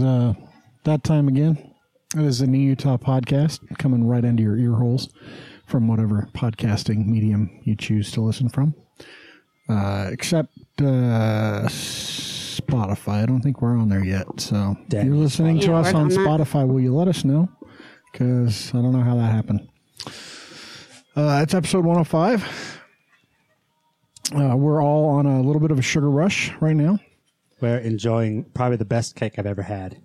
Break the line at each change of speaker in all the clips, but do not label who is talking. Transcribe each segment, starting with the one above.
uh, that time again. It is an Utah podcast coming right into your ear holes from whatever podcasting medium you choose to listen from, uh, except uh, Spotify. I don't think we're on there yet. So if
Damn
you're listening to
Yeah,
us
work
on
on that.
Spotify, will you let us know? Because I don't know how that happened. Uh, it's episode 105. Uh, we're all on a little bit of a sugar rush right now.
We're enjoying probably the best cake I've ever had.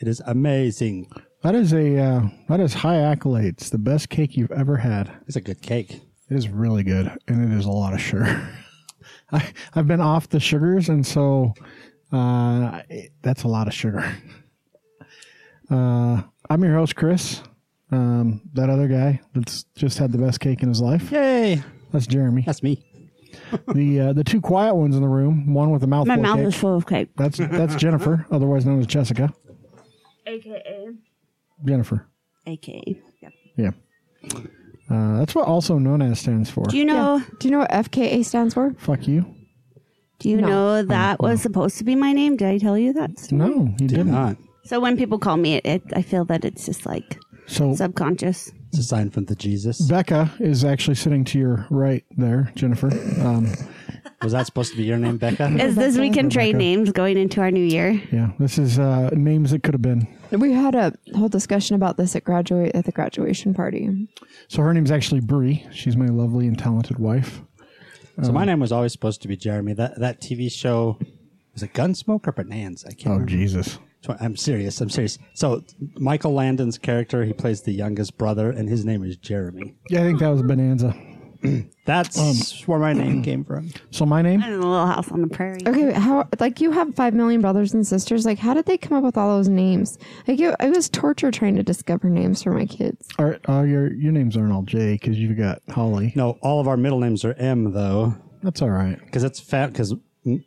It is amazing.
That is a uh, that is high accolades. The best cake you've ever had.
It's a good cake.
It is really good, and it is a lot of sugar. I I've been off the sugars, and so uh, it- that's a lot of sugar. Uh, I'm your host, Chris. Um, that other guy that's just had the best cake in his life.
Yay!
That's Jeremy.
That's me.
The uh, the two quiet ones in the room. One with a mouthful.
My
of
mouth
cake.
is full of cake.
That's that's Jennifer, otherwise known as Jessica.
AKA.
Jennifer.
AKA. Yep.
Yeah. Uh, that's what also known as stands for.
Do you know?
Do you know what FKA stands for?
Fuck you.
Do you
No.
know that was supposed to be my name? Did I tell you that? story?
No, Oh, you
Did
didn't.
not.
So when people call me it, it, I feel that it's just like
So
subconscious.
It's a sign from the Jesus.
Becca is actually sitting to your right there, Jennifer. Um,
Was that supposed to be your name, Becca?
Is this we can trade names going into our new year?
yeah, this is uh, names that could have been.
We had a whole discussion about this at graduate at the graduation party.
So her name's actually Bree. She's my lovely and talented wife.
so my name was always supposed to be Jeremy. That that TV show was it Gunsmoke or Bonanza? I can't.
Oh
remember.
Jesus!
So I'm serious. I'm serious. So Michael Landon's character, he plays the youngest brother, and his name is Jeremy.
Yeah, I think that was Bonanza.
That's where my name came from.
So my name.
In a little house on the prairie.
Okay, wait, how like you have five million brothers and sisters? Like, how did they come up with all those names? Like, it, it was torture trying to discover names for my kids.
Are, are your your names aren't all J because you've got Holly.
No, all of our middle names are M though,
That's all right.
because it's fat. Because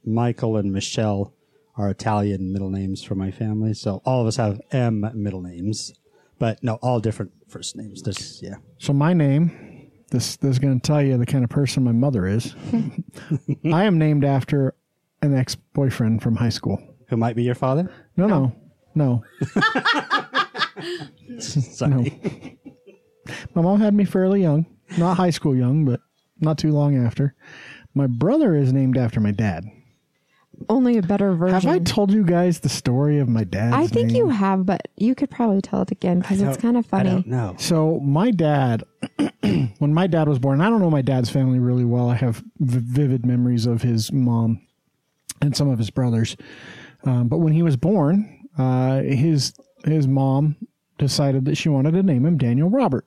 Michael and Michelle are Italian middle names for my family, so all of us have M middle names, but no, all different first names. There's yeah.
So my name, this this is going to tell you the kind of person my mother is. I am named after an ex boyfriend from high school.
Who might be your father?
No, no, no,
Sorry.
no. my mom had me fairly young, not high school young, but not too long after. My brother is named after my dad.
Only a better version.
Have I told you guys the story of my dad?
I think you have, but you could probably tell it again because it's kind of
I
funny.
don't know.
So my dad, when my dad was born, I don't know my dad's family really well. I have v- vivid memories of his mom and some of his brothers. Um, but when he was born, uh, his his mom decided that she wanted to name him Daniel Robert,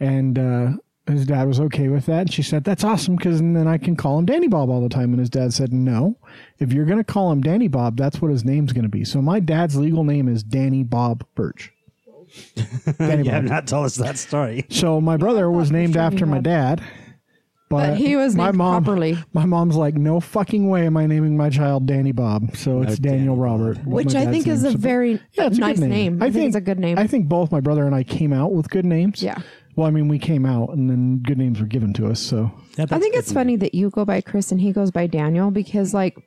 and uh, his dad was okay with that. And she said, "That's awesome, because then I can call him Danny Bob all the time." And his dad said, "No, if you're going to call him Danny Bob, that's what his name's going to be." So my dad's legal name is Danny Bob Birch. Danny
You
Bob.
have not told us that story.
So my brother was named after my dad, but,
But he was
my
named
mom,
properly.
My mom's like, no fucking way am I naming my child Danny Bob. So it's Daniel
Danny
Robert, but
Which
my
I
dad's
think is
name's-
a very
yeah, it's a
nice
good
name.
name.
I, think, it's a good name.
I think both my brother and I came out with good names.
Yeah.
Well, I mean, we came out, and then good names were given to us. So
Yeah,
I
that's
think
good.
it's funny that you go by Chris and he goes by Daniel because like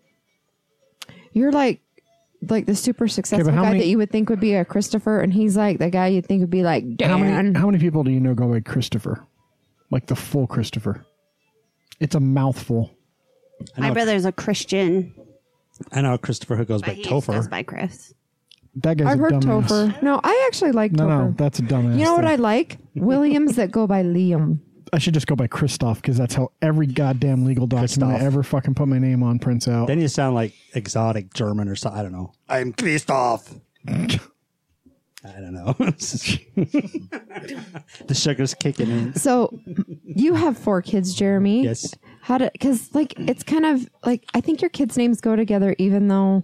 you're like like the super successful
how
guy
many-
that you would think would be a Christopher and he's like the guy you'd think would be like Dan.
how many how many people do you know go by Christopher, like the full Christopher? It's a mouthful.
I know,
My brother's a Christian,
I know Christopher who goes by
but he just goes
Topher.
by Chris.
That guy's
I've
a
heard
dumbass.
Topher. No, I actually like
No,
Topher.
no, that's a dumbass.
you know what
thing.
I like? Williams that go by Liam.
I should just go by Christoph because that's how every goddamn legal document I
Christoph.
ever fucking put my name on prints out.
then you sound like exotic German or something. I don't know. I'm Christoph. I don't know. the sugar's kicking in.
So you have four kids, Jeremy.
Yes.
How did? Because like it's kind of like I think your kids' names go together, even though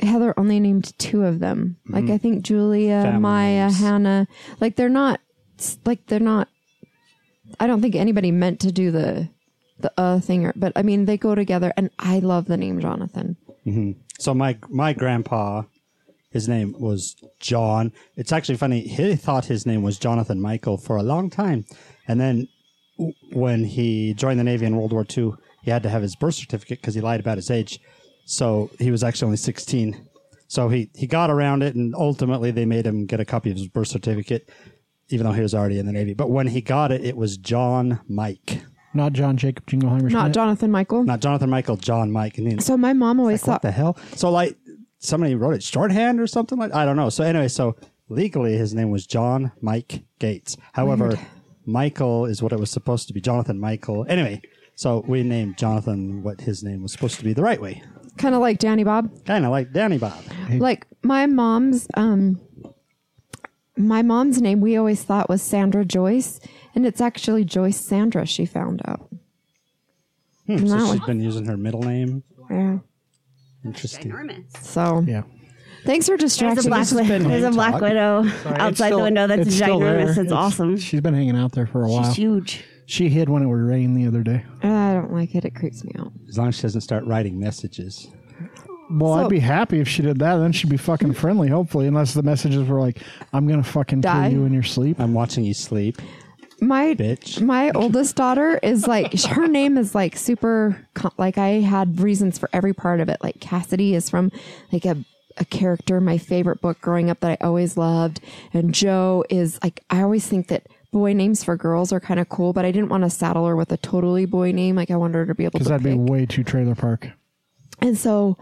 Heather only named two of them. Like I think Julia,
Family
Maya,
names.
Hannah. Like they're not. Like they're not. I don't think anybody meant to do the the uh thing, or, but I mean they go together, and I love the name Jonathan.
So my my grandpa, his name was John. It's actually funny. He thought his name was Jonathan Michael for a long time, and then w- when he joined the Navy in World War II, he had to have his birth certificate because he lied about his age. So he was actually only sixteen. So he, he got around it, and ultimately they made him get a copy of his birth certificate, even though he was already in the Navy. But when he got it, it was John Mike,
Not John Jacob Jingleheimer Schmidt.
Not Jonathan Michael.
not Jonathan Michael, John Mike. And then,
so my mom always
what
thought
the hell? So like somebody wrote it shorthand or something like I don't know. So anyway, so legally his name was John Mike Gates. However, Michael is what it was supposed to be. Jonathan Michael. Anyway, so we named Jonathan what his name was supposed to be the right way.
kind of like Danny Bob.
Kind of like Danny Bob.
Like my mom's um my mom's name we always thought was Sandra Joyce and it's actually Joyce Sandra she found out.
Hmm, so
Wow.
she's been using her middle name.
Yeah.
Interesting.
Ginormous.
So
yeah.
There's
There's
for
a
distracting
black,
us.
wi- there's a
name
black
talk.
widow
It's
outside
still-
the window. That's
still there.
ginormous. It's,
It's-
awesome.
She's been hanging out there for a while.
She's huge.
She hid when it would rain the other day.
Uh, I don't like it. It creeps me out.
As long as she doesn't start writing messages.
Well,
So-
I'd be happy if she did that. Then she'd be fucking friendly, hopefully, unless the messages were like, I'm going to fucking
Die.
kill you in your sleep.
I'm watching you sleep,
My
bitch.
my oldest daughter is like her name is like super co- like i had reasons for every part of it like cassidy is from like a, a character in my favorite book growing up that i always loved and joe is like i always think that boy names for girls are kind of cool but i didn't want to saddle her with a totally boy name like i wanted her to be able to
Because that'd be
pick.
way too trailer park.
and so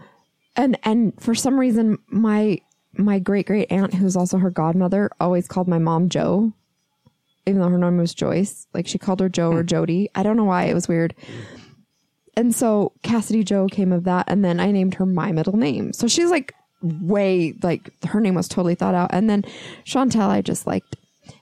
and and for some reason my my great great aunt who's also her godmother always called my mom joe even though her name was joyce like she called her joe or jody i don't know why it was weird and so cassidy joe came of that and then i named her my middle name so she's like way like her name was totally thought out and then chantel i just liked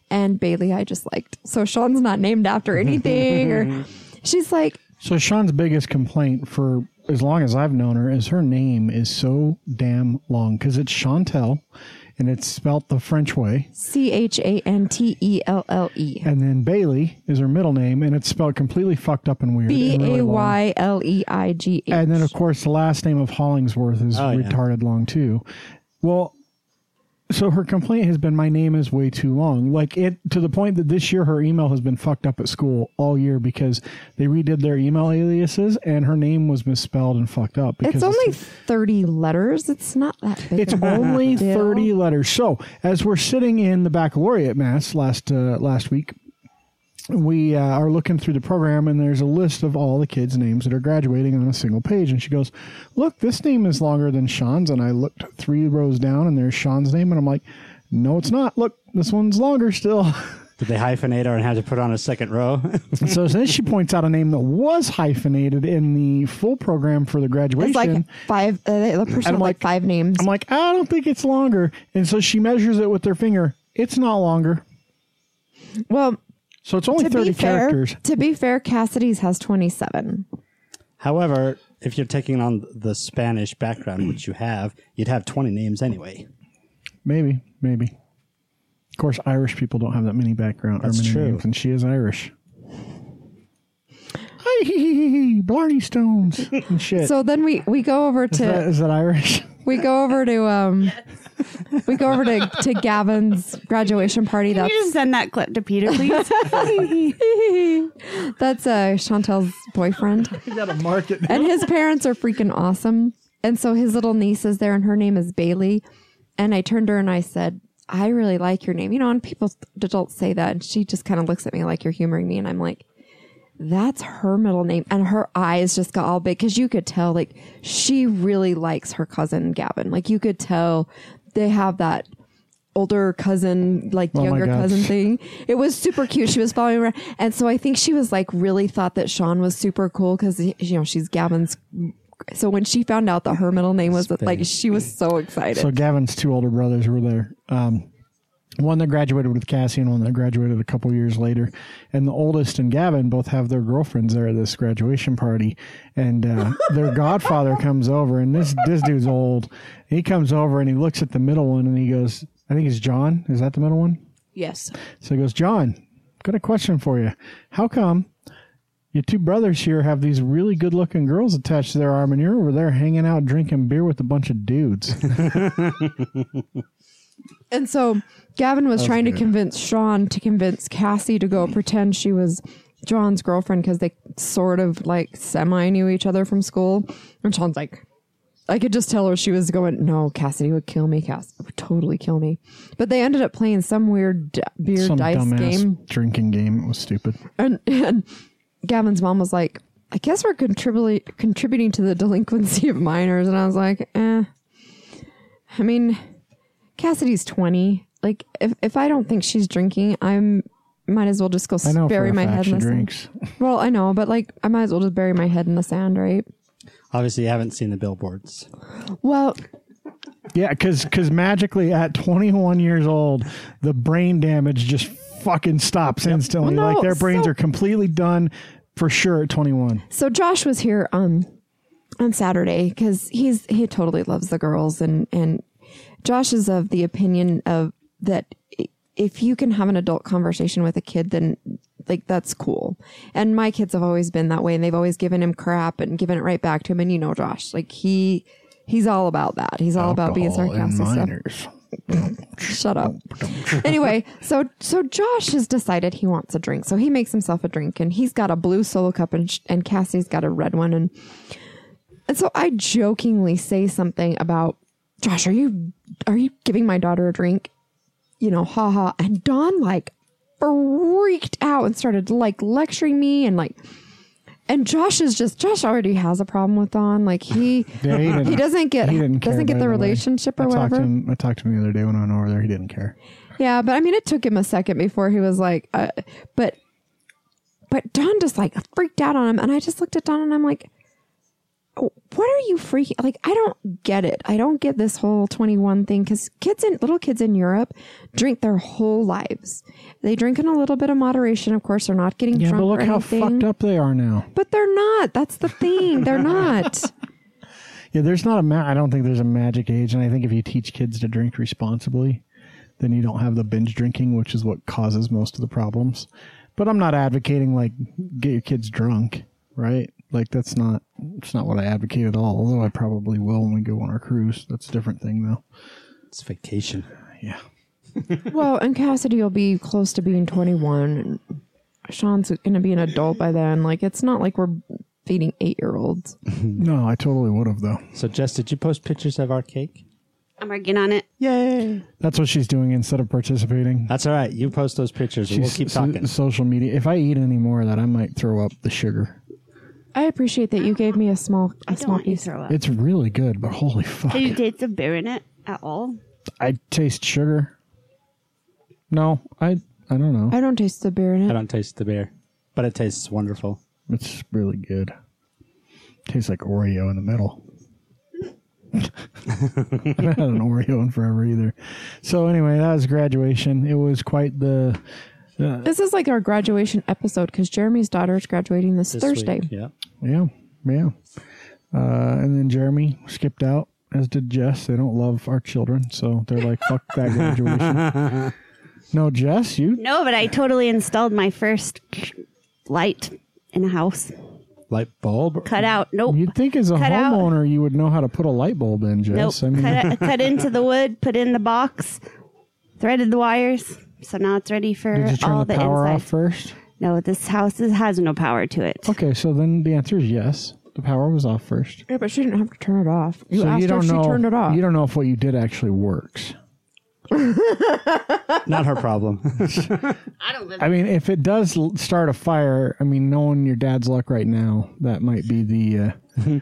and bailey i just liked so sean's not named after anything or she's like
So Sean's biggest complaint for as long as I've known her is her name is so damn long because it's Chantel and it's spelt the French way.
E c-h-a-n-t-e-l-l-e
And then Bailey is her middle name and it's spelled completely fucked up and weird.
B
and really
A
long.
Y L E I G H.
And then, of course, the last name of Hollingsworth is
Oh, yeah.
retarded long too. Well, so her complaint has been my name is way too long. Like it to the point that this year her email has been fucked up at school all year because they redid their email aliases and her name was misspelled and fucked up. Because
It's only 30 letters. It's not that big.
it's
of a
only
deal.
30 letters. So, as we're sitting in the baccalaureate mass last uh, last week, we uh, are looking through the program and there's a list of all the kids' names that are graduating on a single page and she goes, "Look, this name is longer than Sean's." And I looked 3 rows down and there's Sean's name and I'm like, "No, it's not. Look, this one's longer still."
Did they hyphenate her and had to put on a second row?
so then she points out a name that was hyphenated in the full program for the graduation.
It's like five, uh, the person
I'm
had like
like-
five names.
I'm like, I don't think it's longer. And so she measures it with her finger. It's not longer.
well,
So it's only
to
30
be fair,
characters.
to be fair, Cassidy's has 27.
However, if you're taking on the Spanish background, which you have, you'd have 20 names anyway.
Maybe, maybe. Of course, Irish people don't have that many background
That's
or many
true.
names, and she is Irish. Hey, Blarney Stones and shit.
So then we, we go over
is, that,
to,
is that Irish?
we go over to, um, we go over to, to Gavin's graduation party.
Can
That's,
you just send that clip to Peter, please?
that's, uh, Chantel's boyfriend.
got a market.
and his parents are freaking awesome. And so his little niece is there, and her name is Bailey. And I turned to her and I said, "I really like your name." You know, and people adults say that, and she just kind of looks at me like you're humoring me, and I'm like, "That's her middle name." And her eyes just got all big because you could tell, like, she really likes her cousin Gavin. Like you could tell they have that older cousin, like
my
younger
God.
cousin thing. It was super cute. She was following around. And so I think she was like really thought that Sean was super cool because, you know, she's Gavin's. So when she found out that her middle name was like, she was so excited.
So Gavin's two older brothers were there. Um, one that graduated with Cassie and one that graduated a couple years later. And the oldest and Gavin both have their girlfriends there at this graduation party. And uh, their godfather comes over, and this this dude's old. He comes over and he looks at the middle one and he goes, "I think it's John. Is that the middle one?"
Yes.
So he goes, John, got a question for you. How come your two brothers here have these really good looking girls attached to their arm and you're over there hanging out drinking beer with a bunch of dudes?
And so Gavin was trying to convince Sean to convince Cassie to go pretend she was John's girlfriend because they sort of like semi knew each other from school. And Sean's like, I could just tell her she was going, no, Cassidy would kill me. Cass would totally kill me. But they ended up playing some weird d- beer
Some
dice
dumbass
game.
drinking game. It was stupid.
And, and Gavin's mom was like, I guess we're contributing contributing to the delinquency of minors. And I was like, eh. I mean, Cassidy's 20. Like, if, if I don't think she's drinking, I'm might as well just go
I know for
bury
a
my
fact
head
she
in the
drinks.
sand. Well, I know, but like, I might as well just bury my head in the sand, right?
Obviously, you haven't seen the billboards.
Well,
Yeah, because magically at 21 years old, the brain damage just fucking stops instantly.
Well, no,
like their brains
so-
are completely done for sure at 21.
so Josh was here um on Saturday because he's he totally loves the girls and and Josh is of the opinion of that i- if you can have an adult conversation with a kid then like that's cool and my kids have always been that way and they've always given him crap and given it right back to him and you know Josh like he he's all about that he's all about being sarcastic stuff shut up. anyway, so so Josh has decided he wants a drink, so he makes himself a drink, and he's got a blue solo cup, and sh- and Cassie's got a red one, and and so I jokingly say something about Josh, are you are you giving my daughter a drink? You know, haha, and Don like freaked out and started like lecturing me and like. And Josh is just Josh already has a problem with Don. Like he
Yeah, he didn't-
he doesn't get
He didn't care,
doesn't get
by
the
way.
relationship or
I Talked
whatever.
to him, I talked to him the other day when I went over there. He didn't care.
Yeah, but I mean, it took him a second before he was like, uh, but, but Don just like freaked out on him. And I just looked at Don and I'm like, "Oh, what are you freaking? Like, I don't get it. I don't get this whole 21 thing because kids in little kids in Europe drink their whole lives. They drink in a little bit of moderation. Of course, they're not getting
Yeah,
drunk
but look
or
how
anything.
fucked up they are now.
But they're not. That's the thing. They're not.
Yeah, there's not a ma- I don't think there's a magic age, and I think if you teach kids to drink responsibly, then you don't have the binge drinking, which is what causes most of the problems. But I'm not advocating like get your kids drunk, right? Like that's not it's not what I advocate at all. Although I probably will when we go on our cruise. That's a different thing though.
It's vacation.
Yeah.
well, and Cassidy will be close to being 21. And Sean's going to be an adult by then. Like, it's not like we're feeding eight year olds.
No, I totally would have though.
So, Jess, did you post pictures of our cake?
I'm working on it.
Yay!
That's what she's doing instead of participating.
That's all right. You post those pictures. and we'll
She's
keep
so-
talking.
social media. If I eat any more of that, I might throw up the sugar.
I appreciate that you gave me a small a
Don't
small
want you to
piece.
throw up.
It's really good, but holy fuck.
Do you taste the beer in it at all?
I taste sugar. No, I I don't know.
I don't taste the beer in
I
it.
don't taste the beer, but it tastes wonderful.
It's really good. Tastes like Oreo in the middle. I haven't had an Oreo in forever either. So anyway, that was graduation. It was quite the
This is like our graduation episode because Jeremy's daughter is graduating this,
This
Thursday.
Week. Yeah.
yeah yeah. Uh, and then Jeremy skipped out, as did Jess. They don't love our children, so they're like, "Fuck that graduation." no, Jess, you
No, but I totally installed my first light in a house.
Light bulb.
Cut out. Nope.
you'd think as a
Cut out.
homeowner you would know how to put a light bulb in,
nope.
Jess. I mean,
cut, it, cut into the wood, put in the box, threaded the wires. So now it's ready for
did you turn
all
the power
inside.
off first?
No, this house is, has no power to it.
Okay, so then the answer is yes. The power was off first.
Yeah, but she didn't have to turn it off. You
so
asked
you don't
her if
know.
she turned it off.
You don't know if what you did actually works.
Not her problem.
I don't live.
I mean, if it does l- start a fire, I mean, knowing your dad's luck right now, that might be the. Uh,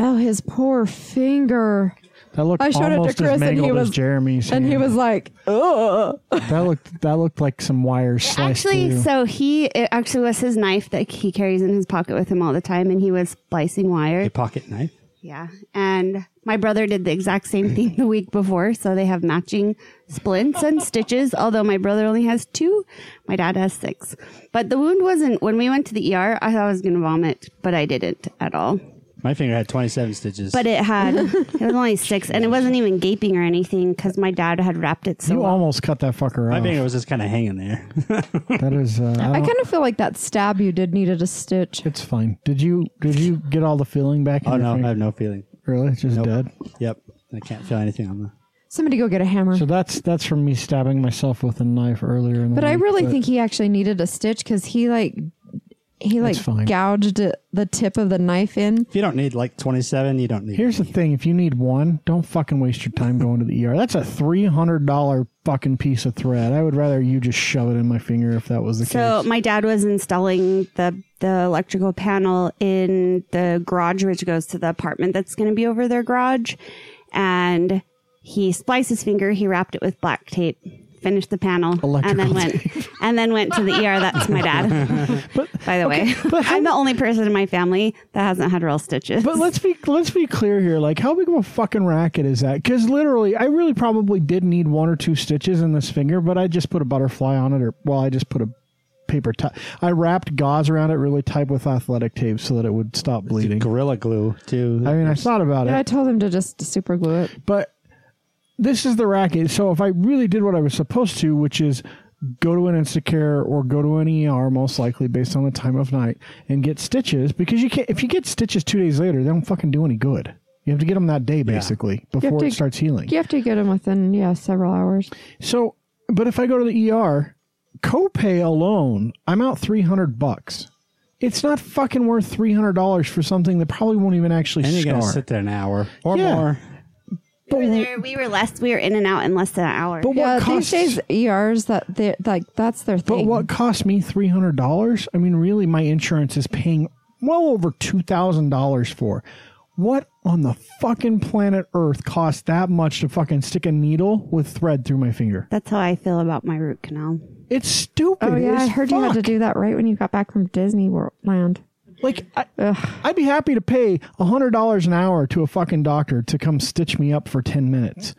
oh, his poor finger.
that looked
I showed it to
almost
Chris
as
and he
mangled as
was-
Jeremy's.
And he
hand.
was like, "Oh,
that looked that looked like some wires sliced
Actually,
through.
so he it actually was his knife that he carries in his pocket with him all the time, and he was splicing wire.
A pocket knife.
Yeah. And my brother did the exact same thing the week before. So they have matching splints and stitches, although my brother only has two. My dad has six. But the wound wasn't, when we went to the ER, I thought I was going to vomit, but I didn't at all.
My finger had 27 stitches.
But it had, it was only six, and it wasn't even gaping or anything because my dad had wrapped it so
you
well.
almost cut that fucker
my finger
off.
was just kind of hanging there.
That is. Uh, I
I
don't-
kind of feel like that stab you did needed a stitch.
it's fine. Did you did you get all the feeling back? In
oh
your
no, I
finger?
have no feeling.
really, It's just dead.
Yep, I can't feel anything on the.
Somebody go get a hammer.
So that's that's from me stabbing myself with a knife earlier. In the
But I
week,
really think he actually needed a stitch because he like he like
That's fine.
gouged the tip of the knife in.
If you don't need like 27, you don't need.
Here's the thing: if you need one, don't fucking waste your time going to the ER. That's a three hundred dollar fucking piece of thread. I would rather you just shove it in my finger if that was the
So
case.
my dad was installing the the electrical panel in the garage, which goes to the apartment that's going to be over their garage, and he spliced his finger. He wrapped it with black tape, finished the panel, and
Electrical
then went and then went to the ER. That's my dad. By the way, I'm the only person in my family that hasn't had real stitches.
But let's be let's be clear here. Like, how big of a fucking racket is that? Because literally, I really probably did need one or two stitches in this finger, but I just put a butterfly on it, or well, I just put a paper tie. I wrapped gauze around it really tight with athletic tape so that it would stop bleeding.
Gorilla glue too.
I mean, I thought about it.
I told him to just super glue it.
but this is the racket. So if I really did what I was supposed to, which is go to an Instacare or go to an ER, most likely based on the time of night, and get stitches, because you can't. If you get stitches two days later, they don't fucking do any good. You have to get them that day, basically,
You have
before
to-
it starts healing.
You have to get him within yeah several hours.
So, but if I go to the ER, copay alone, I'm out three hundred bucks. It's not fucking worth three hundred dollars for something that probably won't even actually
and you're
scar.
gonna sit there an hour or
Yeah.
more.
but
we, were there, we were less. We were in and out in less than an hour.
but
Yeah,
what costs?
these days ERs that they like that's their
But
thing.
what cost me three hundred dollars? I mean, really, my insurance is paying well over two thousand dollars for. What on the fucking planet Earth costs that much to fucking stick a needle with thread through my finger?
that's how I feel about my root canal.
It's stupid.
Oh yeah,
as
I heard you had to
fuck.
do that right when you got back from Disney World Land.
Like, I, I'd be happy to pay hundred dollars an hour to a fucking doctor to come stitch me up for ten minutes.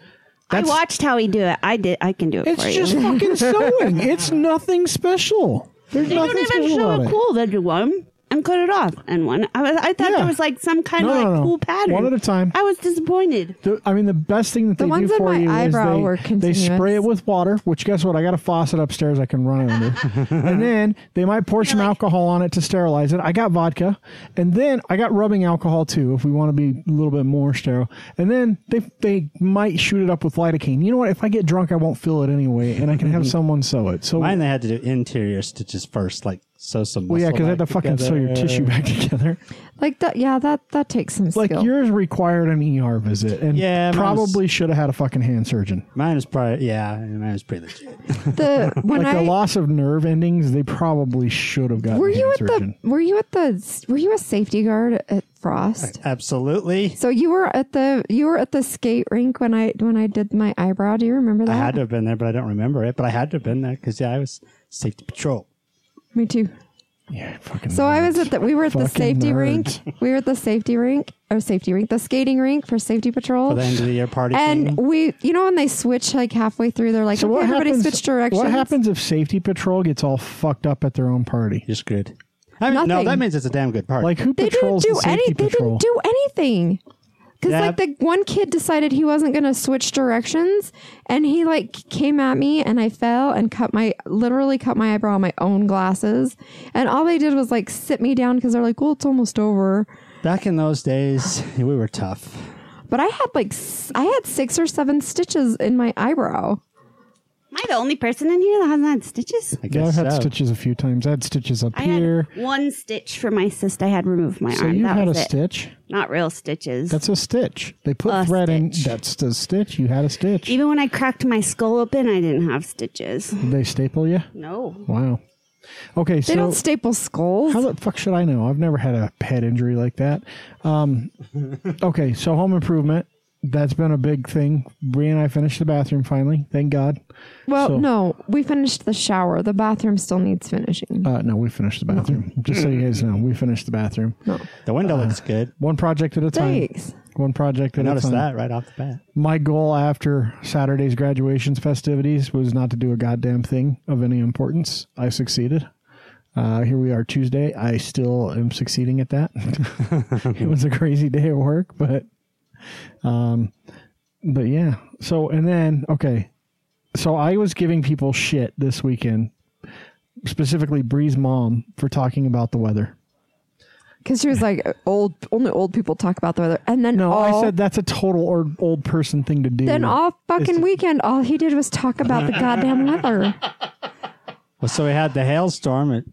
I watched how he do it. I did. I can do it
It's
for
just
you.
fucking sewing. It's nothing special. There's
They
nothing
don't even
special
show
about
a
it.
cool little one and cut it off. And one, I, was, I thought
Yeah.
there was like some kind
No,
of like
no, no.
cool pattern.
One at a time.
I was disappointed.
The, I mean, the best thing that they
ones
do
on
for
my
you is
eyebrow were
they, they spray
continuous.
it with water, which guess what? I got a faucet upstairs I can run under. and then they might pour some alcohol on it to sterilize it. I got vodka. And then I got rubbing alcohol too, if we want to be a little bit more sterile. And then they, they might shoot it up with lidocaine. You know what? If I get drunk, I won't feel it anyway, and I can have someone sew it. So,
Mine they had to do interior stitches first, like sew some.
well, yeah, because
muscle
I had to
back
fucking sew your
together.
tissue back together.
Like that, yeah, that that takes some
Like
skill.
yours required an ER visit, and
Yeah, mine was-
probably should have had a fucking hand surgeon.
Mine is probably yeah, mine is pretty legit.
the when
like
I
the loss of nerve endings, they probably should have gotten.
were you
hand
at
surgeon.
the were you at the were you a safety guard at Frost?
Absolutely,
So you were at the you were at the skate rink when I when I did my eyebrow. Do you remember that?
I had to have been there, but I don't remember it. But I had to have been there because yeah, I was safety patrol.
Me too.
Yeah, fucking.
So I was
nerds.
at the we were at the
Fucking
safety
nerds.
rink. We were at the safety rink or safety rink, the skating rink for safety patrol.
For the end of the year party
and
thing.
we, you know, when they switch like halfway through, they're like,
So
okay,
what
everybody
happens?
switch directions.
What happens if safety patrol gets all fucked up at their own party?
You're screwed. I mean, no,
Nothing.
that means it's a damn good party.
Like who
They didn't
patrols
do
the safety
any. They
patrol?
didn't do anything. Because
Yeah.
like the one kid decided he wasn't going to switch directions, and he like came at me, and I fell and cut my literally cut my eyebrow on my own glasses, and all they did was like sit me down because they're like, well, it's almost over.
back in those days, we were tough.
But I had like s- I had six or seven stitches in my eyebrow.
Am I the only person in here that hasn't had stitches?
yeah,
I
I've
guess
had
so.
stitches a few times. I had stitches up
I
here.
had one stitch for my cyst. I had removed my
So
arm.
you
That
had a
was it.
stitch.
Not real stitches.
That's a stitch. They put
A
thread in.
stitch.
That's the stitch. You had a stitch.
Even when I cracked my skull open, I didn't have stitches.
Did they staple you?
No.
Wow. Okay,
They
so
don't staple skulls.
How the fuck should I know? I've never had a head injury like that. Um, okay, so home improvement. That's been a big thing. Bree and I finished the bathroom finally. Thank God.
well,
so-
no, we finished the shower. The bathroom still needs finishing.
Uh, no, we finished the bathroom. Just so you guys know, we finished the bathroom.
no,
The window
uh,
looks good.
One project at a time.
thanks.
One project at
Notice
a time.
that right off the bat.
My goal after Saturday's graduations festivities was not to do a goddamn thing of any importance. I succeeded. Uh, here we are Tuesday. I still am succeeding at that. it was a crazy day at work, but, um, but yeah. So and then okay, so I was giving people shit this weekend, specifically Bree's mom for talking about the weather.
Because she was like, old, only old people talk about the weather. And then
No,
all,
I said that's a total old, old person thing to do.
Oh. then all fucking weekend, all he did was talk about the goddamn weather.
Well, so we had the hailstorm. It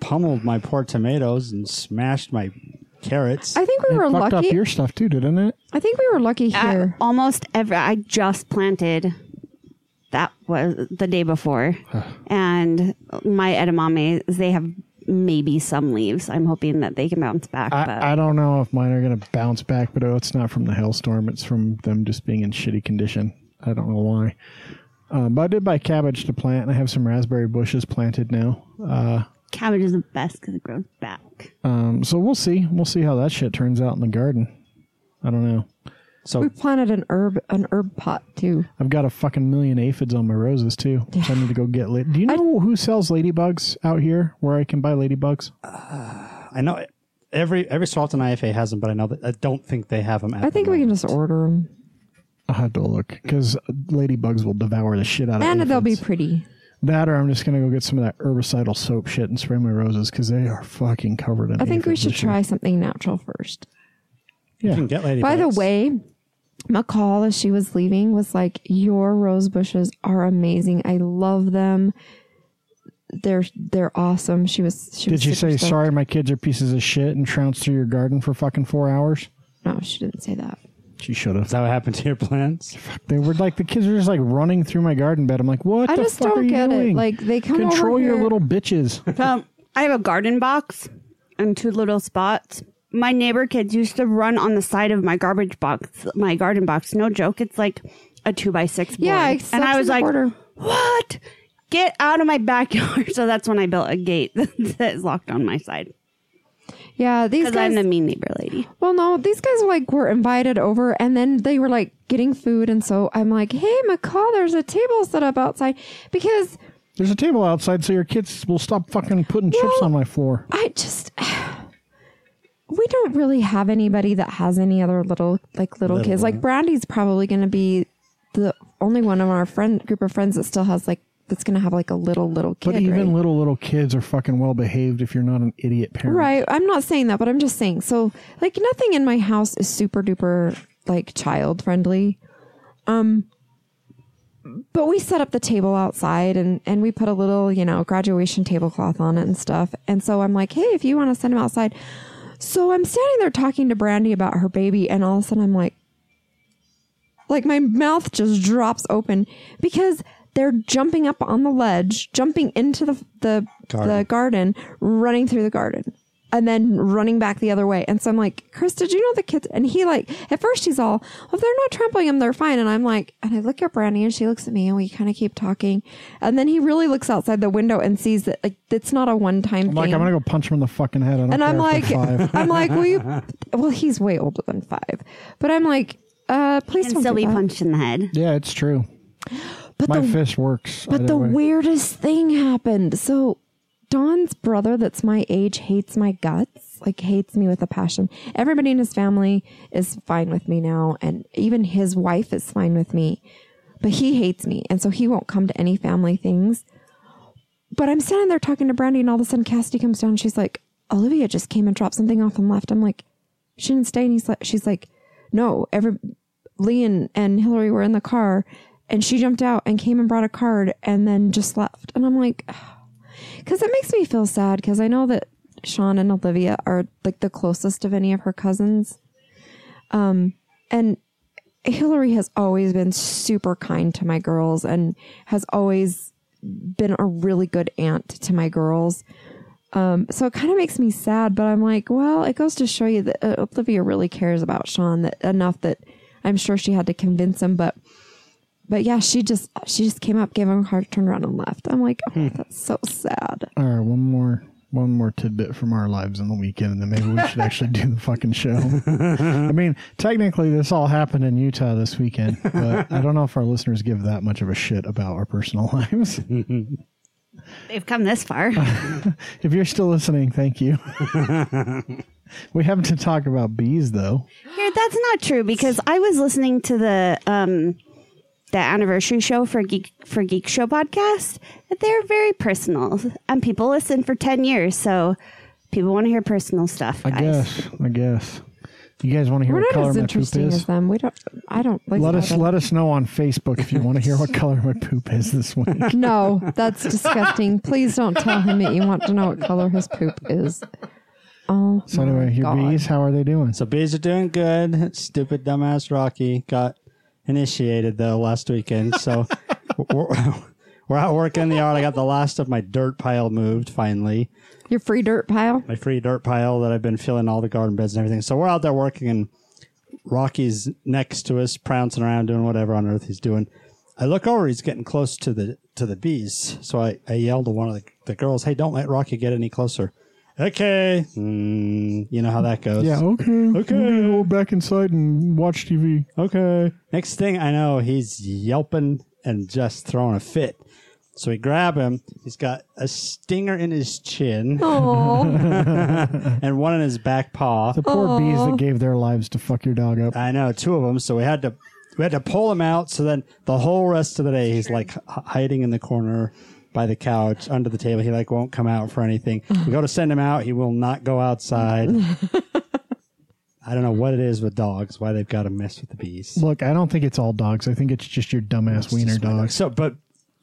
pummeled my poor tomatoes and smashed my carrots.
I think we were
Fucked up
lucky.
your stuff too, didn't it?
I think we were lucky
I,
here.
almost every I just planted that was the day before and my edamames they have maybe some leaves i'm hoping that they can bounce back but
I, I don't know if mine are going to bounce back, but oh, it's not from the hailstorm. It's from them just being in shitty condition. I don't know why. Um, but I did buy cabbage to plant, and I have some raspberry bushes planted now. Uh,
cabbage is the best because it grows back
um, so we'll see. We'll see how that shit turns out in the garden. I don't know.
so
We planted an herb an herb pot too.
I've got a fucking million aphids on my roses too. which I need to go get. La- Do you know who sells ladybugs out here? Where I can buy ladybugs?
I know every every so often IFA has them, but I know that I don't think they have them. At
I think
the
we can
moment.
just order them,
I'll have to look because ladybugs will devour the shit out of.
and they'll be
aphids.
pretty.
That, or I'm just gonna go get some of that herbicidal soap shit and spray my roses because they are fucking covered in.
I think we
aphids
should
this year.
try something natural first.
You can get ladybugs.
By the way, McCall, as she was leaving, was like, "Your rose bushes are amazing. I love them. They're they're awesome." She was. She
Did
was
you
super
say
stoked.
sorry? My kids are pieces of shit and trounced through your garden for fucking four hours.
No, she didn't say that.
She should have.
is that what happened to your plants?
They were like the kids are just like running through my garden bed. I'm like, what?
I
the
just
fuck are
don't
you
get it.
doing?
Like, they come over
control your
here-
little bitches.
So Um, I have a garden box and two little spots. My neighbor kids used to run on the side of my garbage box, my garden box. No joke. It's like a two by six board.
Yeah, it
and
sucks
I
in
was
the
like,
border.
"What? Get out of my backyard!" So that's when I built a gate that is locked on my side
Yeah, these
because I'm the
guys.
mean neighbor lady.
Well, no, these guys like were invited over, and then they were like getting food, and so I'm like, "Hey, McCall, there's a table set up outside because."
There's a table outside, so your kids will stop fucking putting chips
Well-
on my floor.
I just we don't really have anybody that has any other little like little, kids. Like Brandy's probably going to be the only one of our friend group of friends that still has like that's going to have like a little little kid.
But even
right?
little little kids are fucking well behaved if you're not an idiot parent.
right, I'm not saying that, but I'm just saying so like nothing in my house is super duper like child friendly. Um but we set up the table outside and and we put a little, you know, graduation tablecloth on it and stuff. And so I'm like, "Hey, if you want to send them outside, So I'm standing there talking to Brandy about her baby, and all of a sudden I'm like, like my mouth just drops open because they're jumping up on the ledge, jumping into the the garden. the garden, running through the garden, and then running back the other way. And so I'm like, Chris, did you know the kids? And he like at first he's all, well, if they're not trampling them, they're fine. And I'm like, and I look at Brandy, and she looks at me, and we kind of keep talking, and then he really looks outside the window and sees that like it's not a one time
I'm
thing.
like, I'm gonna go punch him in the fucking head. I don't
And
care
I'm
if
like,
they're five.
I'm like, will you? Well, he's way older than five, but I'm like, uh, please
And
don't
still
do
be
that.
punched in the head.
Yeah, it's true.
But
My
the
fist works.
but
either
the
way.
weirdest thing happened. So Don's brother, that's my age, hates my guts. Like hates me with a passion. Everybody in his family is fine with me now, and even his wife is fine with me. But he hates me, and so he won't come to any family things. But I'm standing there talking to Brandy, and all of a sudden Cassidy comes down. She's like, "Olivia just came and dropped something off and left." I'm like, "She didn't stay." And he's like, "She's like, no, every Lee and, and Hillary were in the car, and she jumped out and came and brought a card and then just left." And I'm like, because it makes me feel sad because I know that Sean and Olivia are like the closest of any of her cousins. Um, and Hillary has always been super kind to my girls and has always been a really good aunt to my girls. Um, so it kind of makes me sad, but I'm like, well, it goes to show you that uh, Olivia really cares about Sean that enough that I'm sure she had to convince him, but but yeah, she just she just came up, gave him a card, turned around, and left. I'm like,
Hmm.
oh, that's so sad.
All right, one more one more tidbit from our lives on the weekend, and then maybe we should actually do the fucking show. I mean, technically, this all happened in Utah this weekend, but I don't know if our listeners give that much of a shit about our personal lives.
They've come this far.
if you're still listening, thank you. we happen to talk about bees, though.
Here, that's not true because I was listening to the um the anniversary show for Geek for Geek Show podcast. That they're very personal, and people listen for ten years, so people want to hear personal stuff,
I
guys.
guess. I guess. You guys want to hear
We're
what
not
color
as
my poop
interesting
is?
as them. We don't. I don't like.
let
that
us
at
let us know on Facebook if you want to hear what color my poop is this week.
all. No, that's disgusting. Please don't tell him that you want to know what color his poop is. Oh,
So anyway, your
God.
bees, how are they doing?
So bees are doing good. Stupid dumbass Rocky got initiated though last weekend. So we're, we're out working in the yard. I got the last of my dirt pile moved finally.
your free dirt pile.
My free dirt pile that I've been filling all the garden beds and everything. So we're out there working and Rocky's next to us, prancing around doing whatever on earth he's doing. I look over, he's getting close to the to the bees. So I, I yelled to one of the, the girls, Hey, don't let Rocky get any closer. Okay. Mm, you know how that goes.
Yeah, okay.
Okay.
We're gonna go back inside and watch TV.
Okay. Next thing I know, he's yelping and just throwing a fit. So we grab him. He's got a stinger in his chin
Oh,
and one in his back paw.
The poor bees that gave their lives to fuck your dog up.
I know, two of them. So we had to we had to pull him out. So then the whole rest of the day, he's like h- hiding in the corner by the couch under the table. He like won't come out for anything. We go to send him out. He will not go outside. I don't know what it is with dogs. Why they've got to mess with the bees.
Look, I don't think it's all dogs. I think it's just your dumbass wiener dogs.
So, but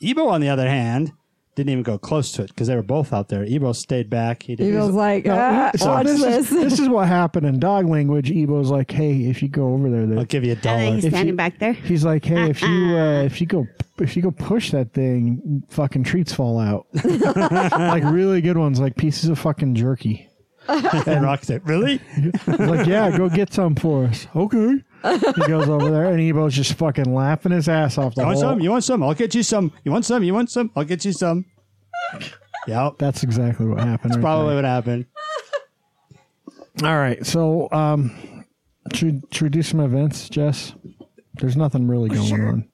Ebo, on the other hand, didn't even go close to it because they were both out there. Ebo stayed back. He
he
didn't.
was like, ah,
So
watch
this,
this.
Is, this is what happened in dog language. Ebo's like, hey, if you go over there,
I'll
there.
give you a
I
dollar.
think he's
If
standing
you-
back there.
he's like, hey, if you uh, if you go if you go push that thing, fucking treats fall out. like really good ones, like pieces of fucking jerky.
and Rock said, "Really?
He's like, yeah, go get some for us. Okay. He goes over there, and Ebo's just fucking laughing his ass off the
You want
whole.
some? You want some? I'll get you some. You want some? You want some? I'll get you some." Yep,
That's exactly what happened. right
probably what happened.
there. All right. So, um, should, should we do some events, Jess? There's nothing really going on.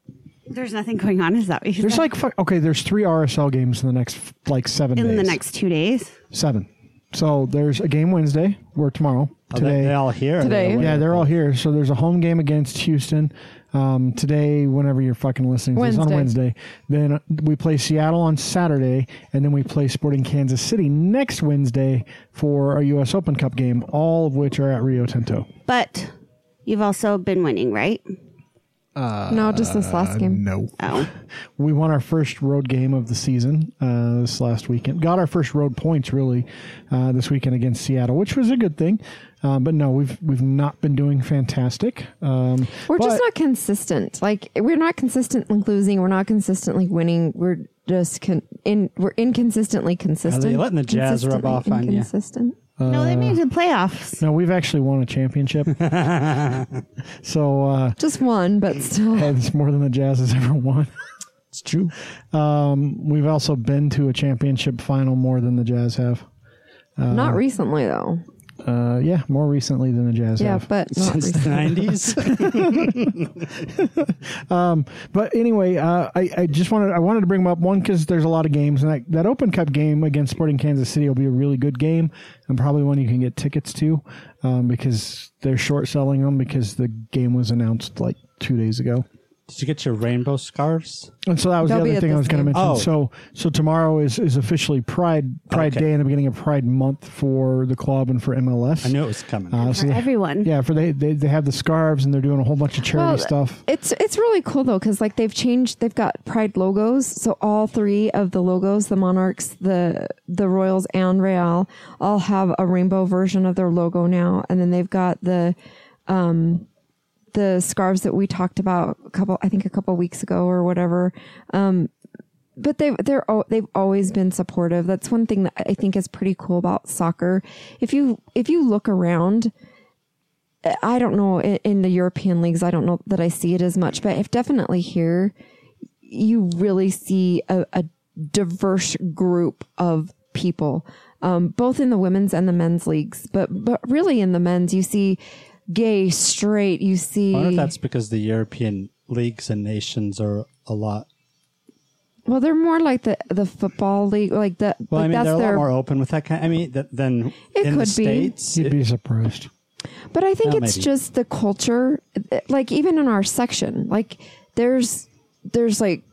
There's nothing going on. Is that what you
There's
said?
like fu- okay. There's three RSL games in the next f- like seven.
in the
days.
next two days?
seven. So there's a game Wednesday. We're tomorrow.
Are They,
Today.
they all here
Today.
yeah, they're all here. So there's a home game against Houston um, today. Whenever you're fucking listening, to this on
Wednesday.
Wednesday. Then uh, we play Seattle on Saturday, and then we play Sporting Kansas City next Wednesday for our U.S. Open Cup game. All of which are at Rio Tinto.
But you've also been winning, right?
no, just this last game.
No.
Oh,
We won our first road game of the season uh, this last weekend. Got our first road points really uh, this weekend against Seattle, which was a good thing. Uh, but no, we've we've not been doing fantastic. Um,
We're
but-
just not consistent. Like we're not consistently losing. We're not consistently winning. We're just con- in. We're inconsistently consistent.
letting the Jazz rub
Consistently
off on ya?
inconsistent.
Uh,
no, they made the playoffs.
No, we've actually won a championship. so uh,
Just one, but still.
and it's more than the Jazz has ever won. Um,
It's true.
We've also been to a championship final more than the Jazz have.
not recently though.
Uh, yeah, more recently than the Jazz
Yeah,
have.
but not
Since the
recently.
nineties,
But anyway, uh, I, I just wanted I wanted to bring up one because there's a lot of games, and that, that Open Cup game against Sporting Kansas City will be a really good game, and probably one you can get tickets to, um, because they're short selling them because the game was announced like two days ago,
did you get your rainbow scarves?
and so that was
They'll
the
be
other
at
thing I
this
was going to
game.
mention.
Oh.
So so tomorrow is is officially Pride Pride
Okay.
Day and the beginning of Pride Month for the club and for MLS.
I knew it was coming.
Uh, so
For
they-
everyone.
Yeah, for they, they they have the scarves and they're doing a whole bunch of charity stuff.
It's it's really cool though because like they've changed. They've got pride logos, so all three of the logos, the Monarchs, the the Royals, and Real, all have a rainbow version of their logo now. And then they've got the um the scarves that we talked about a couple, I think a couple weeks ago or whatever. but they they're al- they've always been supportive. That's one thing that I think is pretty cool about soccer. If you if you look around, I don't know in, in the European leagues. I don't know that I see it as much, but if definitely here, you really see a, a diverse group of people, um, both in the women's and the men's leagues. But but really in the men's, you see gay, straight. You see
I wonder if that's because the European leagues and nations are a lot.
well, they're more like the the football league, like the
Well, I
like
mean, they're a
that's
lot
their
more open with that kind. I mean, th- than
It
in the
could be.
states.
You'd be surprised.
But I think
Yeah,
it's
maybe.
just the culture, like even in our section, like there's there's like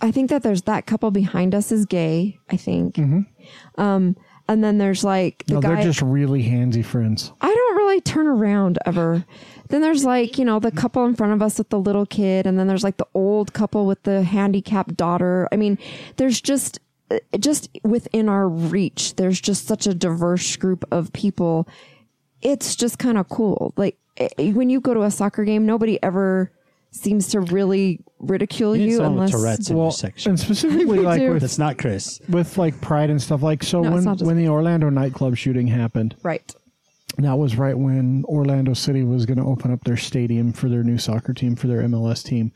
I think that there's that couple behind us is gay. I think, um, And then there's like
Mm-hmm.
the
No,
guy.
they're just really handsy friends.
I don't really turn around ever. Then there's like, you know, the couple in front of us with the little kid, and then there's like the old couple with the handicapped daughter. I mean, there's just uh, just within our reach, there's just such a diverse group of people. It's just kind of cool. Like eh, eh, when you go to a soccer game, nobody ever seems to really ridicule
You need
you
someone with
unless
Tourette's in your section.
and specifically like
do.
with
That's not Chris.
with like pride and stuff. Like so
No, it's
when
not just-
when the Orlando nightclub shooting happened,
right.
that was right when Orlando City was going to open up their stadium for their new soccer team for their MLS team.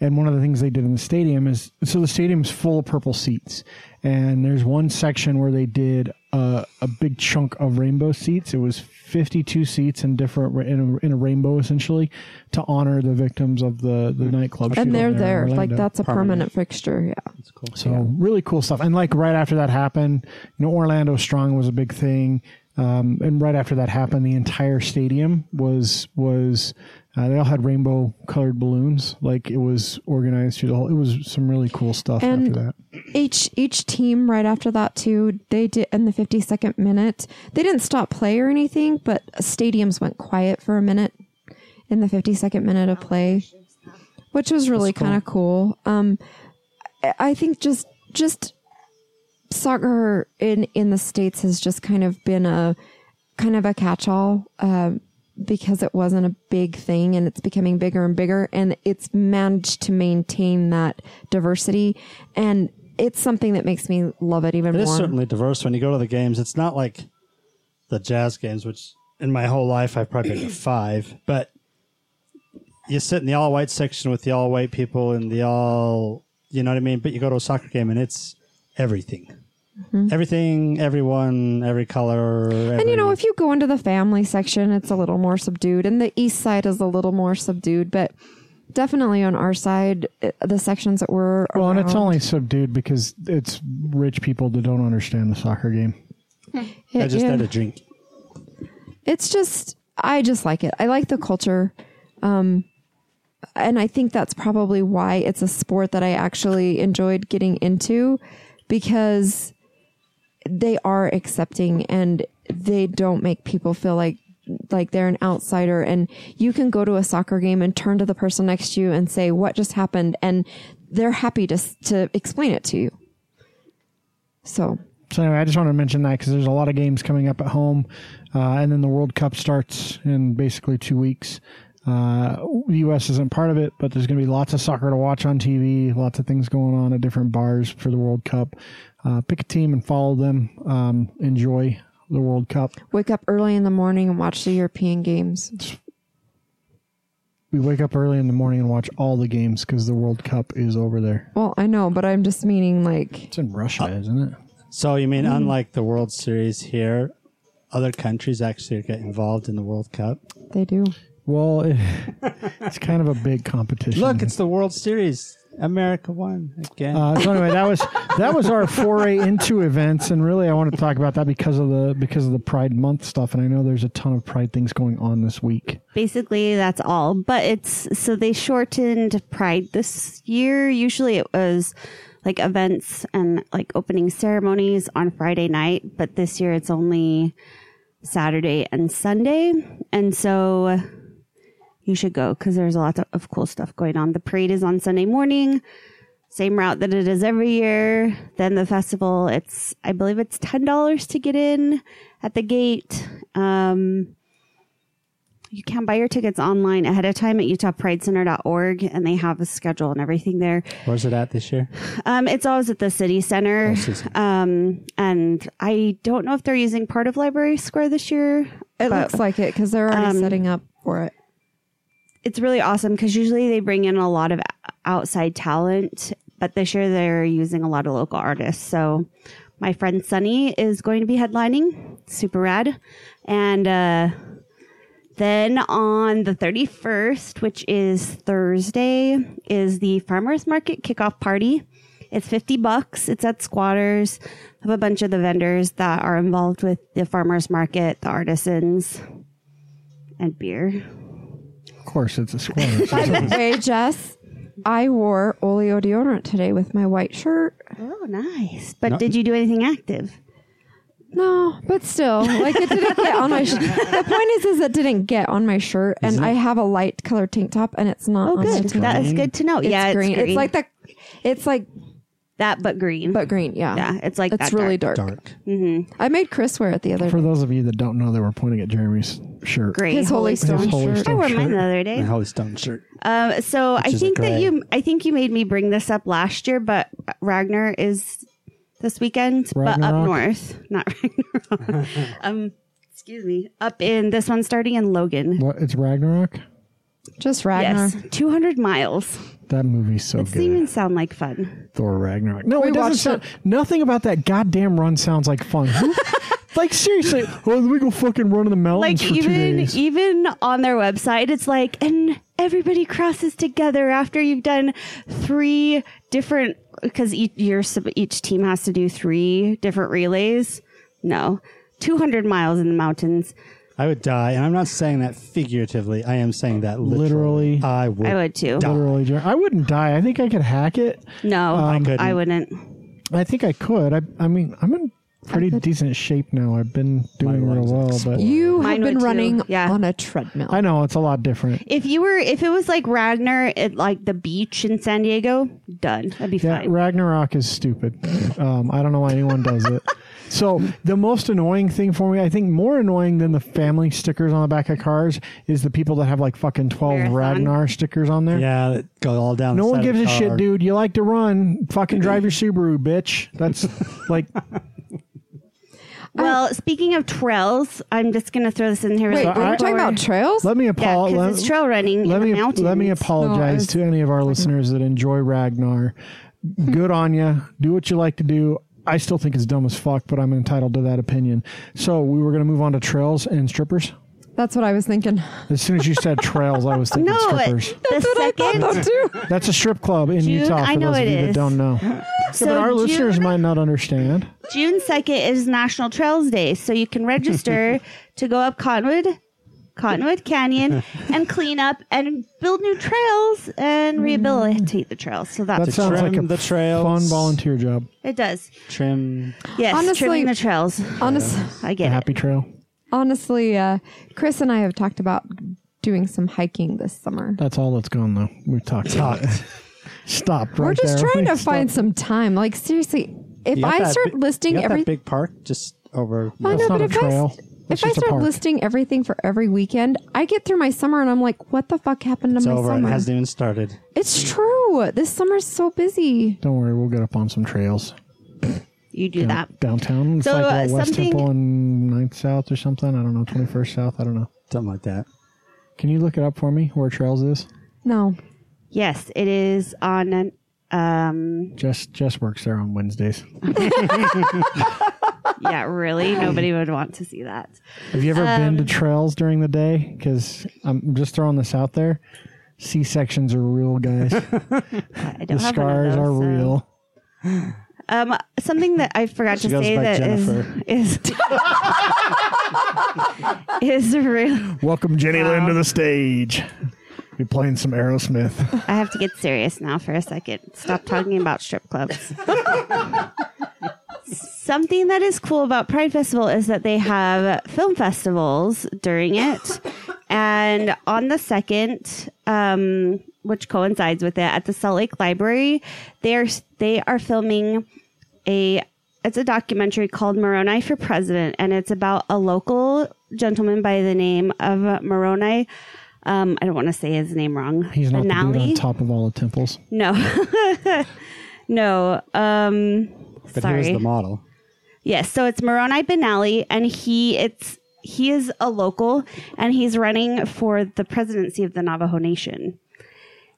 And one of the things they did in the stadium is so the stadium's full of purple seats, and there's one section where they did a, a big chunk of rainbow seats. It was 52 seats in different in a, in a rainbow essentially to honor the victims of the the nightclub. shooting
And they're
in
there. Like
Orlando.
that's a permanent fixture. Yeah.
So really cool stuff. And like right after that happened, you know, Orlando Strong was a big thing. Um, and right after that happened, the entire stadium was was uh, they all had rainbow colored balloons. Like it was organized through the whole. It was some really cool stuff
And-
after that.
each each team right after that too they did in the 52nd minute they didn't stop play or anything but stadiums went quiet for a minute in the 52nd minute of play which was really kind of cool um I- i think just just soccer in in the states has just kind of been a kind of a catch-all um because it wasn't a big thing and it's becoming bigger and bigger and it's managed to maintain that diversity and it's something that makes me love it even
It is
more
certainly diverse when you go to the games. It's not like the jazz games, which in my whole life I've probably been to five, but you sit in the all white section with the all white people and the all, you know what I mean? But you go to a soccer game and it's everything. Everything, everyone, every color.
Mm-hmm. and you know if you go into the family section it's a little more subdued and the east side is a little more subdued but definitely on our side i- the sections that were
Well, and it's
around-
only subdued because it's rich people that don't understand the soccer game.
I
Yeah,
just
yeah.
had a drink.
it's just I just like it. I like the culture. Um and I think that's probably why it's a sport that I actually enjoyed getting into because they are accepting and they don't make people feel like like they're an outsider and you can go to a soccer game and turn to the person next to you and say what just happened and they're happy to s- to explain it to you. So,
So anyway, I just wanted to mention that because there's a lot of games coming up at home, uh, and then the World Cup starts in basically two weeks. Uh, the U.S. isn't part of it, but there's going to be lots of soccer to watch on TV, lots of things going on at different bars for the World Cup. Uh, pick a team and follow them. Um, enjoy the World Cup.
wake up early in the morning and watch the European games.
We wake up early in the morning and watch all the games because the World Cup is over there. Uh,
Well, I know, but I'm just meaning like
It's in Russia, isn't it?
So you
Mm-hmm.
mean unlike the World Series here, other countries actually get involved in the World Cup?
they do.
Well, it, it's kind of a big competition.
Look, it's the World Series. America won again.
Uh, so anyway, that was that was our foray into events, and really, I want to talk about that because of the because of the Pride Month stuff. And I know there's a ton of Pride things going on this week.
Basically, that's all. But it's so they shortened Pride this year. Usually it was like events and like opening ceremonies on Friday night, but this year it's only Saturday and Sunday. And so you should go because there's a lot of cool stuff going on. The parade is on Sunday morning, same route that it is every year. Then the festival, it's, I believe it's $10 to get in at the gate. Um, you can buy your tickets online ahead of time at utahpridecenter.org and they have a schedule and everything there.
Where's it at this year?
Um, it's always at the city center.
Oh, city center.
Um, and I don't know if they're using part of Library Square this year.
It
but um,
looks like it because they're already setting up for it.
it's really awesome because usually they bring in a lot of outside talent, but this year they're using a lot of local artists. So my friend Sunny is going to be headlining, super rad, and uh, then on the thirty first, which is Thursday, is the farmers market kickoff party. It's fifty bucks. It's at Squatters. I have a bunch of the vendors that are involved with the farmers market, the artisans, and beer.
Of course, it's a square.
By the way, Jess, I wore oleo deodorant today with my white shirt.
Oh, nice. But did you do anything active?
No, but still, like it didn't get on my. Sh- the point is, is it didn't get on my shirt, and I have a light colored tank top, and it's not.
Oh,
on
good.
The tank.
That is good to know.
It's
yeah,
green.
it's green.
It's like the. It's like
that, but green.
but green. Yeah,
yeah, it's like
it's
that
really
dark. Mm-hmm.
dark.
Dark.
I made Chris wear it the other
For
day.
those of you that don't know, they were pointing at Jeremy's shirt.
Gray,
His Holy
His
Stone
Holy
shirt.
Stone
I wore
shirt.
mine the other day.
And Holly Stone shirt.
Um, so I
is a
think that
gray.
you, I think you made me bring this up last year, but Ragnar is this weekend, but up
Ragnarok?
north, not Ragnarok. um, excuse me, up in this one starting in Logan.
What? It's Ragnarok.
Just Ragnar.
Yes, 200 miles.
That movie's so
Doesn't
good.
even sound like fun.
Thor Ragnarok. No,
We
it doesn't
watched
sound. Nothing about that goddamn run sounds like fun. Who- like seriously, oh, we go fucking run in the
Like
mountains for two
even
days.
even on their website, it's like, and everybody crosses together after you've done three different because each your sub- each team has to do three different relays. No, 200 miles in the mountains.
I would die, and I'm not saying that figuratively. I am saying that literally.
Literally.
I would.
I would too.
Literally, Jer- I wouldn't die. I think I could hack it.
No,
Oh,
I,
couldn't.
wouldn't.
I think I could. I, I mean, I'm in pretty decent shape now. I've been doing
Mine
real
runs
well, but
like
You have
Mine would
been
too.
running
Yeah.
on a treadmill.
I know it's a lot different.
If you were, if it was like Ragnar at like the beach in San Diego, done. That'd be
Yeah,
fine.
Ragnarok is stupid. Um, I don't know why anyone does it. So the most annoying thing for me, I think, more annoying than the family stickers on the back of cars, is the people that have like fucking twelve
Marathon.
Ragnar stickers on there.
Yeah, that go all down.
No
the
one
side of
gives a
the
shit,
car.
dude. You like to run, fucking drive your Subaru, bitch. That's like
well, speaking of trails, I'm just gonna throw this in here.
Wait,
really
So
were
I-
we talking about trails?
let me
yeah,
apologize.
because it's trail running
let
in
me
the mountains.
let me apologize
was-
to any of our listeners that enjoy Ragnar. Good on you. Do what you like to do. I still think it's dumb as fuck, but I'm entitled to that opinion. So we were going to move on to trails and strippers.
That's what I was thinking.
As soon as you said trails, I was thinking
No,
strippers.
the
That's what I
second.
thought though, too.
That's a strip club in
June,
Utah. For
I know
those of
it
you that
is.
don't know, Yeah, but our
June-
listeners might not understand.
June 2nd is National Trails Day, so you can register to go up Cottonwood, Cottonwood Canyon, and clean up and build new trails
Mm.
and rehabilitate the trails. So that's,
That sounds like a
Trim the trails.
fun volunteer job.
it does.
Trim.
Yes,
Honestly-
trimming the trails.
Honestly,
I get it.
Happy trail.
honestly, uh, Chris and I have talked about doing some hiking this summer.
That's all that's gone though. We've talked. About it. Stop. Right
We're just
there.
trying to
Stop.
find some time. Like seriously, if
You got
I
that
start
bi-
listing
you got
every
that big park just over.
I know,
That's
but
not a
if I
trail.
s-
That's
if I
just a
start
park.
listing everything for every weekend, I get through my summer and I'm like, what the fuck happened to
It's
my
over. It
summer?
hasn't even started.
it's true. This summer's so busy.
Don't worry, we'll get up on some trails.
You do that.
downtown. It's
So,
like what,
uh,
West
something-
Temple and 9th South or something. I don't know, 21st South. I don't know.
Something like that.
Can you look it up for me where Trails is?
No,
Yes, it is on an. Um,
Jess, Jess works there on Wednesdays.
yeah, really? Nobody would want to see that.
Have you ever been
Um,
to Trails during the day? Because I'm just throwing this out there. C sections are real, guys. the
I don't have one of
scars
those,
are
so-
real.
Um, something that I forgot
She
to
goes
say
by
that is
Jennifer.
is is real.
Welcome Jenny Lynn to the stage. Be playing some Aerosmith.
I have to get serious now for a second. Stop talking about strip clubs. Something that is cool about Pride Festival is that they have film festivals during it. and on the second, um, which coincides with it, at the Salt Lake Library, they are, they are filming a it's a documentary called Moroni for President, and it's about a local gentleman by the name of Moroni. Um, I don't want to say his name wrong.
He's not the dude
Benali?
on top of all the temples.
No. no. Um
But
sorry.
here's the model.
Yes, so it's Moroni Benali, and he it's he is a local, and he's running for the presidency of the Navajo Nation.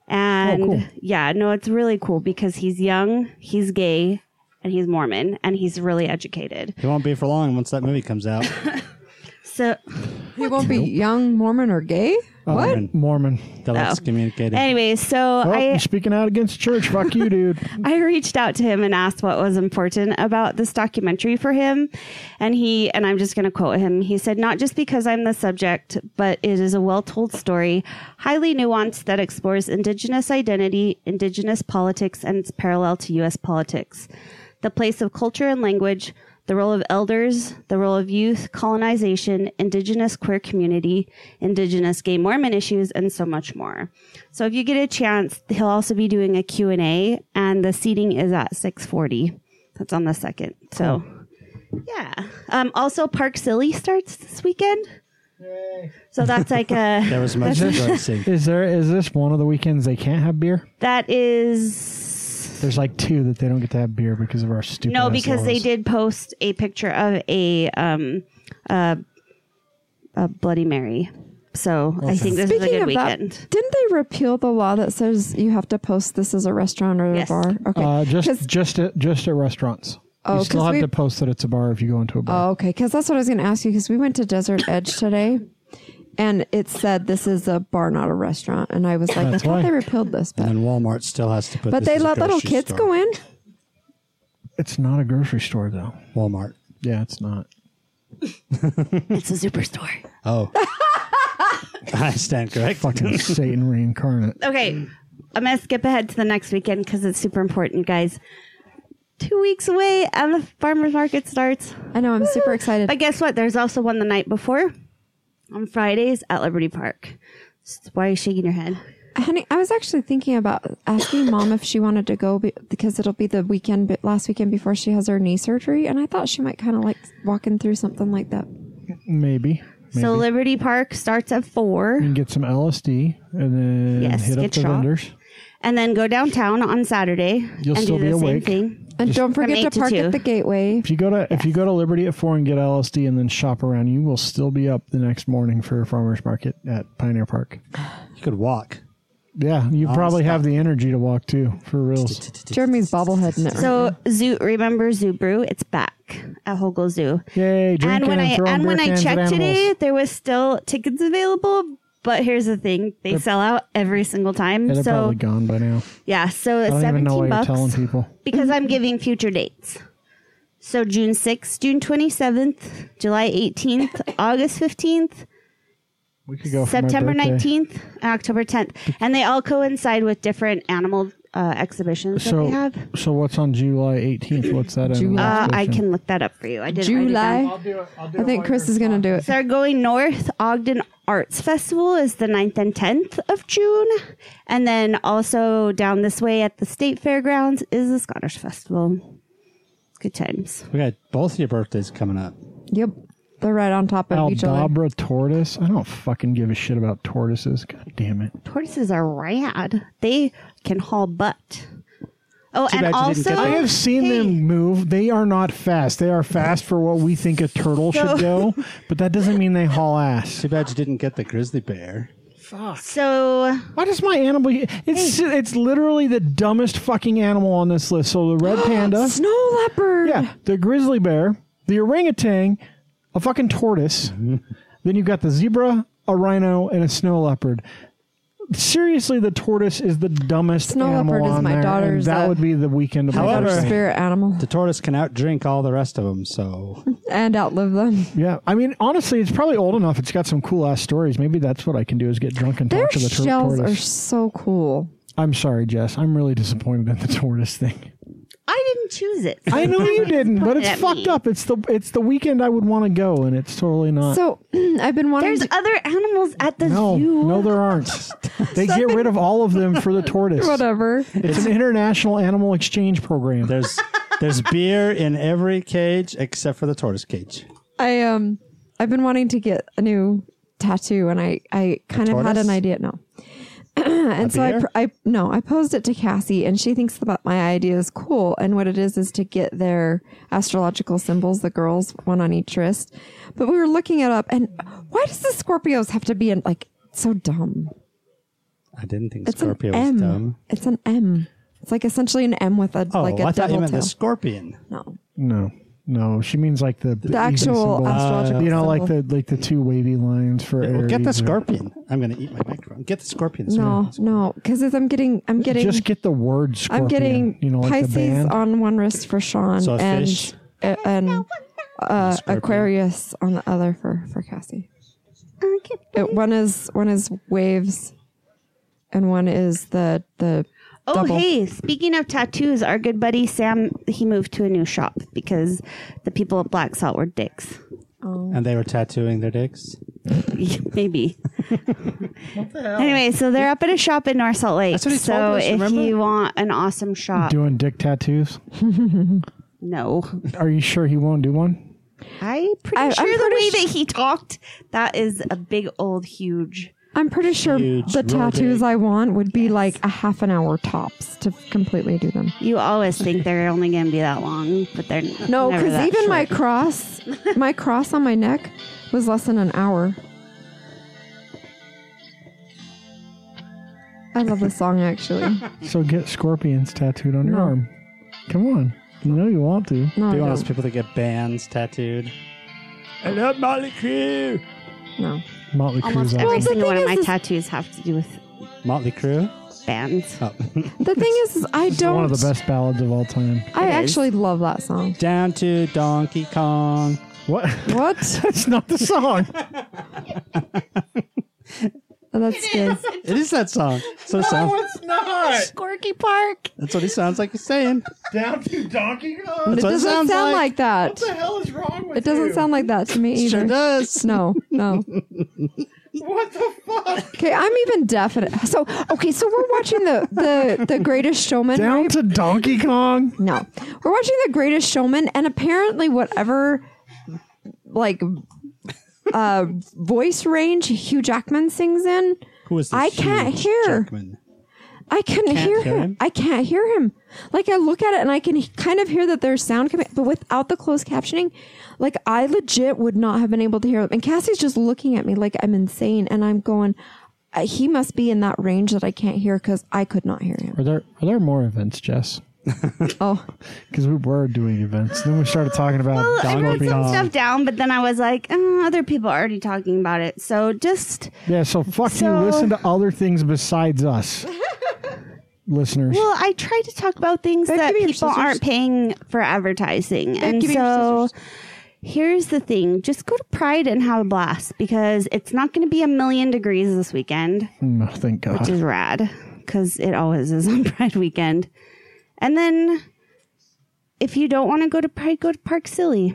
And
cool.
yeah, no, it's really cool because he's young, he's gay, and he's Mormon, and he's really educated.
It won't be for long once that movie comes out.
So
you won't be young, Mormon, or gay. what?
Mormon.
Mormon.
They'll
Oh.
excommunicate him.
anyway, so
Oh,
I
you're speaking out against the church. Fuck you, dude.
I reached out to him and asked what was important about this documentary for him. And he, and I'm just going to quote him, he said, Not just because I'm the subject, but it is a well told story, highly nuanced, that explores Indigenous identity, Indigenous politics, and its parallel to U.S. politics, the place of culture and language, the role of elders, the role of youth, colonization, indigenous queer community, indigenous gay Mormon issues, and so much more. So if you get a chance, he'll also be doing a Q&A and the seating is at 640. That's on the second. So yeah. Um, also Park Silly starts this weekend. So that's like a
There was much rejoicing.
Is there is this one of the weekends they can't have beer?
that is
There's like two that they don't get to have beer because of our stupid.
no
ass
because they
laws.
did post a picture of a um uh, a Bloody Mary. So I think this is a
Speaking
good
of
weekend.
that, didn't they repeal the law that says you have to post this as a restaurant or
Yes.
a bar?
Uh,
Okay, 'Cause-
just just at, just at restaurants.
Oh,
you
'cause
still have
we-
to post that it's a bar if you go into a bar.
Oh, okay. Because that's what I was going to ask you. Because we went to Desert Edge today, and it said this is a bar, not a restaurant. And I was like,
That's
I thought
why.
they repealed this, but
and Walmart still has to put.
but
this
they
as a
let little
grocery
kids
store.
go in.
It's not a grocery store though.
Walmart.
Yeah, it's not.
It's a superstore.
Oh, I stand corrected.
Satan reincarnate.
Okay. I'm going to skip ahead to the next weekend because it's super important, you guys. Two weeks away and the farmer's market starts.
I know. I'm super excited.
But guess what? There's also one the night before on Fridays at Liberty Park. S- Why are you shaking your head?
Honey, I was actually thinking about asking mom if she wanted to go be- because it'll be the weekend, but last weekend before she has her knee surgery, and I thought she might kind of like walking through something like that.
Maybe. Maybe.
So Liberty Park starts at four
You can get some LSD and then
Yes,
hit up
get
the
shot.
vendors.
and then go downtown on Saturday
You'll
and
still
do the
be
same
awake.
thing.
And don't
eight
forget to
to
park
two.
at the gateway.
If you go to if you go to Liberty at four and get LSD and then shop around, you will still be up the next morning for a farmers market at Pioneer Park.
You could walk.
Yeah, you probably have the energy to walk too, for reals.
Jeremy's bobblehead in it. So
So
Mm-hmm.
zoo remember Zoo Brew, it's back at Hogle Zoo.
Yay! Drinking
and when I
throwing
and
beer
when I
cans at
checked today,
animals.
there was still tickets available. But here's the thing: they sell out every single time.
Yeah, they're
so
probably gone by now.
yeah, so
I
it's
don't even know why
seventeen
you're telling
bucks
people.
because I'm giving future dates. So June sixth, June twenty seventh, July eighteenth, August fifteenth,
We could go for my
September
birthday.
nineteenth, and October tenth, and they all coincide with different animal uh, exhibitions that
So,
they have.
so what's on July 18th? What's that?
July.
Uh, I
exhibition?
can look that up for you. I didn't write it down.
July. I think Chris is going to do it.
So they're going north. Ogden Arts Festival is the 9th and 10th of June. And then also down this way at the State Fairgrounds is the Scottish Festival. Good times.
We got both your birthdays coming up.
Yep. They're right on top of each other.
Aldabra tortoise. I don't fucking give a shit about tortoises. God damn it.
Tortoises are rad. They can haul butt. Oh,
Too
and
bad you didn't
also
get
I have seen
Hey.
them move. They are not fast. They are fast for what we think a turtle should go, but that doesn't mean they haul ass.
Too bad you didn't get the grizzly bear.
so
Why does my animal? It's it's literally the dumbest fucking animal on this list. So the red panda,
Snow leopard.
yeah, the grizzly bear, the orangutan, a fucking tortoise.
Mm-hmm.
Then you've got the zebra, a rhino, and a snow leopard. Seriously, the tortoise is the dumbest
Snow
animal
leopard is
on
my
there, and
daughter's,
that
uh,
would be the weekend of my
However-
birthday.
Spirit animal.
The tortoise can outdrink all the rest of them, so
And outlive them.
Yeah, I mean, honestly, it's probably old enough. It's got some cool ass stories. Maybe that's what I can do is get drunk and
Their
talk to the tur-
shells are
tortoise.
so cool.
I'm sorry, Jess. I'm really disappointed in the tortoise thing.
I didn't choose it.
I know you didn't, but it's
at
fucked
me.
up. It's the it's the weekend I would want to go, and it's totally not.
So I've been wanting
There's
to.
other animals at the
no,
zoo.
no, there aren't. They get rid of all of them for the tortoise.
Whatever.
It's an international animal exchange program.
there's there's beer in every cage except for the tortoise cage.
I um I've been wanting to get a new tattoo and I I kind of had
tortoise?
an idea no. and so I,
bear?
pr- I no I posed it to Cassie and she thinks that my idea is cool and what it is is to get their astrological symbols the girls one on each wrist but we were looking it up and why does the Scorpios have to be in like so dumb
I didn't think
it's
Scorpio
an
was
M
dumb.
it's an M it's like essentially an M with a
Oh,
like a
I thought you
devil
meant
tail
the scorpion.
no
No, no, she means like the Uh,
the actual astrological
You know, like
symbol.
the like the two wavy lines for
Well, get the
Aries or-
scorpion. I'm going to eat my microphone. Get the scorpion.
no no because I'm getting I'm getting
Just get the word scorpion.
I'm getting
you know, like the
Pisces
band.
on one wrist for Sean
So a
and
fish.
uh, and uh,
Scorpio.
Aquarius on the other for for Cassie. Uh,
Okay.
It, one is one is waves, and one is the the
Oh,
Double.
hey, speaking of tattoos, our good buddy Sam, he moved to a new shop because the people at Black Salt were dicks.
And they were tattooing their dicks.
Maybe. Anyway, so they're up at a shop in North Salt Lake.
That's what he
so
told us,
if
remember?
you want an awesome shop,
Doing dick tattoos.
no.
Are you sure he won't do one?
I pretty
I- I'm
sure the
pretty
way
su-
that he talked, that is a big old huge.
I'm pretty sure
Huge,
the
really
tattoos
big.
I want would be like a half an hour tops to completely do them.
You always think they're only going to be that long, but they're
No,
never
because
that
even
short.
my cross, my cross on my neck was less than an hour. I love this song actually.
So get scorpions tattooed on your
No.
arm. Come on. You know you want to.
Oh No,
Be one
I
of those
don't.
people that get bands tattooed. I love Molly Crew.
no.
Motley Crue's
almost every
awesome.
the
single one of
thing is
my
this-
tattoos have to do with
Motley Crew.
bands.
Oh.
The thing is, is I
It's
don't.
one of the best ballads of all time.
It
I
is.
actually love that song.
Down to Donkey Kong.
What?
What?
That's not the song.
Oh, that's good.
It is that song. So sound,
it's not.
Squirky Park.
that's what he sounds like he's saying.
Down to Donkey Kong.
It
That's what it
doesn't
sounds
sound
like.
like that.
hell is wrong with
It doesn't sound like that to me
Sure
either.
does.
No, no.
What the fuck?
Okay, I'm even deaf. At it. So, okay, so we're watching the the the Greatest Showman.
Down to Donkey Kong.
No, we're watching the Greatest Showman, and apparently, whatever like uh voice range Hugh Jackman sings in,
Who is this?
I can't
huge
hear.
Jackman?
I couldn't
Can't
hear
hear
him.
him?
I can't hear him. Like I look at it and I can he- kind of hear that there's sound coming, but without the closed captioning, like I legit would not have been able to hear him. And Cassie's just looking at me like I'm insane, and I'm going, "Uh, he must be in that range that I can't hear because I could not hear him.
Are there are there more events, Jess?
Oh,
Because we were doing events. Then we started talking about
I wrote
Donkey
some
Kong.
stuff down, but then I was like, uh, other people are already talking about it. So just,
Yeah, so fuck
So-
you. Listen to other things besides us, listeners.
well, I try to talk about things
Becky,
that
give me your
people
scissors.
aren't paying for advertising. and
give me your
so
scissors.
here's the thing just go to Pride and have a blast because it's not going to be a million degrees this weekend.
Mm, thank
which
God.
is rad because it always is on Pride weekend. And then if you don't want to go to Pride, go to Park Silly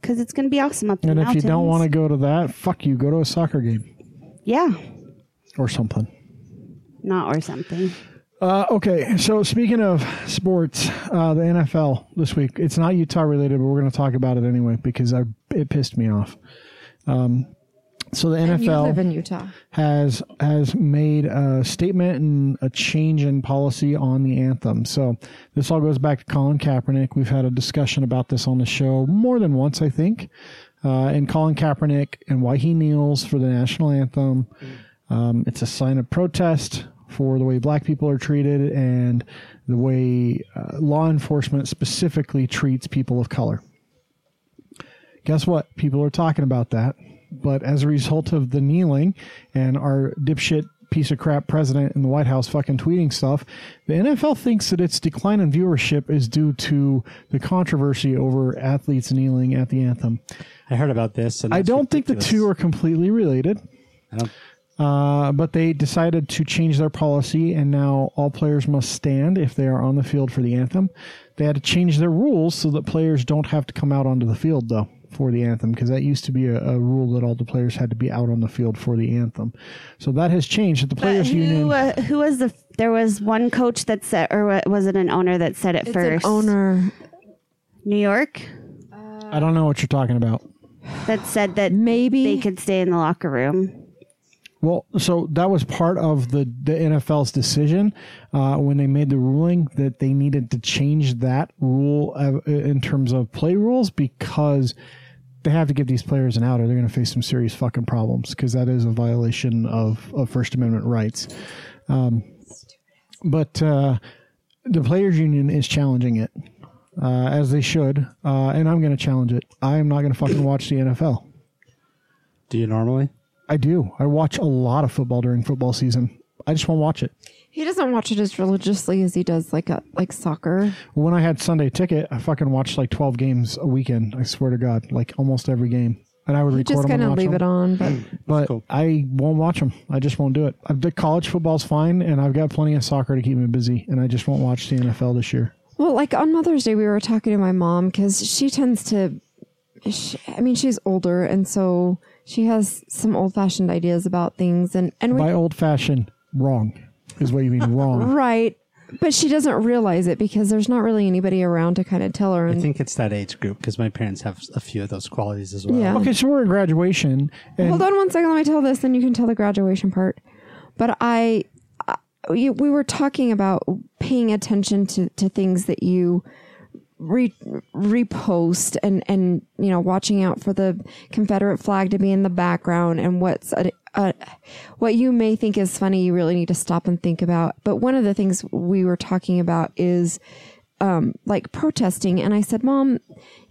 because it's going to be awesome up in
And
the
if you
mountains.
don't want to go to that, fuck you. Go to a soccer game
yeah,
or something.
not or something.
Uh, okay, so speaking of sports, uh, the NFL this week. It's not Utah related, but we're going to talk about it anyway because I, it pissed me off. Um, so the NFL.
you live in Utah.
has has made a statement and a change in policy on the anthem. So this all goes back to Colin Kaepernick. We've had a discussion about this on the show more than once, I think, uh, and Colin Kaepernick and why he kneels for the national anthem. Um, it's a sign of protest for the way black people are treated and the way uh, law enforcement specifically treats people of color guess what? People are talking about that. But as a result of the kneeling and our dipshit piece of crap president in the White House fucking tweeting stuff, the NFL thinks that its decline in viewership is due to the controversy over athletes kneeling at the anthem.
I heard about this. And
I
that's
don't think the
ridiculous.
two are completely related.
I don't-
Uh, but they decided to change their policy, and now all players must stand if they are on the field for the anthem. They had to change their rules so that players don't have to come out onto the field, though, for the anthem, because that used to be a, a rule that all the players had to be out on the field for the anthem. So that has changed. The
But
players' union.
who, uh, who was the? There was one coach that said, or wa- was it an owner that said it
It's
first?
an owner.
New York
I don't know what you're talking about.
that said that
Maybe
they could stay in the locker room.
Well, so that was part of the, the NFL's decision uh, when they made the ruling that they needed to change that rule uh, in terms of play rules because they have to give these players an out or they're going to face some serious fucking problems because that is a violation of, of First Amendment rights. Um, but uh, the players' union is challenging it uh, as they should, uh, and I'm going to challenge it. I am not going to fucking watch the NFL.
Do you normally?
I do. I watch a lot of football during football season. I just want to watch it.
he doesn't watch it as religiously as he does like a, like soccer.
When I had Sunday ticket, I fucking watched like 12 games a weekend. I swear to God, like almost every game. and I would record
just
them and
gonna
watch
leave
them.
it on, but
But
cool.
I won't watch them. I just won't do it. I've, the college football's fine, and I've got plenty of soccer to keep me busy, and I just won't watch the NFL this year.
Well, like on Mother's Day, we were talking to my mom because she tends to, she, I mean, she's older, and so she has some old fashioned ideas about things, and and we
By old fashioned, wrong is what you mean wrong.
right, but she doesn't realize it because there's not really anybody around to kind of tell her.
I
And
think it's that age group because my parents have a few of those qualities as well.
Yeah.
Okay, so we're at graduation, and
hold on one second, let me tell this, then you can tell the graduation part. But I, I we we were talking about paying attention to to things that you re, repost and and you know watching out for the Confederate flag to be in the background and what's a, a, what you may think is funny you really need to stop and think about. But one of the things we were talking about is um, like protesting, and I said, "Mom,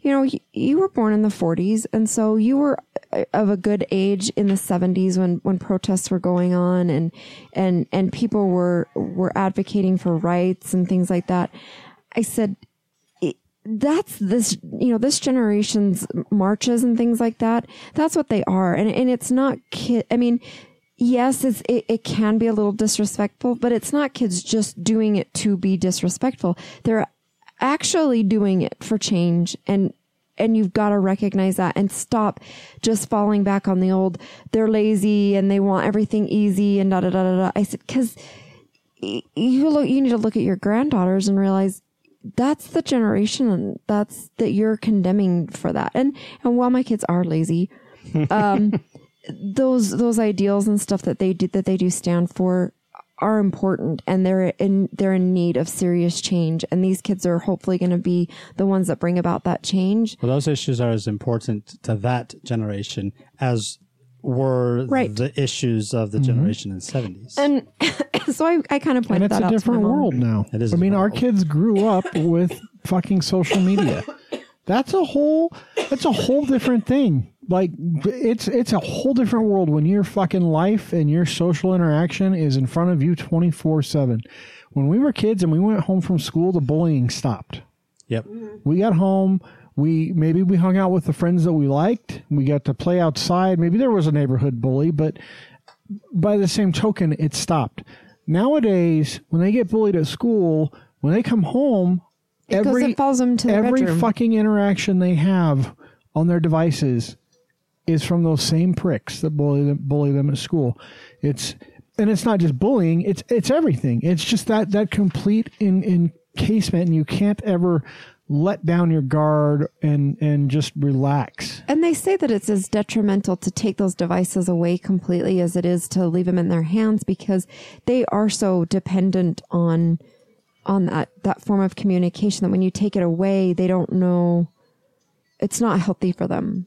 you know you, you were born in the '40s, and so you were uh, of a good age in the '70s when when protests were going on and and and people were were advocating for rights and things like that." I said, that's this you know this generation's marches and things like that that's what they are and and it's not kid i mean yes it's it, it can be a little disrespectful but it's not kids just doing it to be disrespectful they're actually doing it for change and and you've got to recognize that and stop just falling back on the old they're lazy and they want everything easy and da da da da da i said because you look you need to look at your granddaughters and realize that's the generation that's that you're condemning for that and and while my kids are lazy um those those ideals and stuff that they do that they do stand for are important and they're in they're in need of serious change and these kids are hopefully going to be the ones that bring about that change
Well, those issues are as important to that generation as were
Right.
the issues of the
Mm-hmm.
generation in the 70s.
and so i, I kind of
and
pointed
it's
that
a
out to my
different
mom.
world now.
It is
I
a
mean,
different
our
world.
kids grew up with fucking social media. That's a whole. That's a whole different thing. Like it's it's a whole different world when your fucking life and your social interaction is in front of you twenty four seven. When we were kids and we went home from school, the bullying stopped.
yep.
We got home. We maybe we hung out with the friends that we liked. We got to play outside. Maybe there was a neighborhood bully, but by the same token, it stopped. Nowadays, when they get bullied at school, when they come home,
goes
every
and follows them to their
every
bedroom.
fucking interaction they have on their devices is from those same pricks that bully them, bully them at school. It's and it's not just bullying; it's it's everything. It's just that that complete in encasement, and you can't ever let down your guard and and just relax.
And they say that it's as detrimental to take those devices away completely as it is to leave them in their hands because they are so dependent on on that that form of communication that when you take it away, they don't know it's not healthy for them.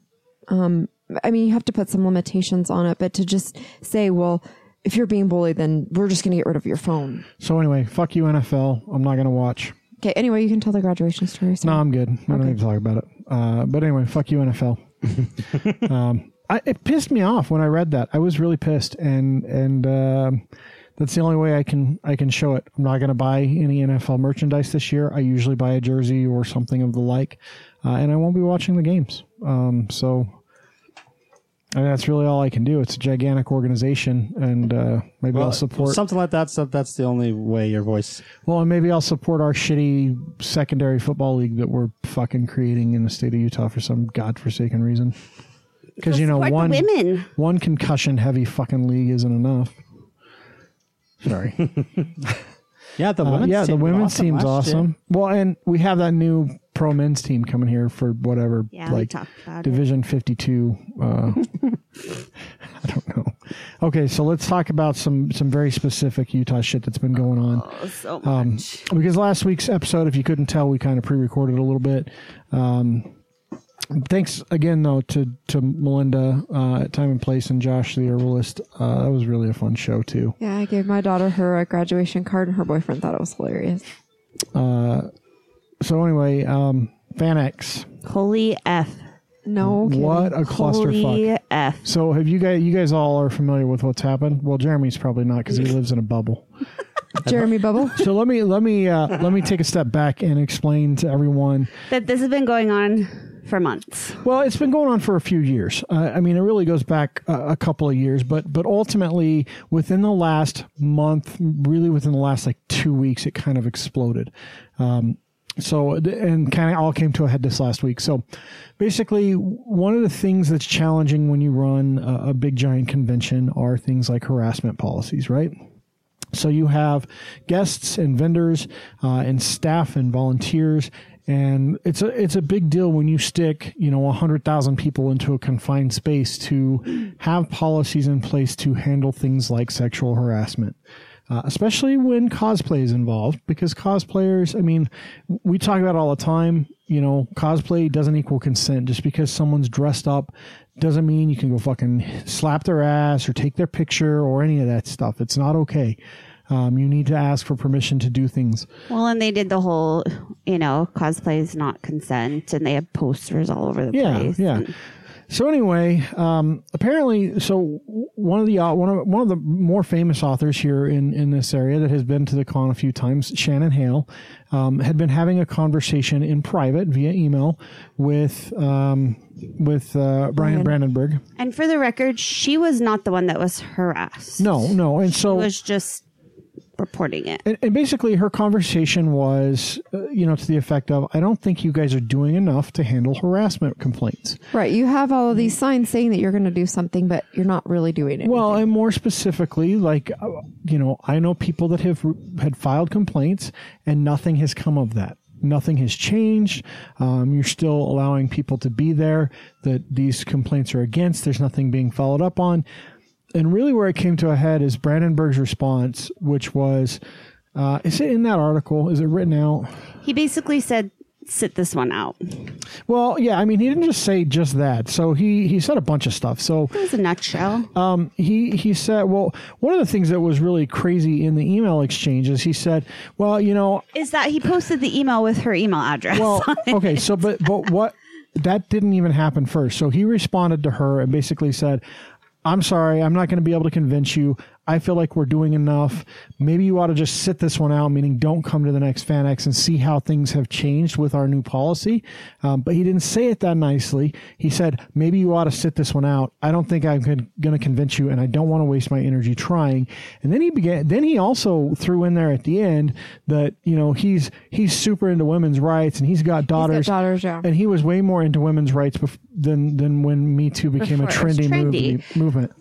Um, I mean, you have to put some limitations on it, but to just say, well, if you're being bullied, then we're just going to get rid of your phone.
So anyway, fuck you NFL. I'm not gonna watch.
Okay. Anyway, you can tell the graduation story.
No,
sorry.
I'm good. I don't need to talk about it. Uh, but anyway, fuck you, NFL. um, I, it pissed me off when I read that. I was really pissed, and and um that's the only way I can I can show it. I'm not going to buy any NFL merchandise this year. I usually buy a jersey or something of the like, uh, and I won't be watching the games. Um, so. I mean, that's really all I can do. It's a gigantic organization, and uh, maybe I'll support.
Something like that. So that's the only way your voice.
Well, and maybe I'll support our shitty secondary football league that we're fucking creating in the state of Utah for some godforsaken reason. Because you know,
Support the
one
women.
one concussion heavy fucking league isn't enough. Sorry.
Yeah, the
Uh,
women's
yeah, the
team was
women's
awesome
team's
last year.
awesome. Well, and we have that new pro men's team coming here for whatever,
Yeah, we
like
talked about it.
Division Fifty Two. Uh, I don't know. Okay, so let's talk about some some very specific Utah shit that's been going on.
Oh, so much.
Um, because last week's episode, if you couldn't tell, we kind of pre-recorded a little bit. Um, thanks again, though, to to Melinda uh, at Time and Place and Josh the Herbalist. Uh, that was really a fun show too.
Yeah, I gave my daughter her a graduation card, and her boyfriend thought it was hilarious.
So anyway, um, FanX.
Holy F.
No, kidding.
What a clusterfuck!
Holy F.
So have you guys? You guys all are familiar with what's happened. Well, Jeremy's probably not because he lives in a bubble.
Jeremy Bubble.
So let me let me uh, let me take a step back and explain to everyone
That this has been going on for months.
Well, it's been going on for a few years. Uh, I mean, it really goes back a, a couple of years, but but ultimately, within the last month, really within the last like two weeks, it kind of exploded. Um, so and kind of all came to a head this last week. So basically, one of the things that's challenging when you run a, a big giant convention are things like harassment policies, right? So you have guests and vendors uh, and staff and volunteers, and it's a it's a big deal when you stick you know hundred thousand people into a confined space to have policies in place to handle things like sexual harassment. Uh, especially when cosplay is involved, because cosplayers, I mean, we talk about it all the time, you know, cosplay doesn't equal consent. Just because someone's dressed up doesn't mean you can go fucking slap their ass or take their picture or any of that stuff. It's not okay. Um, you need to ask for permission to do things.
Well, and they did the whole, you know, cosplay is not consent, and they had posters all over the
Yeah,
place.
yeah.
and-
So anyway, um, apparently, so one of the uh, one of one of the more famous authors here in in this area that has been to the con a few times, Shannon Hale, um, had been having a conversation in private via email with um, with uh, Brian Brandenburg.
And for the record, she was not the one that was harassed.
No, no, and
She
so
was just reporting it.
and, and basically her conversation was, uh, you know, to the effect of, "I don't think you guys are doing enough to handle harassment complaints."
Right. You have all of these signs saying that you're going to do something, but you're not really doing it.
Well, and more specifically, like uh, you know, I know people that have had filed complaints, and nothing has come of that. Nothing has changed. Um, you're still allowing people to be there that these complaints are against. There's nothing being followed up on. And really, where it came to a head is Brandenburg's response, which was, uh, "Is it in that article? Is it written out?"
He basically said, sit this one out. It
Well, yeah. I mean, he didn't just say just that. So he he said a bunch of stuff. So
was a nutshell.
um, he he said, well, one of the things that was really crazy in the email exchange is he said, well, you know,
is that he posted the email with her email address.
well, okay, so but but what that didn't even happen first. So he responded to her and basically said, "I'm sorry, I'm not going to be able to convince you. I feel like we're doing enough. Maybe you ought to just sit this one out, meaning don't come to the next FanX and see how things have changed with our new policy." Um, but he didn't say it that nicely. He said, "Maybe you ought to sit this one out. I don't think I'm going to convince you, and I don't want to waste my energy trying." And then he began. Then he also threw in there at the end that you know he's he's super into women's rights and he's got daughters daughters.
daughters, yeah.
And he was way more into women's rights bef- than than when Me Too became a
Before it was
trendy,
trendy.
move- movement.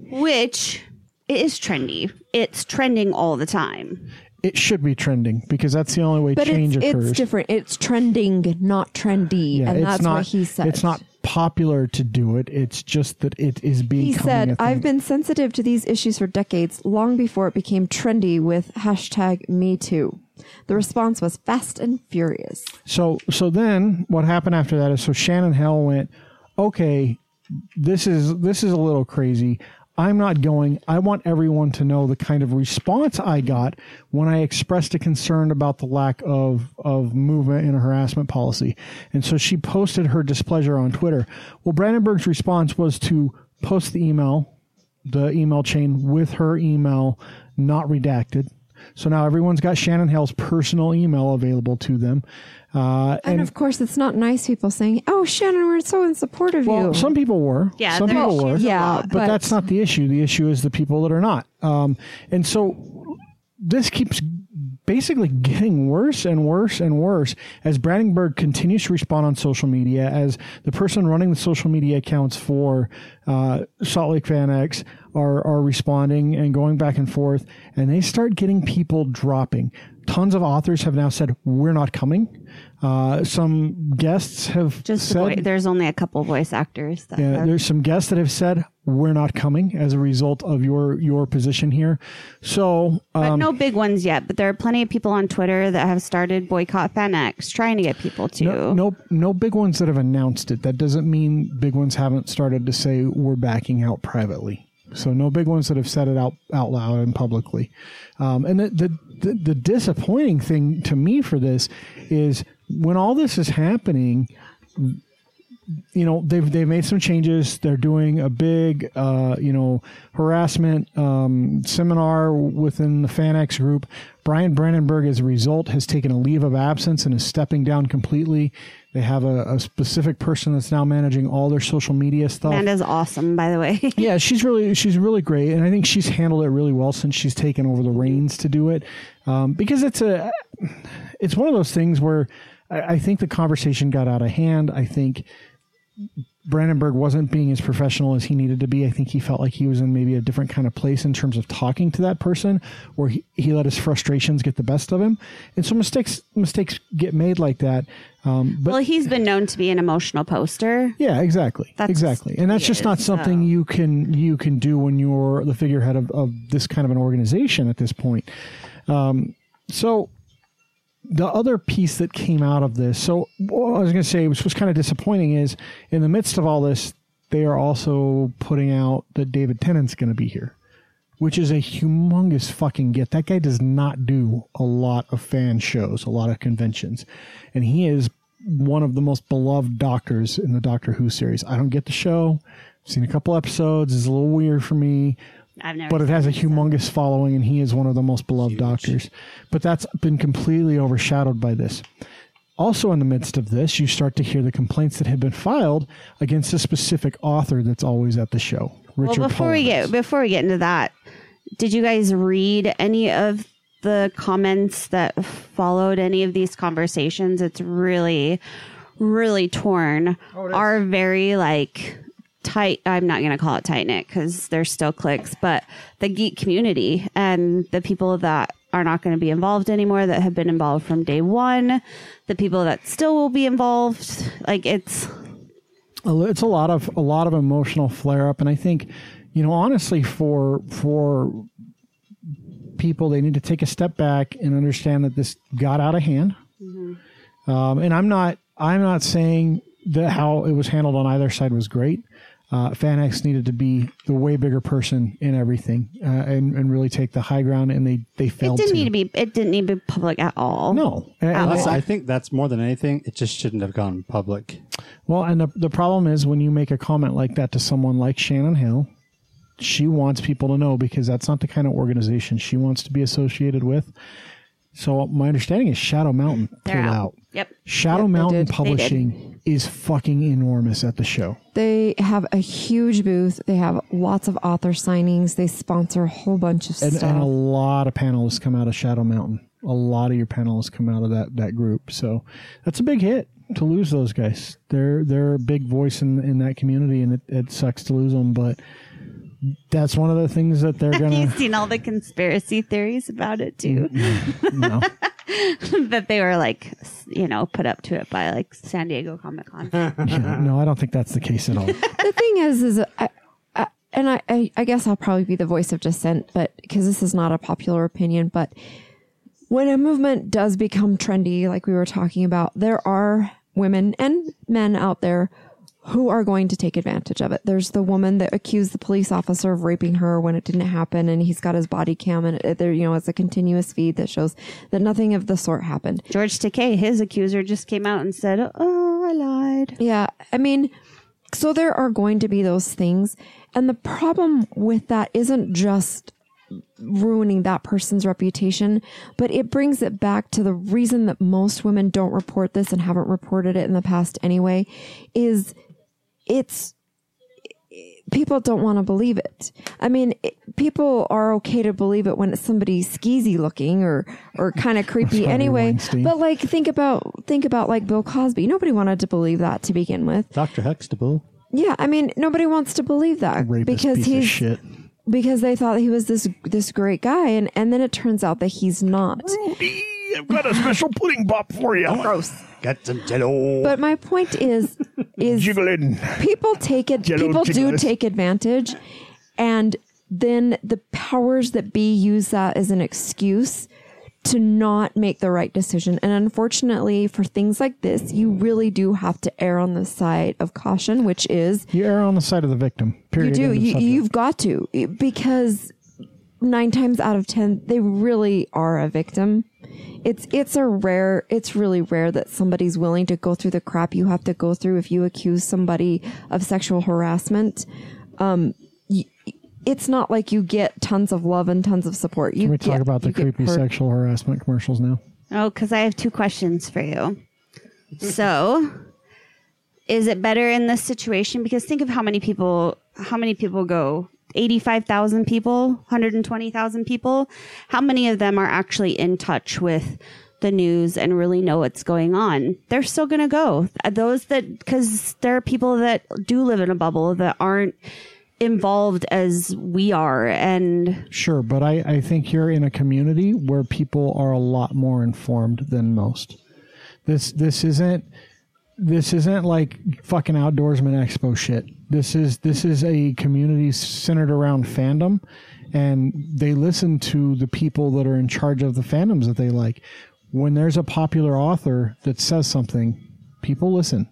Which it is trendy. It's trending all the time.
It should be trending because that's the only way
but
change
it's,
occurs.
it's different. It's trending, not trendy.
Yeah,
and
it's
that's
not,
what he said.
It's not popular to do it. It's just that it is
He
becoming. a
said,
thing.
I've been sensitive to these issues for decades, long before it became trendy with hashtag me too. The response was fast and furious.
So so then what happened after that is so Shannon Hell went, okay, this is this is a little crazy. I'm not going. I want everyone to know the kind of response I got when I expressed a concern about the lack of of movement and harassment policy. And so she posted her displeasure on Twitter. Well, Brandenburg's response was to post the email, the email chain with her email not redacted. So now everyone's got Shannon Hale's personal email available to them. Uh,
And, of course, it's not nice people saying, oh, Shannon, we're so in support of
well,
you.
some people were.
Yeah,
some
there-
people were.
Oh. Yeah, a lot,
but,
but-
that's not the issue. The issue is the people that are not. Um, and so this keeps basically getting worse and worse and worse as Brandenburg continues to respond on social media. As the person running the social media accounts for uh, Salt Lake Fan X are are responding and going back and forth, and they start getting people dropping. Tons of authors have now said we're not coming. Uh, some guests have
Just
said,
voi- there's only a couple voice actors that
yeah,
are
there's some guests that have said we're not coming as a result of your your position here. So
But
um,
no big ones yet. But there are plenty of people on Twitter that have started boycott FanX, trying to get people to.
no, no no big ones that have announced it. That doesn't mean big ones haven't started to say we're backing out privately. So no big ones that have said it out out loud and publicly. Um, and the, the the the disappointing thing to me for this is when all this is happening. you know they've they've made some changes. They're doing a big uh, you know harassment um, seminar within the Fanex group. Brian Brandenburg, as a result, has taken a leave of absence and is stepping down completely. They have a, a specific person that's now managing all their social media stuff.
Amanda's awesome, by the way.
Yeah, she's really she's really great, and I think she's handled it really well since she's taken over the reins to do it. Um, because it's a it's one of those things where I, I think the conversation got out of hand. I think Brandenburg wasn't being as professional as he needed to be. I think he felt like he was in maybe a different kind of place in terms of talking to that person, where he, he let his frustrations get the best of him, and so mistakes mistakes get made like that. Um, but
well, he's been known to be an emotional poster.
yeah, exactly,
That's-
exactly, and that's
he
just not
is,
something
so-
you can you can do when you're the figurehead of, of this kind of an organization at this point. Um, so the other piece that came out of this, so what I was going to say, which was kind of disappointing, is in the midst of all this, they are also putting out that David Tennant's going to be here, which is a humongous fucking get. That guy does not do a lot of fan shows, a lot of conventions, and he is one of the most beloved doctors in the Doctor Who series. I don't get the show. I've seen a couple episodes. It's a little weird for me
I've never.
but it
seen
has a
him, so-
humongous following, and he is one of the most beloved doctors. But that's been completely overshadowed by this. Also, in the midst of this, you start to hear the complaints that have been filed against a specific author that's always at the show, Richard.
well, before we
Holloway.
get before we get into that, did you guys read any of the comments that followed any of these conversations? It's really, really torn.
Oh,
Are very like tight. I'm not going to call it tight knit because there's still cliques, but the geek community and the people that are not going to be involved anymore that have been involved from day one, the people that still will be involved. Like it's
a li- it's a lot of a lot of emotional flare up and i think you know honestly for for people they need to take a step back and understand that this got out of hand
Mm-hmm.
um, and i'm not i'm not saying that how it was handled on either side was great uh, Fanex needed to be the way bigger person in everything uh, and, and really take the high ground, and they, they
it
failed
didn't
to.
need to be it didn't need to be public at all.
no. And- and
Outside.
That's- I think that's more than anything. It just shouldn't have gone public.
Well, and the, the problem is when you make a comment like that to someone like Shannon Hill, she wants people to know because that's not the kind of organization she wants to be associated with. So my understanding is Shadow Mountain
They're
pulled
out.
out.
Yep.
Shadow Mountain
did. They
Publishing is fucking enormous at the show.
They have a huge booth. They have lots of author signings. They sponsor a whole bunch of
And,
stuff.
and a lot of panelists come out of Shadow Mountain. A lot of your panelists come out of that that group. So that's a big hit to lose those guys. They're they're a big voice in in that community, and it, it sucks to lose them. But that's one of the things that they're gonna.
He's seen all the conspiracy theories about it too.
no.
that they were like, s- you know, put up to it by like San Diego Comic Con.
Yeah, no, I don't think that's the case at all.
the thing is, is I, I, and I, I, I guess I'll probably be the voice of dissent, but because this is not a popular opinion, but when a movement does become trendy, like we were talking about, there are women and men out there who are going to take advantage of it. There's the woman that accused the police officer of raping her when it didn't happen, and he's got his body cam, and it- there, you know, it's a continuous feed that shows that nothing of the sort happened.
George Takei, his accuser, just came out and said, "Oh, I lied."
Yeah. I mean, so there are going to be those things. And the problem with that isn't just ruining that person's reputation, but it brings it back to the reason that most women don't report this and haven't reported it in the past anyway is it's people don't want to believe it. I mean, it, people are okay to believe it when it's somebody skeezy looking or or kind of creepy
Harvey
anyway.
Weinstein.
But like think about think about like Bill Cosby. Nobody wanted to believe that to begin with.
Dr. Huxtable.
Yeah, I mean, nobody wants to believe that
Rapist
because
piece
he's
of shit.
because they thought he was this this great guy and and then it turns out that he's not.
I've got a special pudding pop for you. Gross.
Got some jello.
But my point is is
Jiggling.
people take it
Jello
people do
jiggles.
take advantage and then the powers that be use that as an excuse to not make the right decision and unfortunately for things like this you really do have to err on the side of caution which is
You err on the side of the victim. Period.
you do
End of
you,
subject.
you've got to because nine times out of ten they really are a victim it's it's a rare it's really rare that somebody's willing to go through the crap you have to go through if you accuse somebody of sexual harassment um y- it's not like you get tons of love and tons of support. You
Can we
get-
talk about the
you get
creepy
hurt.
sexual harassment commercials now?
Oh, because I have two questions for you. So, is it better in this situation? Because think of how many people, how many people go. 85,000 people, 120,000 people. How many of them are actually in touch with the news and really know what's going on? They're still going to go. Those that, because there are people that do live in a bubble that aren't involved as we are. And
Sure, but I, I think you're in a community where people are a lot more informed than most. This this isn't this isn't like fucking outdoorsman expo shit. This is this is a community centered around fandom and they listen to the people that are in charge of the fandoms that they like. When there's a popular author that says something, people listen.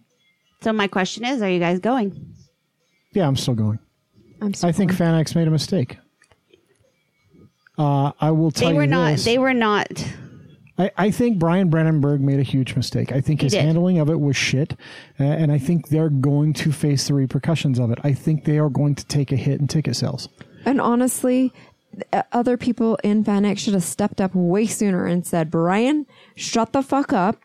so my question is, are you guys going?
Yeah, I'm still going.
I'm so
I think Fanex made a mistake. Uh, I will tell
They
you
were not,
this.
they were not
I, I think Brian Brandenburg made a huge mistake. I think his
did.
handling of it was shit, a- and I think they're going to face the repercussions of it. I think they are going to take a hit in ticket sales.
And honestly, th- other people in Fanex should have stepped up way sooner and said, Brian, shut the fuck up.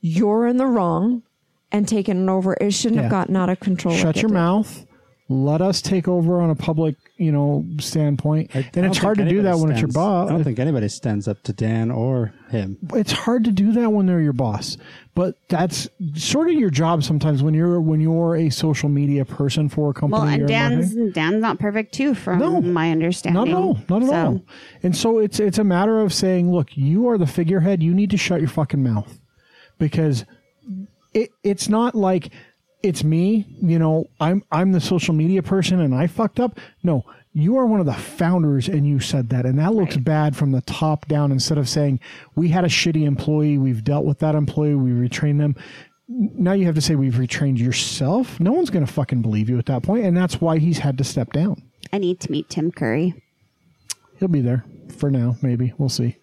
You're in the wrong and taken it over. It shouldn't
Yeah.
have gotten out of control. like
Shut
it
your
did.
mouth. Let us take over on a public, you know, standpoint.
I don't
and it's hard to
think
do that
anybody
when it's your
stands- I don't
boss.
think anybody stands up to Dan or him.
It's hard to do that when they're your boss. But that's sort of your job sometimes when you're when you're a social media person for a company.
Well,
or
and
marketing.
Dan's Dan's not perfect too, from
No.
my
Not
understanding.
at all. Not at
So,
all. And so it's it's a matter of saying, look, you are the figurehead. You need to shut your fucking mouth because it it's not like it's me. You know, I'm I'm the social media person and I fucked up. No, you are one of the founders and you said that, and that looks bad from the top down. Instead of saying we had a shitty employee, we've dealt with that employee, we retrained them now you have to say we've retrained yourself. No one's going to fucking believe you at that point, and that's why he's had to step down.
I need to meet Tim Curry.
He'll be there for now, maybe. We'll see.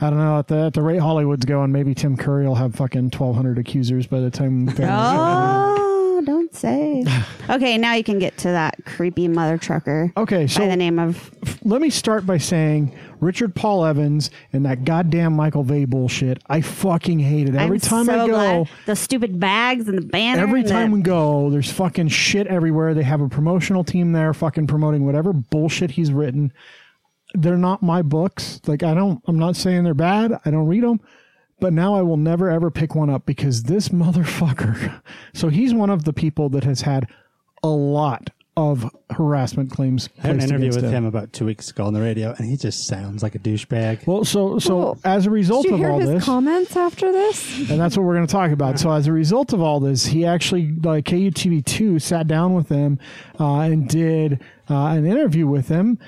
I don't know. At the, at the rate Hollywood's going, maybe Tim Curry will have fucking 1,200 accusers by the time.
Oh, don't say. okay, now you can get to that creepy mother trucker.
Okay,
by the
Oh, so
name of
let me start by saying Richard Paul Evans and that goddamn Michael Vay bullshit. I fucking hate it. Every
I'm
time
so
I go.
glad. the stupid bags and the banner.
Every
and
time
the,
we go, there's fucking shit everywhere. They have a promotional team there, fucking promoting whatever bullshit he's written. They're not my books. Like I don't. I'm not saying they're bad. I don't read them. But now I will never ever pick one up because this motherfucker. So he's one of the people that has had a lot of harassment claims.
I had an
placed
interview
against
with him. about two weeks ago on the radio, and he just sounds like a douchebag.
Well, so so
Well,
as a result
Did you
of
hear
all
his
this,
comments after this?
and that's what we're going to talk about. So as a result of all this, he actually like KUTV two sat down with them uh, and did uh, an interview with him.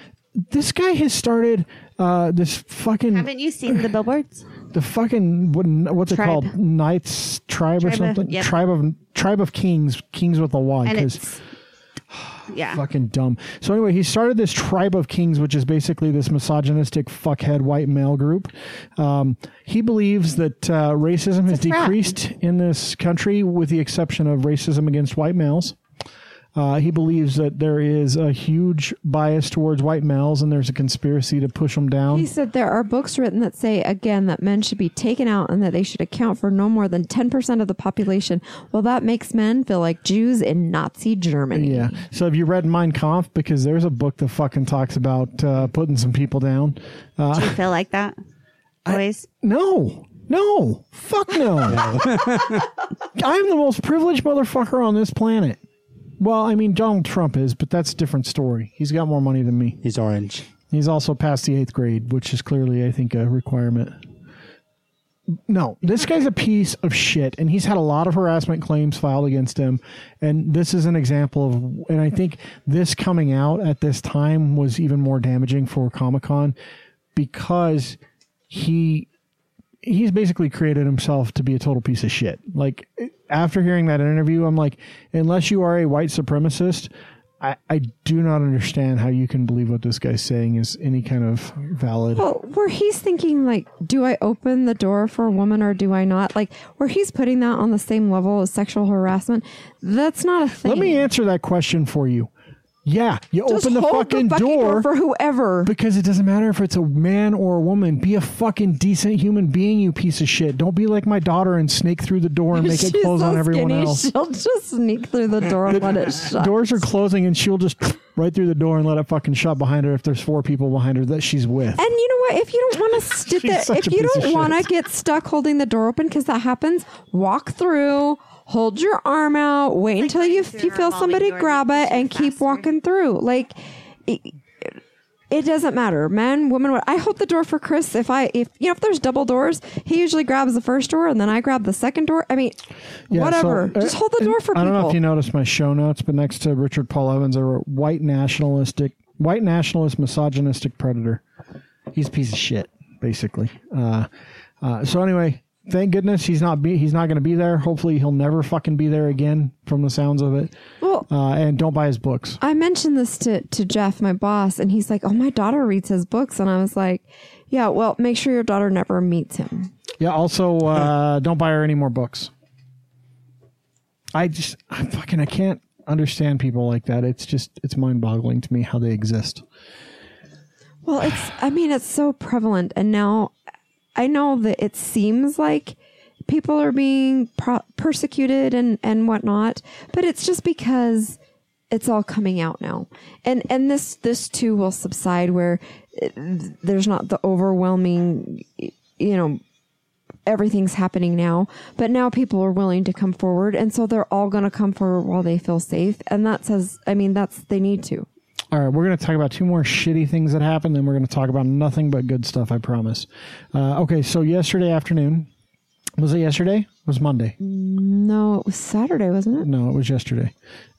This guy has started uh, this fucking
haven't you seen the billboards?
the fucking what, what's it
Tribe.
called Knights tribe,
Tribe
or
of-
something
yep.
tribe of tribe of kings kings with a Y
And
because
it's yeah.
fucking dumb. So anyway, he started this tribe of kings, which is basically this misogynistic fuckhead white male group. Um, he believes that uh, racism has
a threat.
decreased in this country, with the exception of racism against white males. Uh, he believes that there is a huge bias towards white males, and there's a conspiracy to push them down.
He said there are books written that say, again, that men should be taken out and that they should account for no more than 10% of the population. Well, that makes men feel like Jews in Nazi Germany.
Yeah. So have you read Mein Kampf? Because there's a book that fucking talks about uh, putting some people down.
Do you feel like that? Always.
No, no, fuck no. I'm the most privileged motherfucker on this planet. Well, I mean, Donald Trump is, but that's a different story. He's got more money than me.
He's orange.
He's also passed the eighth grade, which is clearly, I think, a requirement. No, this guy's a piece of shit, and he's had a lot of harassment claims filed against him. And this is an example of, and I think this coming out at this time was even more damaging for Comic Con because he he's basically created himself to be a total piece of shit. Like after hearing that interview, I'm like, unless you are a white supremacist, I, I do not understand how you can believe what this guy's saying is any kind of valid.
Well, where he's thinking like, do I open the door for a woman or do I not? Like, where he's putting that on the same level as sexual harassment, that's not a thing.
Let me answer that question for you. Yeah, you
Just
open the
hold
fucking, door,
for whoever.
because it doesn't matter if it's a man or a woman. Be a fucking decent human being, you piece of shit. Don't be like my daughter and snake through the door and make
She's
it close
so
on everyone
skinny,
else.
She'll just sneak through the door and let it shut.
Doors are closing and she'll just right through the door and let it fucking shut behind her if there's four people behind her that she's with.
And you know what? If you don't want to sit
She's
there,
such
if
a
you
piece of
don't want to
shit.
get stuck holding the door open because that happens, walk through, hold your arm out, wait until you,
through
you
a
feel
revolving
somebody
door
grab
makes
it,
you
and keep
faster.
walking through. Like, it, it doesn't matter, man, woman. What I hold the door for Chris. If I, if you know, if there's double doors, he usually grabs the first door and then I grab the second door. I mean,
Yeah, so,
whatever.
uh,
Just hold the door for
I
people.
don't know if you noticed my show notes, but next to Richard Paul Evans, I wrote white nationalistic, white nationalist, misogynistic predator. He's a piece of shit, basically. Uh, uh, so anyway, thank goodness he's not be, he's not going to be there. Hopefully, he'll never fucking be there again, from the sounds of it.
Well-
uh, and don't buy his books.
I mentioned this to, to Jeff, my boss, and he's like, Oh, my daughter reads his books. And I was like, Yeah, well, make sure your daughter never meets him.
Yeah. Also, uh, don't buy her any more books. I just, I fucking, I can't understand people like that. It's just, it's mind boggling to me how they exist.
Well, it's, I mean, it's so prevalent. And now I know that it seems like people are being pro- persecuted and, and whatnot, but it's just because it's all coming out now. And, and this, this too will subside where eh, there's not the overwhelming, y- you know, everything's happening now, but now people are willing to come forward. And so they're all going to come forward while they feel safe. And that says, I mean, that's, they need to.
All right, we're going to talk about two more shitty things that happened, then we're going to talk about nothing but good stuff, I promise. Uh, okay, so yesterday afternoon, was it yesterday? It was Monday.
No, it was Saturday, wasn't it?
No, it was yesterday.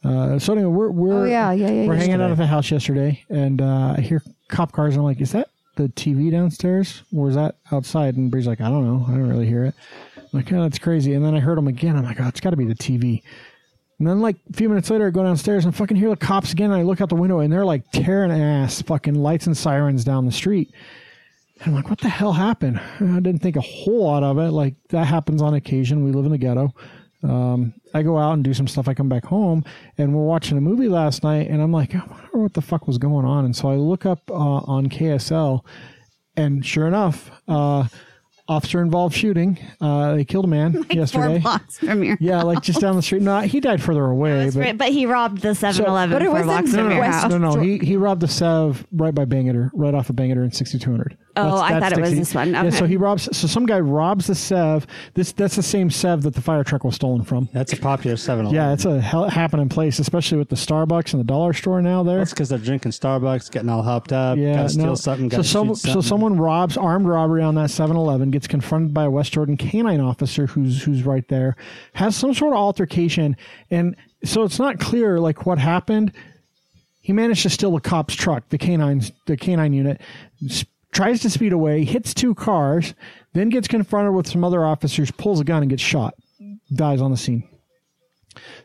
Uh, so anyway, we're, we're,
Oh, yeah, yeah, yeah,
we're
yeah.
hanging out at the house yesterday, and uh, I hear cop cars, and I'm like, is that the TV downstairs, or is that outside? And Bree's like, I don't know. I don't really hear it. I'm like, oh, that's crazy. And then I heard them again. I'm like, oh, it's got to be the TV. And then, like, a few minutes later, I go downstairs and fucking hear the cops again. And I look out the window and they're like tearing ass, fucking lights and sirens down the street. And I'm like, what the hell happened? I didn't think a whole lot of it. Like, that happens on occasion. We live in the ghetto. Um, I go out and do some stuff. I come back home and we're watching a movie last night. And I'm like, I wonder what the fuck was going on. And so I look up uh, on KSL and sure enough, uh, officer involved shooting. Uh, they killed a man yesterday.
Four blocks from here.
Yeah, like just down the street. No, he died further away. But
But, but he robbed the 7 Eleven
But it
four
was
blocks
in
from your
West-
house.
no, no, he he robbed the Sev right by Bangor, right off of Bangor in 6200.
Oh, I thought it was
Dixie.
this one.
Yeah, so
Okay.
he robs. So some guy robs the Sev. This that's the same Sev that the fire truck was stolen from.
That's a popular 7
Yeah, it's a hell, happening place, especially with the Starbucks and the dollar store now. There,
That's because they're drinking Starbucks, getting all hopped up,
yeah,
gotta steal
no.
something,
So,
gotta
some-
shoot
so
something.
someone robs armed robbery on that 7-Eleven, gets confronted by a West Jordan canine officer who's who's right there, has some sort of altercation, and so it's not clear like what happened. He managed to steal the cop's truck, the canine's the canine unit, s- tries to speed away, hits two cars, then gets confronted with some other officers, pulls a gun and gets shot, dies on the scene.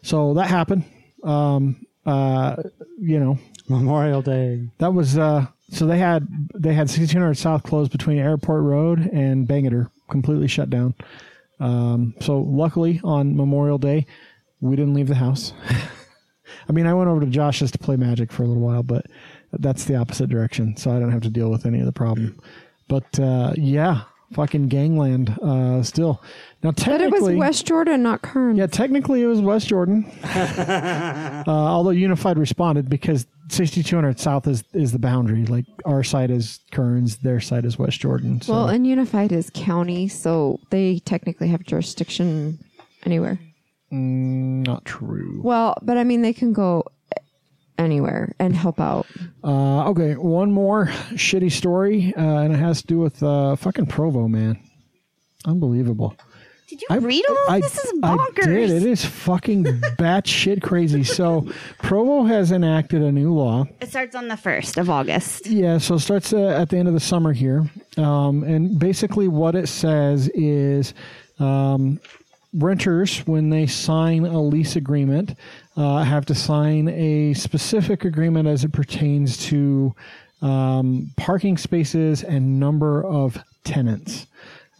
So that happened. Um, uh, you know,
Memorial Day.
that was uh so they had they had 1600 South closed between Airport Road and Bangor, completely shut down. Um, so luckily on Memorial Day, we didn't leave the house. I mean, I went over to Josh's to play Magic for a little while, but that's the opposite direction, so I don't have to deal with any of the problem. But uh, yeah, fucking gangland uh, still. Now
But it was
technically,
West Jordan, not Kern.
yeah, technically it was West Jordan. uh, although Unified responded because 6200 South is is the boundary. Like our side is Kearns, their side is West Jordan. So
Well, and Unified is county, so they technically have jurisdiction anywhere.
not true.
Well, but I mean, they can go anywhere and help out.
Uh, okay, one more shitty story, uh, and it has to do with uh, fucking Provo, man. Unbelievable.
Did you read all
I-
this? This is
I
bonkers.
did. It is fucking batshit crazy. So, Provo has enacted a new law.
It starts on the 1st of August.
Yeah, so it starts uh, at the end of the summer here. Um, and basically, what it says is um, renters, when they sign a lease agreement, uh, have to sign a specific agreement as it pertains to um, parking spaces and number of tenants.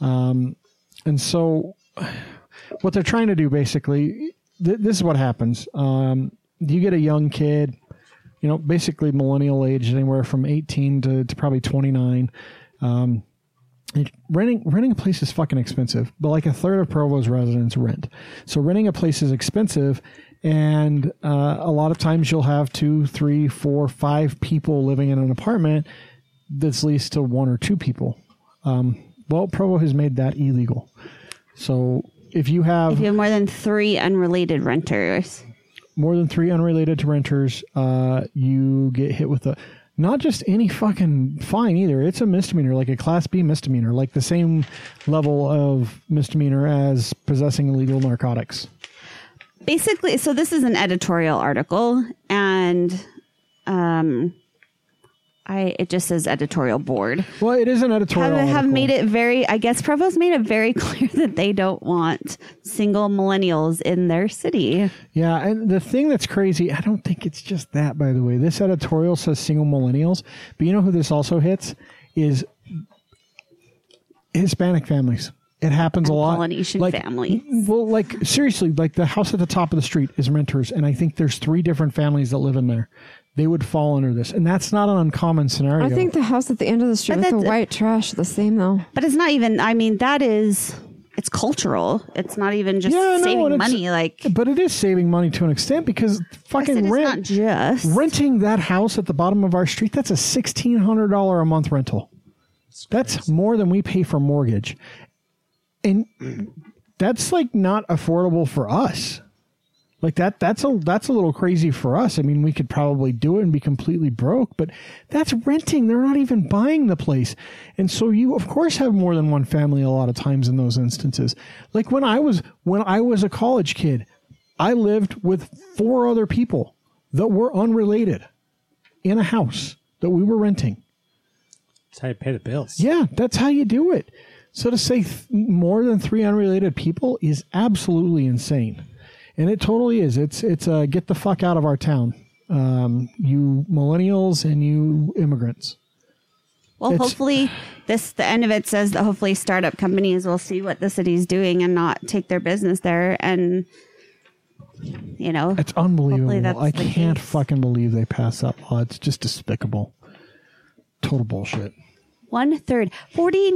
Um, and so, what they're trying to do basically, th- this is what happens. Um, you get a young kid, you know, basically millennial age, anywhere from 18 to, to probably 29. It- renting renting a place is fucking expensive, but like a third of Provo's residents rent. So renting a place is expensive, and uh, a lot of times you'll have two, three, four, five people living in an apartment that's leased to one or two people. Um, well, Provo has made that illegal. So if you have
If you have more than three unrelated renters,
more than three unrelated to renters, uh, you get hit with a not just any fucking fine either. It's a misdemeanor, like a class B misdemeanor, like the same level of misdemeanor as possessing illegal narcotics.
basically, so this is an editorial article, and um, I it just says editorial board.
Well, it is an editorial.
have, have
article.
made it very i guess provo's made it very clear that they don't want single millennials in their city
Yeah, and the thing that's crazy, I don't think it's just that. By the way, this editorial says single millennials, but you know who this also hits is Hispanic families. It happens a lot.
Polynesian
like,
families.
Well, like seriously, like the house at the top of the street is renters, and I think there's three different families that live in there. They would fall under this, and that's not an uncommon scenario.
I think the house at the end of the street
But
with the
that's-
white trash, the same though.
but it's not even i mean that is it's cultural it's not even just
Yeah, no,
saving
and it's-
money like
but it is saving money to an extent because
it's
fucking
not
rent
just
renting that house at the bottom of our street that's a $1600 a month rental that's more than we pay for mortgage and that's like not affordable for us like that that's a that's a little crazy for us i mean we could probably do it and be completely broke but that's renting they're not even buying the place and so you of course have more than one family a lot of times in those instances like when i was when i was a college kid i lived with four other people that were unrelated in a house that we were renting
That's how you pay the bills.
yeah, that's how you do it. So to say th- more than three unrelated people is absolutely insane, and it totally is. It's it's uh, get the fuck out of our town, um, you millennials and you immigrants.
well
it's-
hopefully this the end of it says that hopefully startup companies will see what the city's doing and not take their business there and you know
It's unbelievable.
that's
I
the
can't
case.
fucking believe they passed that law. It's just despicable. Total bullshit.
one third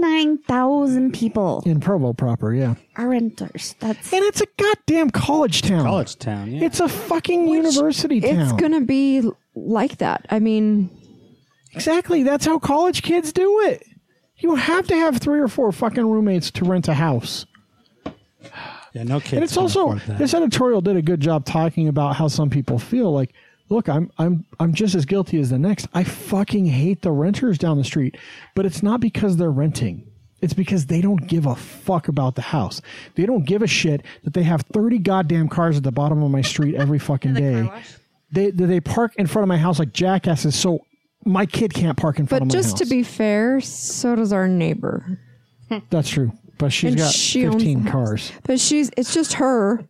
49000 people
In Provo proper, yeah.
are renters that's
And it's a goddamn college town.
College town. Yeah.
It's a fucking university town.
It's gonna be l- like that. I mean,
Exactly. That's how college kids do it. You don't have to have three or four fucking roommates to rent a house.
yeah no kids.
And it's
can
also
afford that.
this editorial did a good job talking about how some people feel like, look, I'm I'm I'm just as guilty as the next. I fucking hate the renters down the street, but it's not because they're renting. It's because they don't give a fuck about the house. They don't give a shit that they have 30 goddamn cars at the bottom of my street every fucking day. They they park in front of my house like jackasses so my kid can't park in front
but
of my house.
just to be fair, so does our neighbor.
That's true. But she's
And
got
she owns
15
the house.
cars
But she's it's just her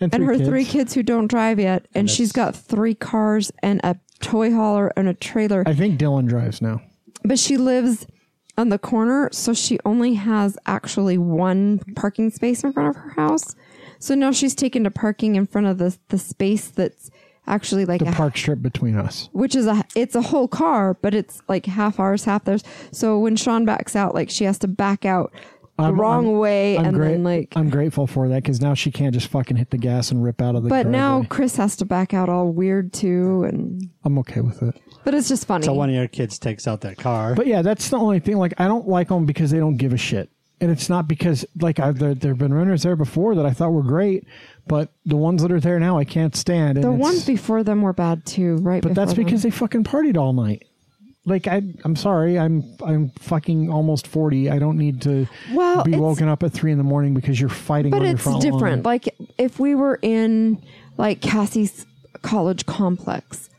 and,
and
three
her
kids.
three kids who don't drive yet, and, she's got three cars and a toy hauler and a trailer.
I think Dylan drives now.
but she lives on the corner, so she only has actually one parking space in front of her house. So now she's taken to parking in front of the the space that's actually like
The
a,
park strip between us.
which is a it's a whole car, but it's like half ours, half theirs. So when Sean backs out, like she has to back out the
I'm-
wrong
I'm-
way,
I'm
and
great.
then like.
I'm grateful for that because now she can't just fucking hit the gas and rip out of the.
but now
driveway.
Chris has to back out all weird too, and
I'm okay with it.
but it's just funny.
So one of your kids takes out that car.
But yeah, that's the only thing. Like I don't like them because they don't give a shit, and it's not because like I, there there've been renters there before that I thought were great, but the ones that are there now I can't stand. And
the
it's-
ones before them were bad too, right?
But that's
before them.
because they fucking partied all night. Like I, I'm sorry, I'm I'm fucking almost forty. I don't need to
Well,
be
it's-
woken up at three in the morning because you're fighting.
but
on
it's
your front Lawn.
different. Like if we were in like Cassie's college complex,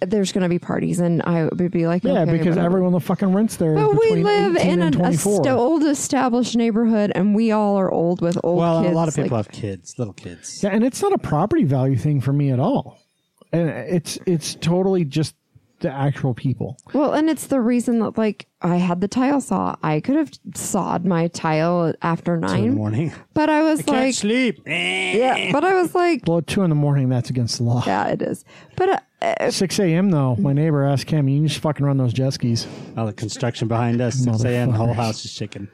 there's going to be parties, and I would be like,
yeah,
okay,
because
whatever.
everyone the fucking rents there.
But we
between
live
18
in
and
an a
24.
st- old established neighborhood, and we all are old with old
Well,
kids.
a lot of people
like-
have kids, little kids.
Yeah, and it's not a property value thing for me at all. And it's it's totally just the actual people.
well, and it's the reason that like I had the tile saw. I could have sawed my tile
Two
after
in the
nine,
morning.
but I was
Can't
like,
sleep.
yeah, but I was like,
Well, at two in the morning, that's against the law.
yeah, it is. But uh,
Six a.m. though, my neighbor asked Cam, "You just fucking run those jet skis."
All the construction behind us. 6 a.m. The whole house is shaking.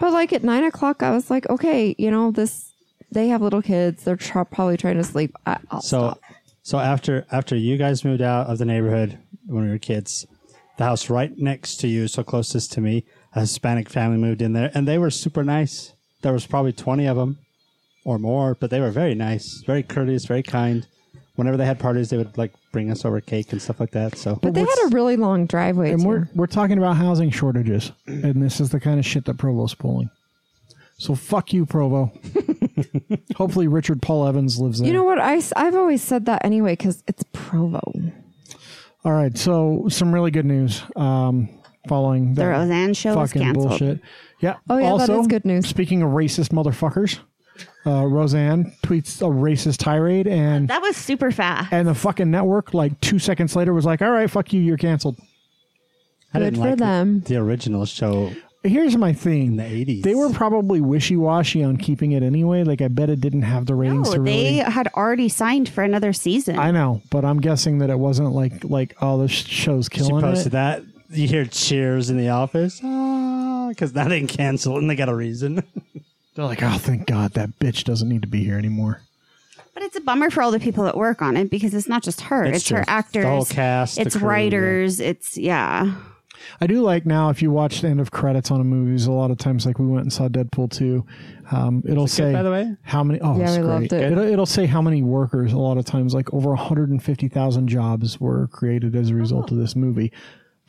But like at nine o'clock, I was like, okay, you know, this they have little kids; they're tr- probably trying to sleep. I, I'll
So,
stop.
so after after you guys moved out of the neighborhood when we were kids, the house right next to you, so closest to me, a Hispanic family moved in there, and they were super nice. There was probably twenty of them or more, but they were very nice, very courteous, very kind. Whenever they had parties, they would like bring us over cake and stuff like that. So,
But they had a really long driveway.
And
too.
we're we're talking about housing shortages, and this is the kind of shit that Provo's pulling. So fuck you, Provo. Hopefully, Richard Paul Evans lives there.
you know what? I have always said that anyway because it's Provo.
All right, so some really good news. Um, following
The
that
Roseanne show was
fucking
canceled.
bullshit. Yeah.
Oh, yeah, that
also,
is good news.
Speaking of racist motherfuckers, uh, Roseanne tweets a racist tirade, and
That was super fast.
and the fucking network like two seconds later was like, "All right, fuck you, you're canceled."
I didn't
Good for
the-
them.
The, original show
Here's my thing:
in the eighties.
they were probably wishy washy on keeping it anyway. Like I bet it didn't have the ratings
No,
to really.
Oh, they had already signed for another season.
I know, but I'm guessing that it wasn't like like oh this show's
She
killing
posted
it.
that. You hear cheers in the office because that didn't cancel, and they got a reason.
They're like, oh thank God that bitch doesn't need to be here anymore.
But it's a bummer for all the people that work on it because it's not just her;
It's
it's, her
true. The
actors,
whole cast, the
it's
crew, yeah.
writers, it's yeah.
I do like now if you watch the end of credits on a movie, there's a lot of times like we went and saw Deadpool 2. Um, it'll say
by the way?
how many oh
Yeah,
it's
we
great.
loved it.
will it'll say how many workers a lot of times like over 150,000 jobs were created as a result of this movie.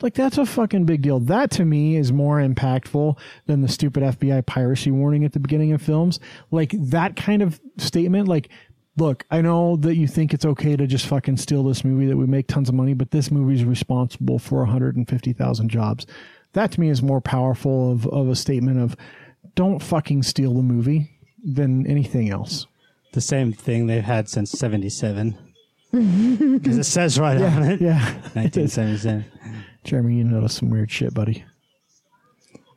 Like that's a fucking big deal. That to me is more impactful than the stupid FBI piracy warning at the beginning of films. Like that kind of statement like Look, I know that you think it's okay to just fucking steal this movie that we make tons of money, but this movie's responsible for 150,000 jobs. That to me is more powerful of, of a statement of don't fucking steal the movie than anything else.
the same thing they've had since 77
Mm-hmm.
because it says right on it
Yeah.
1977
Jeremy, you noticed some weird shit, buddy.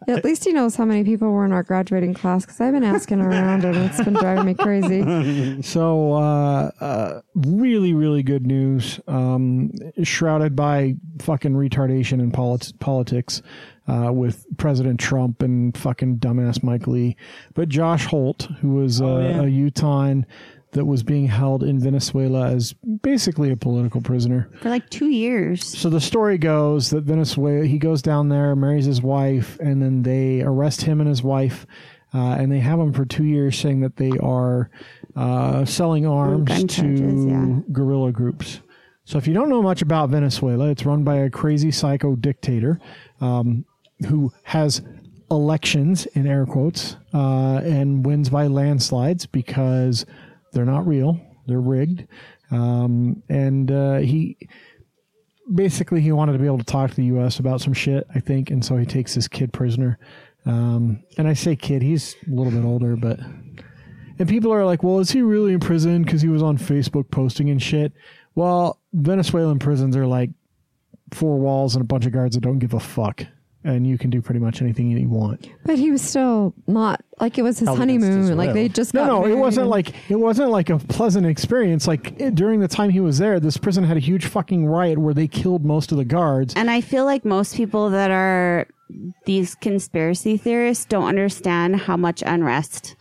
At least he knows how many people were in our graduating class because I've been asking around and it's been driving me crazy.
So, uh, uh, really, really good news. Um, shrouded by fucking retardation in polit- politics uh, with President Trump and fucking dumbass Mike Lee. But Josh Holt, who was uh,
yeah.
a Utahn that was being held in Venezuela as basically a political prisoner.
For like two years,
So the story goes that Venezuela, he goes down there, marries his wife, and then they arrest him and his wife, uh, and they have him for two years, saying that they are uh, selling arms
gun
to
charges, yeah.
guerrilla groups. So if you don't know much about Venezuela, it's run by a crazy psycho dictator um, who has elections in air quotes uh, and wins by landslides because they're not real, they're rigged, um, and uh, he basically he wanted to be able to talk to the U.S. about some shit, I think, and so he takes this kid prisoner. Um, and I say kid, he's a little bit older, but and people are like, well, is he really in prison because he was on Facebook posting and shit? Well, Venezuelan prisons are like four walls and a bunch of guards that don't give a fuck, and you can do pretty much anything you want.
But he was still not like it was his
Held against his
honeymoon. Like
will.
they just
No,
got
no, it
married
wasn't
and-
like it wasn't like a pleasant experience. Like it- during the time he was there, this prison had a huge fucking riot where they killed most of the guards.
and I feel like most people that are these conspiracy theorists don't understand how much unrest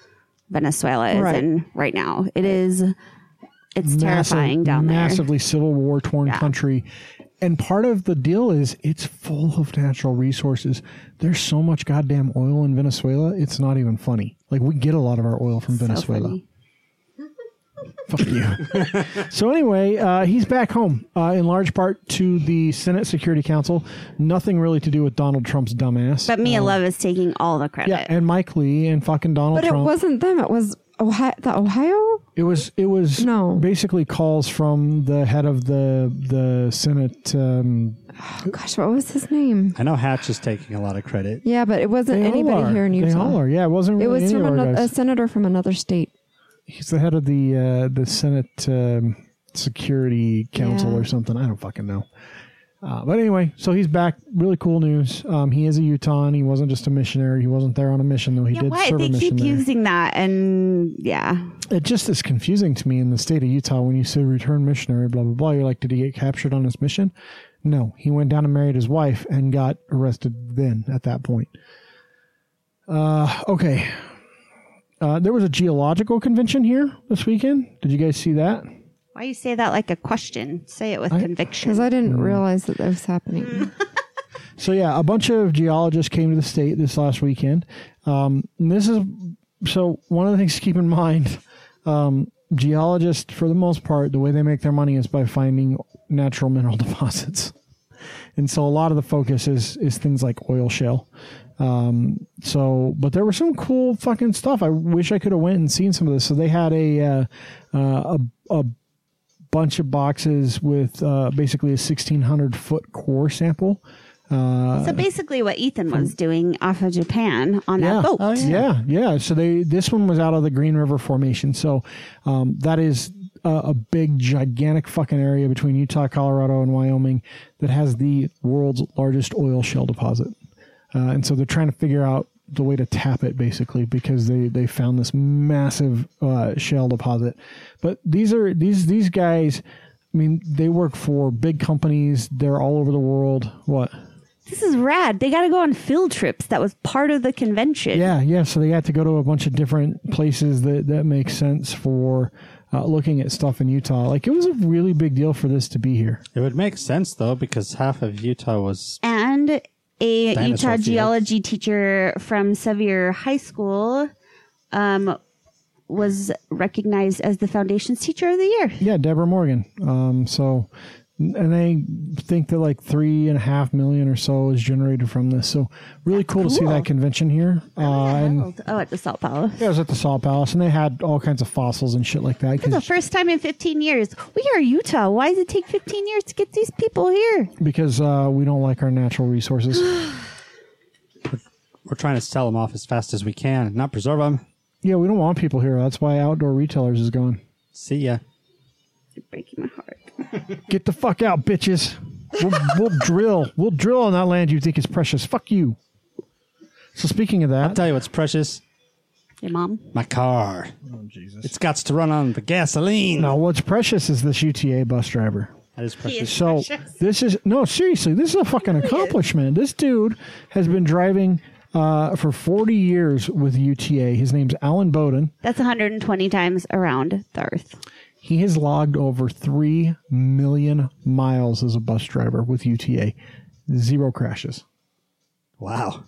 Venezuela is
Right.
in right now. It is, it's
massive-
terrifying down there.
Massively civil war torn country. And part of the deal is it's full of natural resources. There's so much goddamn oil in Venezuela, it's not even funny. Like we get a lot of our oil from
So
Venezuela.
funny.
Fuck you. so anyway, uh, he's back home, uh, in large part to the Senate Security Council. Nothing really to do with Donald Trump's dumbass.
But Mia Love is taking all the credit.
Um, yeah, and Mike Lee and fucking Donald
But it
Trump.
wasn't them. It was Ohio, the Ohio.
It was it was
No.
basically calls from the head of the the Senate. Um,
Oh, gosh, what was his name?
I know Hatch is taking a lot of credit.
Yeah, but it wasn't
they all
anybody
are.
here in
They
Utah.
all are. Yeah, it wasn't
It
really any
was from
of our
another, a
guys.
senator from another state.
He's the head of the uh, the Senate um, Security Council
Yeah.
or something. I don't fucking know. Uh, but anyway, so he's back. Really cool news. Um, he is a Utahn. He wasn't just a missionary. He wasn't there on a mission though. He
Yeah,
did
why
serve
they
a mission
keep
there.
using that? And yeah,
it just is confusing to me in the state of Utah when you say return missionary, blah blah blah. You're like, did he get captured on his mission? No, he went down and married his wife and got arrested. Then at that point, uh, okay. Uh, there was a geological convention here this weekend. Did you guys see that?
why you say that like a question? Say it with conviction.
Because I didn't
Mm.
realize that that was happening.
So yeah, a bunch of geologists came to the state this last weekend. Um, and this is so one of the things to keep in mind. Um, geologists, for the most part, the way they make their money is by finding natural mineral deposits, and so a lot of the focus is is things like oil shale. Um, so, but there was some cool fucking stuff. I wish I could have went and seen some of this. So they had a uh, uh, a, a bunch of boxes with uh, basically a sixteen hundred foot core sample. uh,
so basically, what Ethan was doing off of Japan on that boat.
yeah. yeah, So they this one was out of the Green River Formation. So um, that is a, a big, gigantic fucking area between Utah, Colorado, and Wyoming that has the world's largest oil shale deposit. Uh, and so they're trying to figure out the way to tap it basically because they they found this massive uh, shale deposit. But these are these these guys. I mean, they work for big companies. They're all over the world. What?
This is rad. They got to go on field trips. That was part of the convention.
Yeah, yeah. So they got to go to a bunch of different places that that make sense for uh, looking at stuff in Utah. Like it was a really big deal for this to be here.
It would make sense though because half of Utah was
And a
Dinosaur
Utah
fields.
geology teacher from Sevier High School um, was recognized as the foundation's teacher of the year.
Yeah, Deborah Morgan. Um, so, and they think that like three and a half million or so is generated from this. So really cool, to see
cool.
that convention here. Uh, and
Oh, at the Salt Palace.
yeah, it was at the Salt Palace, and they had all kinds of fossils and shit like that.
For the
'cause-
first time in 15 years. We are Utah. Why does it take 15 years to get these people here?
because uh, we don't like our natural resources.
we're trying to sell them off as fast as we can, and not preserve them.
yeah, we don't want people here. That's why outdoor retailers is gone.
See ya.
You're breaking my heart.
Get the fuck out, bitches. We'll, we'll drill. We'll drill on that land you think is precious. Fuck you. So speaking of that,
Tell you what's precious,
Your mom?
my car. Oh Jesus! It's got to run on the gasoline.
now what's precious is this UTA bus driver.
That is precious.
So this is no seriously. This is a fucking accomplishment. This dude has been driving uh, for forty years with UTA. His name's Alan Bowden.
That's 120 times around the earth.
He has logged over 3 million miles as a bus driver with UTA. Zero crashes.
Wow.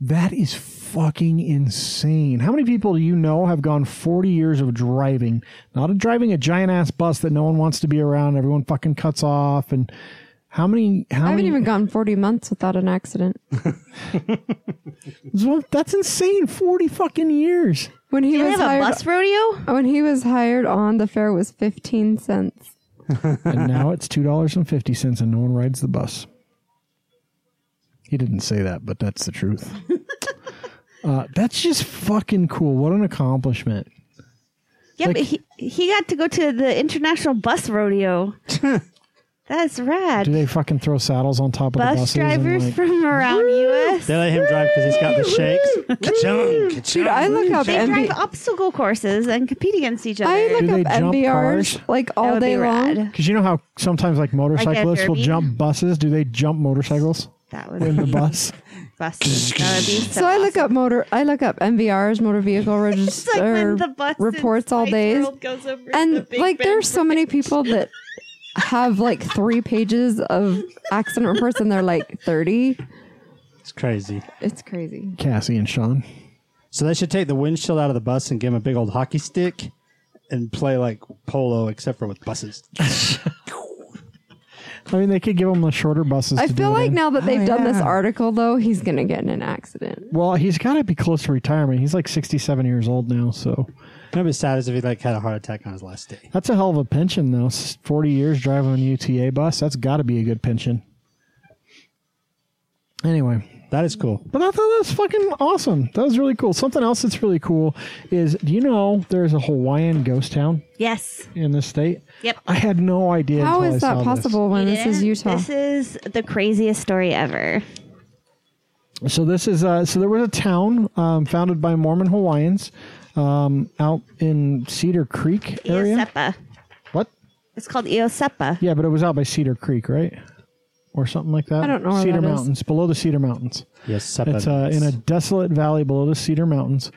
That is fucking insane. How many people do you know have gone 40 years of driving, not of driving a giant ass bus that no one wants to be around, everyone fucking cuts off and how many how
I haven't
many
even gone 40 months without an accident.
So that's insane 40 fucking years.
When he
Do they
was
have a
hired,
bus rodeo?
when he was hired on, the fare was 15 cents.
And now it's $2.50 and no one rides the bus. He didn't say that, but that's the truth. uh, that's just fucking cool. What an accomplishment.
Yeah, but he, he got to go to the international bus rodeo. That's
Do
rad.
they fucking throw saddles on top of the
Bus
buses? and,
drivers
like-
from around U.S.
They let him drive because he's got the shakes. Ka-chung,
Dude, I look up
They drive
NB-
obstacle courses and compete against each other.
I
Do
look
they
up
jump
NBRs
cars?
like
that
all
would
day
be
long.
rad.
Because you know how sometimes like motorcyclists will
derby?
jump buses. Do they jump motorcycles
That would
in the
be
bus?
bus. That would be so,
So I look
awesome.
up motor. I look up MVRs, motor vehicle
It's like when
register
the bus in
reports all
Spice
days,
World goes over the
and
Big
like
Ben
there's so many people that have like three pages of accident reports, and they're like thirty.
It's crazy.
It's crazy.
Cassie and Sean.
So they should take the windshield out of the bus and give him a big old hockey stick and play like polo, except for with buses.
I mean, they could give him the shorter buses.
I
to
feel
do it
like
in.
now that they've
Oh,
done this
yeah.
article, though, he's going to get in an accident.
Well, he's got to be close to retirement. He's like 67 years old now, so
It'd be sad as if he like had a heart attack on his last day.
that's a hell of a pension, though. S- 40 years driving an UTA bus. That's got to be a good pension. Anyway,
That is cool.
But I thought that was fucking awesome. That was really cool. Something else that's really cool is do you know there's a Hawaiian ghost town
Yes.
in this state?
Yep.
I had no idea.
How
until
is
I
that
saw
possible when this is
Yeah,
Utah?
This is the craziest story ever.
This. So this is uh, so there was a town um, founded by Mormon Hawaiians um, out in Cedar Creek area.
Iosepa.
What?
It's called Iosepa.
Yeah, but it was out by Cedar Creek, right? Or something like that.
I don't know where
Cedar
that is.
Mountains, below the Cedar Mountains.
Yes, Seppa
It's uh, in a desolate valley below the Cedar Mountains,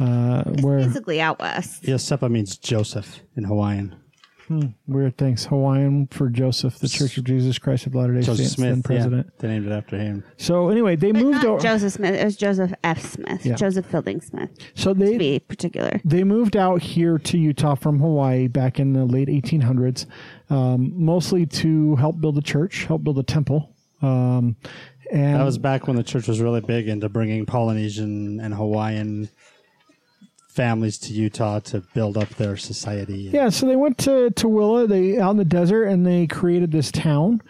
uh, where
Basically out west.
yes, Seppa means Joseph in Hawaiian.
Weird things. Hawaiian for Joseph, the Church of Jesus Christ of Latter Day
Joseph
Saints,
Smith,
then president.
Yeah, they named it after him.
So anyway, they
But
moved
not
over.
Joseph Smith. It was Joseph F. Smith.
Yeah.
Joseph Fielding Smith,
so
to
they
be particular.
they moved out here to Utah from Hawaii back in the late 1800s, um, mostly to help build a church, help build a temple. Um, and
That was back when the church was really big into bringing Polynesian and Hawaiian families to Utah to build up their society.
yeah. So they went to to Willa, they out in the desert, and they created this town.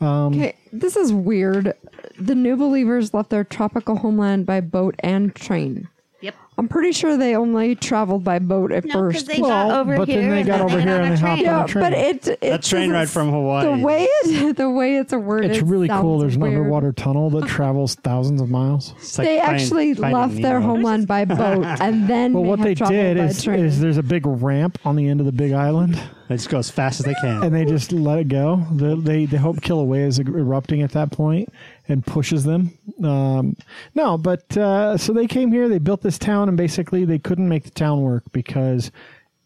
Um,
Okay, this is weird. The new believers left their tropical homeland by boat and train.
Yep.
I'm pretty sure they only traveled by boat at
No, because
first.
they got over
but
here.
then they
and
got over
they
here
got
and they
on a
hopped
train.
on a
yeah,
train.
but it, it
That train
doesn't
ride
s-
from Hawaii.
The way it the way it's awarded.
It's really cool.
sounds
There's an
weird.
underwater tunnel that travels thousands of miles.
It's like
They
find-
actually
finding
left their
Nemo.
homeland by boat and then
But
may
what
have
they
traveled
did
by
is,
train.
is there's a big ramp on the end of the big island.
They just go as fast as they can.
and they just let it go. The, they they hope Kilauea is er, erupting at that point and pushes them. Um, no, but uh, so they came here. They built this town, and basically they couldn't make the town work because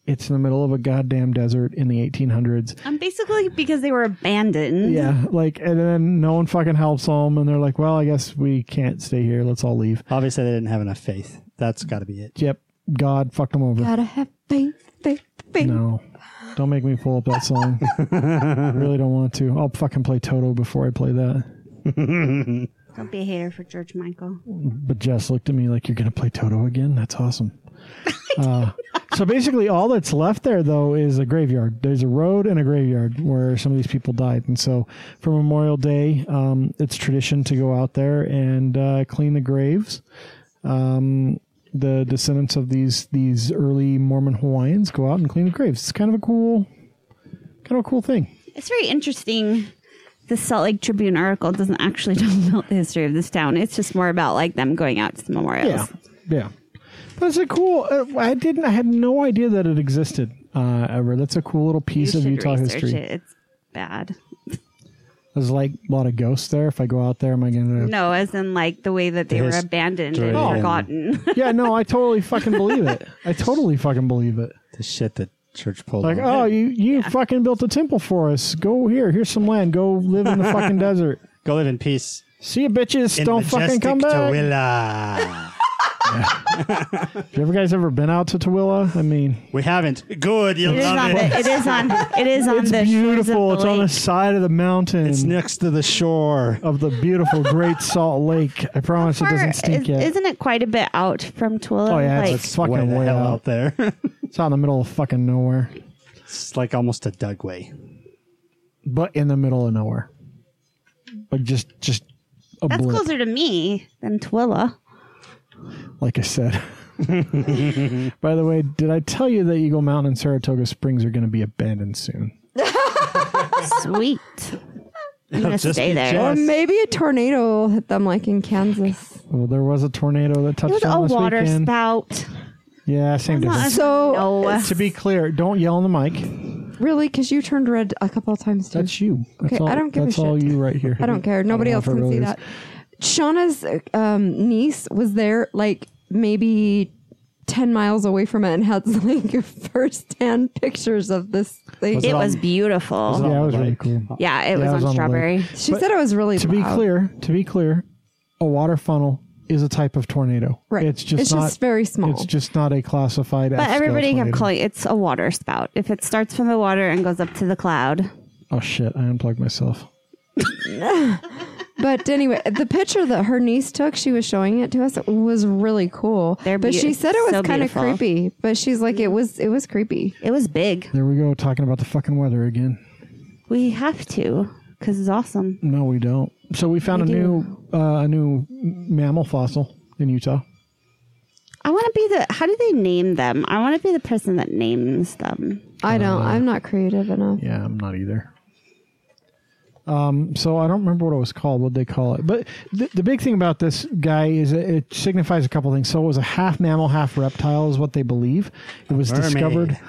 it's in the middle of a goddamn desert in the 1800s.
Um, basically because they were abandoned.
Yeah, like and then no one fucking helps them, and they're like, well, I guess we can't stay here. Let's all leave.
Obviously, they didn't have enough faith. That's got to be it.
Yep, God fucked them over.
gotta have faith, faith, faith.
No. Don't make me pull up that song. I really don't want to. I'll fucking play Toto before I play that.
Don't be a hater for George Michael.
But Jess looked at me like, "You're going to play Toto again? That's awesome." Uh, so basically, all that's left there though is a graveyard. There's a road and a graveyard where some of these people died, and so for Memorial Day, um, it's tradition to go out there and uh, clean the graves. Um, the descendants of these these early Mormon Hawaiians go out and clean the graves. It's kind of a cool, kind of a cool thing.
It's very interesting. The Salt Lake Tribune article doesn't actually tell about the history of this town. It's just more about like them going out to the memorials.
Yeah, yeah. But it's a cool. Uh, I didn't. I had no idea that it existed. Uh, ever. That's a cool little
You
piece
should
of Utah
research
history.
it. It's bad.
There's like a lot of ghosts there. If I go out there, am I gonna?
No, as in like the way that they
The
were
hist-
abandoned and
Oh.
forgotten.
yeah, no. I totally fucking believe it. I totally fucking believe it.
The shit that church pulled.
Like,
on.
oh, you you fucking built a temple for us. Go here. Here's some land. Go live in the fucking desert.
go live in peace.
See you, bitches.
In
Don't fucking
majestic
come back.
Tooele.
Have you ever guys ever been out to Tooele? I mean,
we haven't. Good, you
It is
love
on.
it.
The, it is on. It is on
it's
the shores of
beautiful.
the
It's on the
lake.
side of the mountain.
It's next to the shore.
of the beautiful Great Salt Lake. I promise it doesn't
Or
stink
is,
yet.
Isn't it quite a bit out from Twilla?
Oh, yeah, it's-
like,
it's fucking
way, the
way
hell
out.
out there.
It's out in the middle of fucking nowhere,
it's like almost a Dugway.
but in the middle of nowhere. Like just just a
that's
blip,
closer to me than Twilla.
like I said. By the way, did I tell you that Eagle Mountain and Saratoga Springs are going to be abandoned soon?
Sweet. I'm gonna
Just
stay
be
there.
jealous.
Or maybe a tornado will hit them like in Kansas.
Well, there was a tornado that
It
touched
was a
down this
water
weekend.
spout.
yeah, same difference.
So
No.
To be clear, don't yell on the mic.
really, because you turned red a couple of times too.
That's you. That's
Okay,
all,
I don't give a
That's all
shit.
you right here.
I don't care. Nobody
know
else
if it
can see
really is.
that. Shauna's um, niece was there, like maybe ten miles away from it, and had like first-hand pictures of this thing.
It was beautiful.
Yeah, it
On
was
the
really
bike.
cool.
Yeah, it was,
Yeah, it was
on,
on the
strawberry.
she said it was really.
To be
loud.
clear, to be clear, a water funnel is a type of tornado.
Right.
It's just
It's
not,
just very small.
It's just not a classified.
But
F-scale
everybody kept
tornado.
calling it's a water spout. If it starts from the water and goes up to the cloud,
Oh shit! I unplugged myself.
But anyway, the picture that her niece took, she was showing it to us, it was really cool.
They're
but she
beau-
said it was
so
kind of
beautiful.
creepy. But she's like, it was it was creepy.
it was big.
There we go talking about the fucking weather again.
We have to because it's awesome.
No, we don't. So we found a new uh, a new mammal fossil in Utah.
I want to be the. How do they name them? I want to be the person that names them.
I don't. I'm not creative enough.
Yeah, I'm not either. Um, so I don't remember what it was called. What they call it, but the, the big thing about this guy is it, it signifies a couple things. So it was a half mammal, half reptile, is what they believe. It was
Mermaid.
discovered.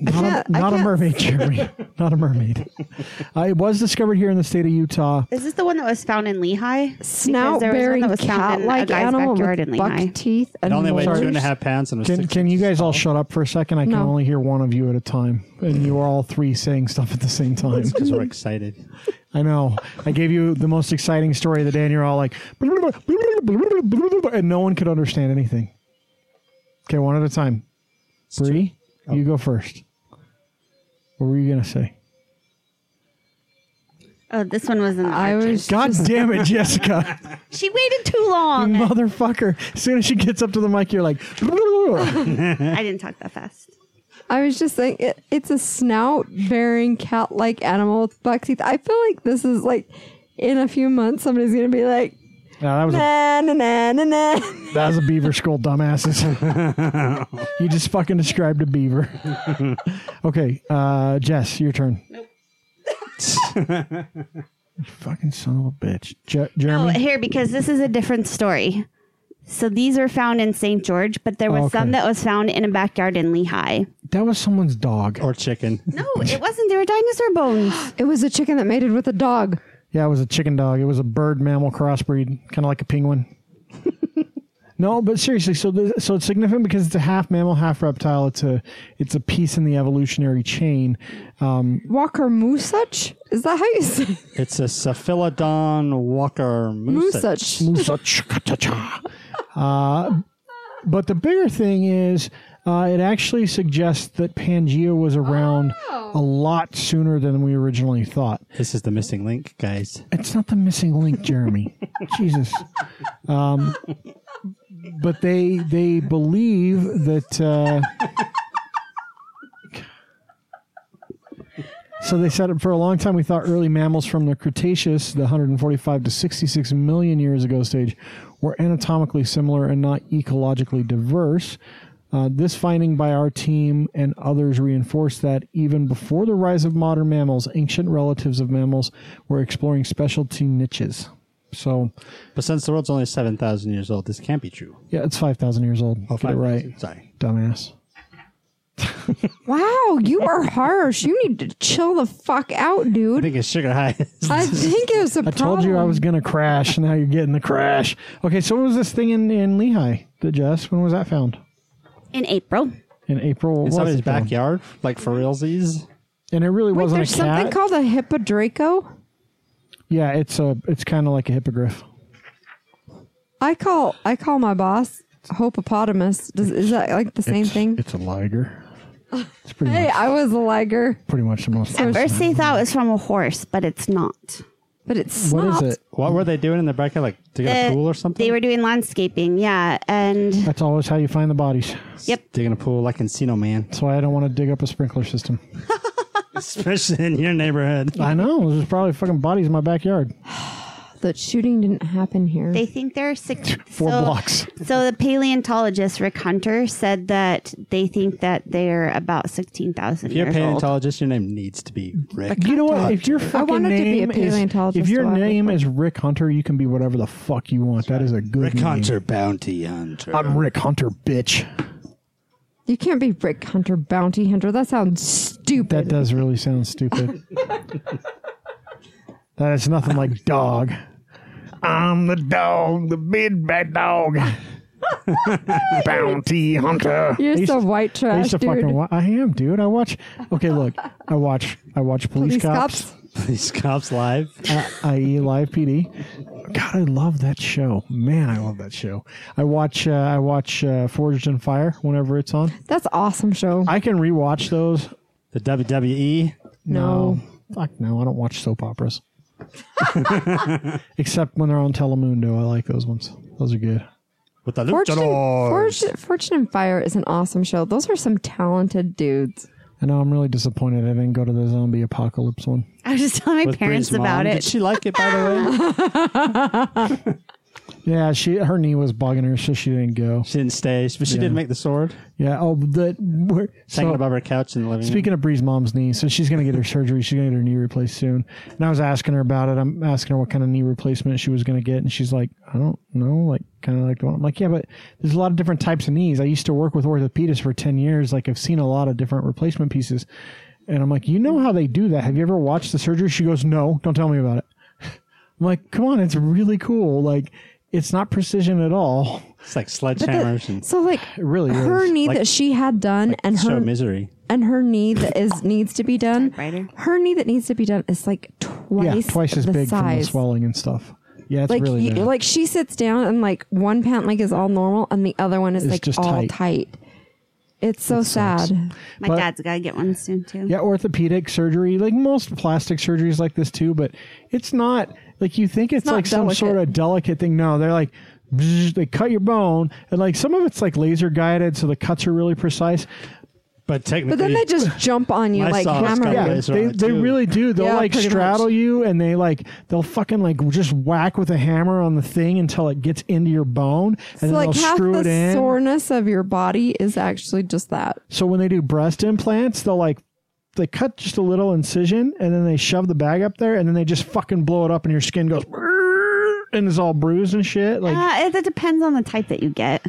Not, a,
can't- I
not a
can't-
mermaid, Jeremy. not a mermaid. Uh, it was discovered here in the state of Utah.
Is this the one that was found in Lehigh?
Snout
Because there was one
bearing
that was found in
cat
a
like
guy's
animal
backyard
with
in
buck
Lehigh.
teeth and
It only weighed
molars.
two and a half pounds and was
Can,
six
can you
inches
guys all
tall.
shut up for a second? I can
No.
only hear one of you at a time, and you are all three saying stuff at the same time.
Because we're excited.
I know. I gave you the most exciting story of the day, and you're all like, and no one could understand anything. Okay, one at a time. Bree, you go first. What were you gonna say?
Oh, this one was in the
I
Archer.
was
God damn it, Jessica,
She waited too long.
motherfucker! As soon as she gets up to the mic, you're like,
I didn't talk that fast.
I was just saying it, it's a snout bearing cat like animal with buck teeth. I feel like this is like in a few months somebody's gonna be like
"Nah, that was a
na na na na na.
that was a beaver skull, dumbasses. you just fucking described a beaver. okay, uh, Jess, your turn. Nope. fucking son of a bitch, Je- Jeremy.
Oh, here because this is a different story. So these were found in St. George, but there was
Oh, okay.
some that was found in a backyard in Lehigh.
That was someone's dog.
Or chicken.
No, it wasn't. They were dinosaur bones.
It was a chicken that mated with a dog.
Yeah, it was a chicken dog. It was a bird mammal crossbreed, kind of like a penguin. no, but seriously, so the, so it's significant because it's a half mammal, half reptile. It's a it's a piece in the evolutionary chain.
Walker Moosach? Is that how you say it?
It's a Cephalodon Walker Moose.
Moosach?
uh, but the bigger thing is, uh, it actually suggests that Pangea was around a lot sooner than we originally thought.
This is the missing link, guys.
It's not the missing link, Jeremy. Jesus. Um, but they they believe that. Uh, so they said it for a long time. We thought early mammals from the Cretaceous, the 145 to 66 million years ago stage, were anatomically similar and not ecologically diverse. Uh, this finding by our team and others reinforced that even before the rise of modern mammals, ancient relatives of mammals were exploring specialty niches. So,
But since the world's only 7,000 years old, this can't be true.
yeah, it's 5,000 years old. Get it
5,000.
right,
Oh, Sorry.
dumbass.
Wow, you are harsh. You need to chill the fuck out,
I
dude.
think it's sugar high.
I think it was a
I told you I was going to crash. Now you're getting the crash. Okay, so what was this thing in, in Lehigh, that Jess? When was that found?
In April,
In April?
In
what was
somebody's
it found?
backyard, like for realsies.
And it really wasn't a
There's something
cat.
called a hippodraco.
yeah, it's a. It's kind of like a hippogriff.
I call I call my boss Hopopotamus. Does, is that like the same
It's-
thing?
It's a liger. It's pretty
Hey,
much
I was a liger,
pretty much the most.
at first they thought it was from a horse, but it's not.
but it's
What
not.
is it?
What were they doing in the backyard? Like digging a
Uh,
pool or something?
They were doing landscaping, yeah, and
That's always how you find the bodies.
yep.
digging a pool like Encino Man,
That's why I don't want to dig up a sprinkler system.
especially in your neighborhood.
I know. There's probably fucking bodies in my backyard.
The shooting didn't happen here.
they think there are six
Four
so-
blocks.
So the paleontologist Rick Hunter said that they think that they're about sixteen thousand
If you're a
years old.
paleontologist, your name needs to be Rick.
You know what? If your
I
fucking
wanted to be a
name is
paleontologist
if your
a while
name is Rick Hunter, you can be whatever the fuck you want. That is a good
Rick
name.
Hunter, bounty hunter.
I'm Rick Hunter, bitch.
you can't be brick hunter, bounty hunter. That sounds
That
stupid.
does really sound stupid. that is nothing like dog. I'm the dog, the big bad dog. Bounty hunter.
You're
I used
so
to-
white
I
trash,
used to
dude.
fucking. Wa- I am, dude. I watch. Okay, look. I watch. I watch police,
Police
cops.
cops.
These cops live.
uh, i.e. Live PD. God, I love that show. Man, I love that show. I watch uh, I watch uh, Forged in Fire whenever it's on.
That's awesome show.
I can rewatch those.
The E WWE.
no.
Oh, Fuck no, I don't watch soap operas. Except when they're on Telemundo, I like those ones. Those are good.
With the
Fortune,
luchadors.
Fortune, Fortune and Fire is an awesome show. Those are some talented dudes.
I know I'm really disappointed I didn't go to the zombie apocalypse one.
I was just telling my
With
parents
Bree's mom.
about
Did
it.
she like it, by the way?
Yeah, she her knee was bugging her, so she didn't go.
she didn't stay, but she
Yeah.
did make the sword.
Yeah. Oh, that. we're-
Hanging
so-
above her couch in the living room.
Speaking of Bree's mom's knee, so she's going to get her surgery. She's going to get her knee replaced soon. And I was asking her about it. I'm asking her what kind of knee replacement she was going to get. And she's like, I don't know. Like, kind of like the one. I'm like, yeah, but there's a lot of different types of knees. I used to work with orthopedists for 10 years. Like, I've seen a lot of different replacement pieces. And I'm like, you know how they do that. Have you ever watched the surgery? She goes, no, don't tell me about it. I'm like, come on. It's really cool. Like, it's not precision at all.
It's like
But the-
sledgehammers and
so like
It really
her
is.
knee
Like-
that she had done and
show
her
misery.
and her knee that is needs to be done.
Typewriter.
Her knee that needs to be done is like twice,
yeah, twice as
the
big from the
size.
swelling and stuff. Yeah, it's
like
really
you-
bad.
like she sits down and like one pant leg is all normal and the other one is
It's
like
just
all
tight.
tight. It's so sad.
My
But-
dad's got to get one soon too.
Yeah, orthopedic surgery, like most plastic surgeries like this too, but it's not like you think it's,
not
like some
delicate.
sort of delicate thing. No, they're like bzzz, they cut your bone and like some of it's like laser guided so the cuts are really precise.
But technically,
But then they just jump on you
My
like
socks
hammer.
got
you.
Yeah,
Yeah,
laser on
they,
it,
they
too.
really do. They'll
Yeah,
like
pretty much.
straddle you and they like they'll fucking like just whack with a hammer on the thing until it gets into your bone and
So
then
like
they'll
half
screw it
the
in.
soreness of your body is actually just that.
So when they do breast implants, they'll like they cut just a little incision and then they shove the bag up there and then they just fucking blow it up and your skin goes "Brrr," and it's all bruised and shit. Like
Uh, it, it depends on the type that you get.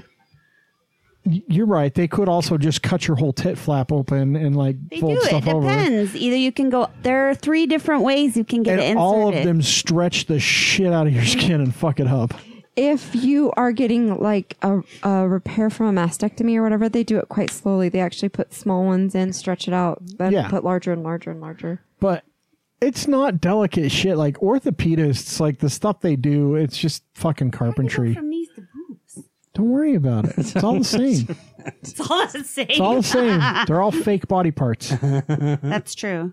y- you're right. They could also just cut your whole tit flap open and like
They
fold
do. It
stuff over.
depends. Either you can go. There are three different ways you can get
And
it inserted.
all of them stretch the shit out of your skin and fuck it up.
If you are getting like a, a repair from a mastectomy or whatever, they do it quite slowly. They actually put small ones in, stretch it out, then
Yeah.
put larger and larger and larger.
But it's not delicate shit. Like orthopedists, like the stuff they do, it's just fucking carpentry.
From knees to boobs.
Don't worry about it. It's all the same.
That's all I'm saying.
It's all the same. They're all fake body parts.
That's true.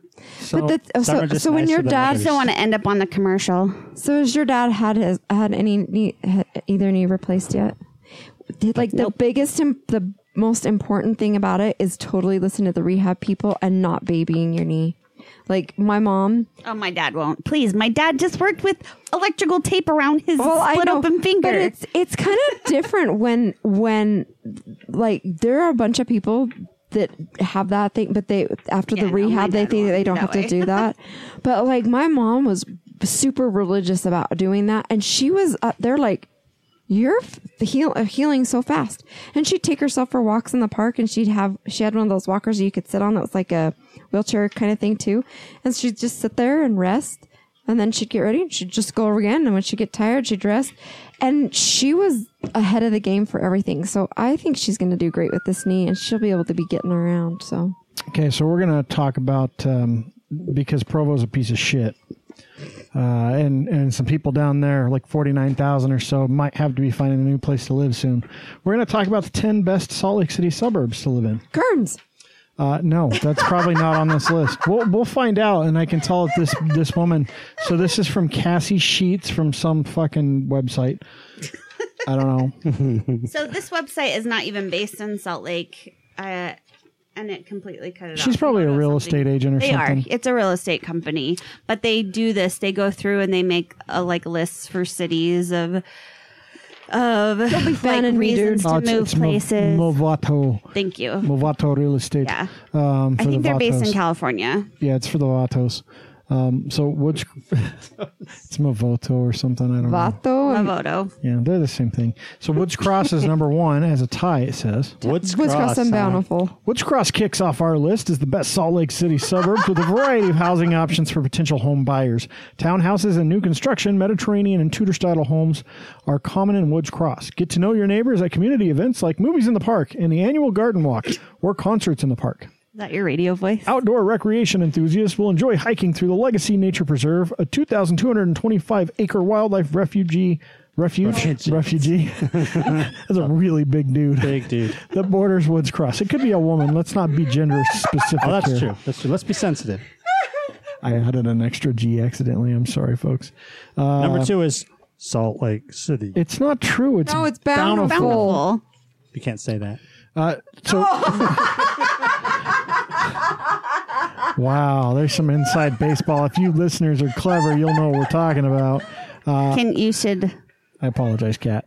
but that's, oh,
some
so,
are just
so when
nicer
your
than
dad,
others.
Don't want to end up on the commercial.
so has your dad had his, had any knee, had either knee replaced yet? Did, like the biggest, im- the most important thing about it is totally listen to the rehab people and not babying your knee. Like my mom,
Oh, my dad won't. Please, my dad just worked with electrical tape around his
well, I
split
know,
open finger.
But it's it's kind of different when when like there are a bunch of people that have that thing, but they after
Yeah,
the
no, my
rehab they
dad
think
won't
that they
do
don't
that
have
way.
to do that. but like my mom was super religious about doing that, and she was up there like. You're f- heal- uh, healing so fast, and she'd take herself for walks in the park, and she'd have she had one of those walkers you could sit on that was like a wheelchair kind of thing too, and she'd just sit there and rest, and then she'd get ready and she'd just go over again. And when she'd get tired, she'd rest. And she was ahead of the game for everything. So I think she's going to do great with this knee and she'll be able to be getting around. So
Okay, so we're gonna talk about um, because Provo's a piece of shit, uh, and and some people down there, like forty nine thousand or so, might have to be finding a new place to live soon. We're gonna talk about the ten best Salt Lake City suburbs to live in.
Kearns.
Uh, no, that's probably not on this list. We'll we'll find out, and I can tell it this this woman. So this is from Cassie Sheets from some fucking website. I don't know.
so this website is not even based in Salt Lake, uh, and it completely cut it off.
She's probably a real
Something-
estate agent or
They
something.
are. It's a real estate company, but they do this. They go through and they make uh like lists for cities of of like
fanning me, dude.
reasons to
Oh,
move
Mo-
places.
Movato,
Thank you.
Movato Real Estate.
yeah,
Um,
I
for
think
the
they're based
Vatos.
in California.
Yeah, it's for the Vatos. Um, so which it's Mavoto or something. I don't know.
Oh,
Vato. and-
Lavoto.
Yeah, they're the same thing. So Woods Cross is number one as a tie. It says
Woods
Woods
Cross,
Cross and
huh?
Bountiful.
Woods Cross kicks off our list as the best Salt Lake City suburbs with a variety of housing options for potential home buyers. Townhouses and new construction, Mediterranean and Tudor style homes are common in Woods Cross. Get to know your neighbors at community events like movies in the park and the annual garden walk or concerts in the park.
that your radio voice?
Outdoor recreation enthusiasts will enjoy hiking through the Legacy Nature Preserve, a 2,225 acre wildlife refugee. Refuge?
Refuge.
Refugee. That's a really big dude
Big dude.
that borders Woods Cross. It could be a woman. Let's not be gender specific.
Oh, that's
here.
true. That's true. Let's be sensitive.
I added an extra G accidentally. I'm sorry, folks.
Number two is Salt Lake City.
It's not true. It's
No, it's bountiful.
Bountiful.
you can't say that.
Uh, so. wow, there's some inside baseball. If you listeners are clever, you'll know what we're talking about. Uh,
Can you should?
I apologize, Kat.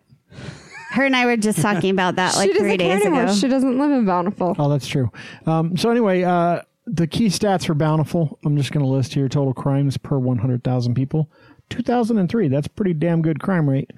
Her and I were just talking about that like
she doesn't
three
care
days
anymore.
ago.
She doesn't live in Bountiful.
Oh, that's true. Um, so anyway, uh, the key stats for Bountiful. I'm just going to list here: total crimes per 100,000 people, 2003. That's pretty damn good crime rate.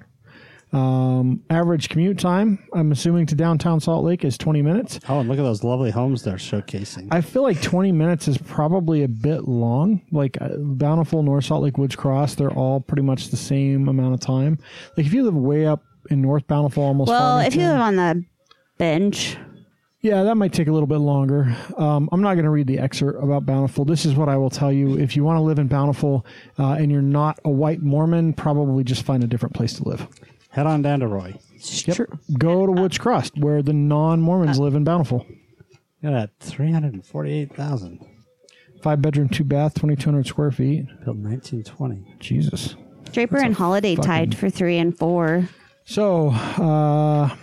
Um, average commute time, I'm assuming to downtown Salt Lake is 20 minutes.
Oh, and look at those lovely homes they're showcasing.
I feel like 20 minutes is probably a bit long. Like uh, Bountiful, North Salt Lake, Woods Cross, they're all pretty much the same amount of time. Like if you live way up in North Bountiful, almost
Well, if
Farmington,
you live on the bench,
yeah, that might take a little bit longer. Um, I'm not going to read the excerpt about Bountiful. This is what I will tell you: if you want to live in Bountiful uh, and you're not a white Mormon, probably just find a different place to live.
Head on down to Roy.
Sure. Go
uh,
to Woods Cross, where the non-Mormons live in Bountiful.
Look at that, 348,000.
Five bedroom, two bath, 2,200 square feet.
Built 1920.
Jesus.
Draper and Holiday tied for three and four.
So, uh,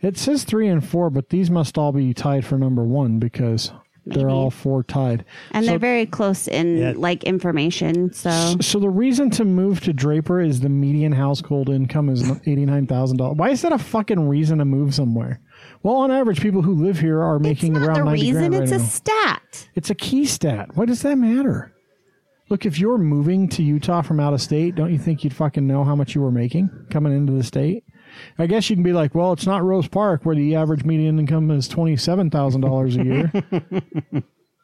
it says three and four, but these must all be tied for number one because they're
Maybe.
all four tied.
And
so,
they're very close in
Yeah.
like information. So
so the reason to move to Draper is the median household income is eighty nine thousand dollars. Why is that a fucking reason to move somewhere? Well, on average, people who live here are making
it's not
around
the
ninety
reason
grand right
it's a
now.
stat.
It's a key stat. Why does that matter? Look, if you're moving to Utah from out of state, don't you think you'd fucking know how much you were making coming into the state? I guess you can be like, well, it's not Rose Park where the average median income is twenty seven thousand dollars a year.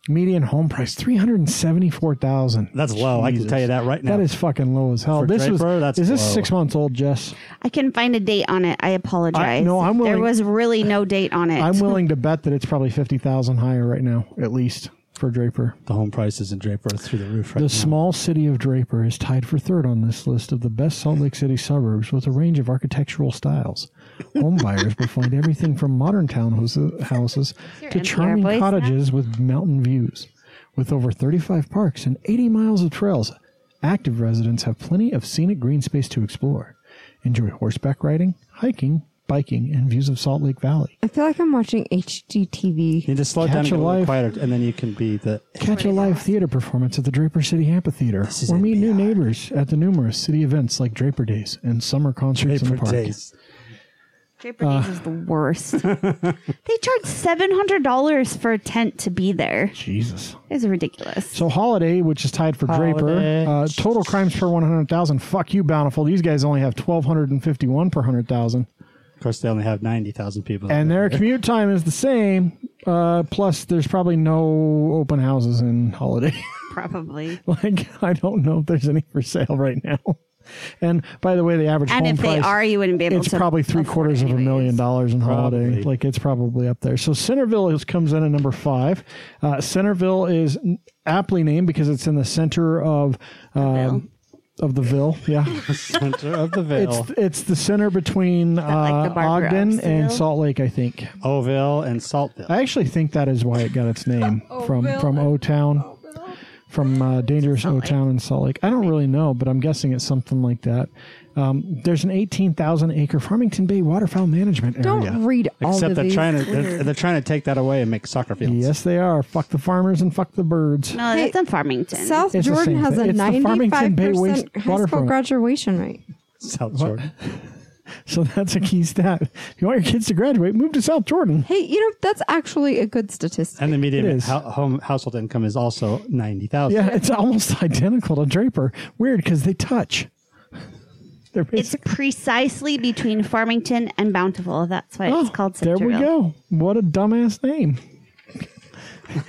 median home price three hundred and seventy four thousand.
That's low. I can tell you that right now.
That is fucking low as hell.
For
this
Draper,
was
that's
is this
low.
six months old, Jess?
I can find a date on it. I apologize.
no, I'm
There
willing-
was really no date on it.
I'm willing to bet that it's probably fifty thousand higher right now, at least for Draper.
The home prices in Draper are through the roof right
The
now.
small city of Draper is tied for third on this list of the best Salt Lake City suburbs with a range of architectural styles. Home buyers will find everything from modern townhouses to
NPR
charming
voice now?
cottages with mountain views. With over 35 parks and 80 miles of trails, active residents have plenty of scenic green space to explore. Enjoy horseback riding, hiking, biking, and views of Salt Lake Valley.
I feel like I'm watching HGTV.
you need to slow
Catch
down and get a
a
little
life.
quieter, and then you can be the.
Catch a live theater performance at the Draper City Amphitheater,
is
or meet new
NPR.
neighbors at the numerous city events like Draper Days and summer concerts in the park.
days.
Draper Days
uh,
is the worst. they charge seven hundred dollars for a tent to be there.
Jesus.
It's ridiculous.
So Holiday, which is tied for
Holiday.
Draper, uh, total crimes per 100,000. Fuck you, Bountiful. These guys only have 1,251 per 100,000.
Of course, they only have 90,000 people.
And their commute time is the same. Uh, plus, there's probably no open houses in Holiday.
Probably.
like, I don't know if there's any for sale right now. And by the way, the average
And
home
if they
price-
are, you wouldn't be able
it's
to.
probably three
afford
quarters of a
anyways.
million dollars in holiday.
Probably.
Like it's probably up there. So Centerville is, comes in at number five. Uh, Centerville is n- aptly named because it's in the center of um, of the Ville. Yeah,
center of the Vale.
it's it's the center between uh,
like the Barbara
Ogden and
Oxville?
Salt Lake. I think.
Oville and Saltville.
I actually think that is why it got its name
Oh,
from from O Town, from uh, Dangerous O Town in Salt Lake. I don't really know, but I'm guessing it's something like that. Um, there's an 18,000 acre Farmington Bay waterfowl management area.
Don't read all
Except
of
they're
these.
trying to they're, they're trying to take that away and make soccer fields.
Yes, they are. Fuck the farmers and fuck the birds.
No, Uh,
Hey,
that's in Farmington.
South
It's the
Jordan
same
has
thing.
a
It's the Farmington
ninety-five
Bay
percent
Waste
high school
waterfront.
graduation rate.
South Jordan.
So that's a key stat. If you want your kids to graduate, move to South Jordan.
Hey, you know that's actually a good statistic.
And the median
is.
hou- home household income is also 90,000.
Yeah, it's almost identical to Draper. Weird because they touch. They're
It's
basically.
precisely between Farmington and Bountiful. That's why it's
Oh,
called
There
Centerville.
we go. What a dumbass name.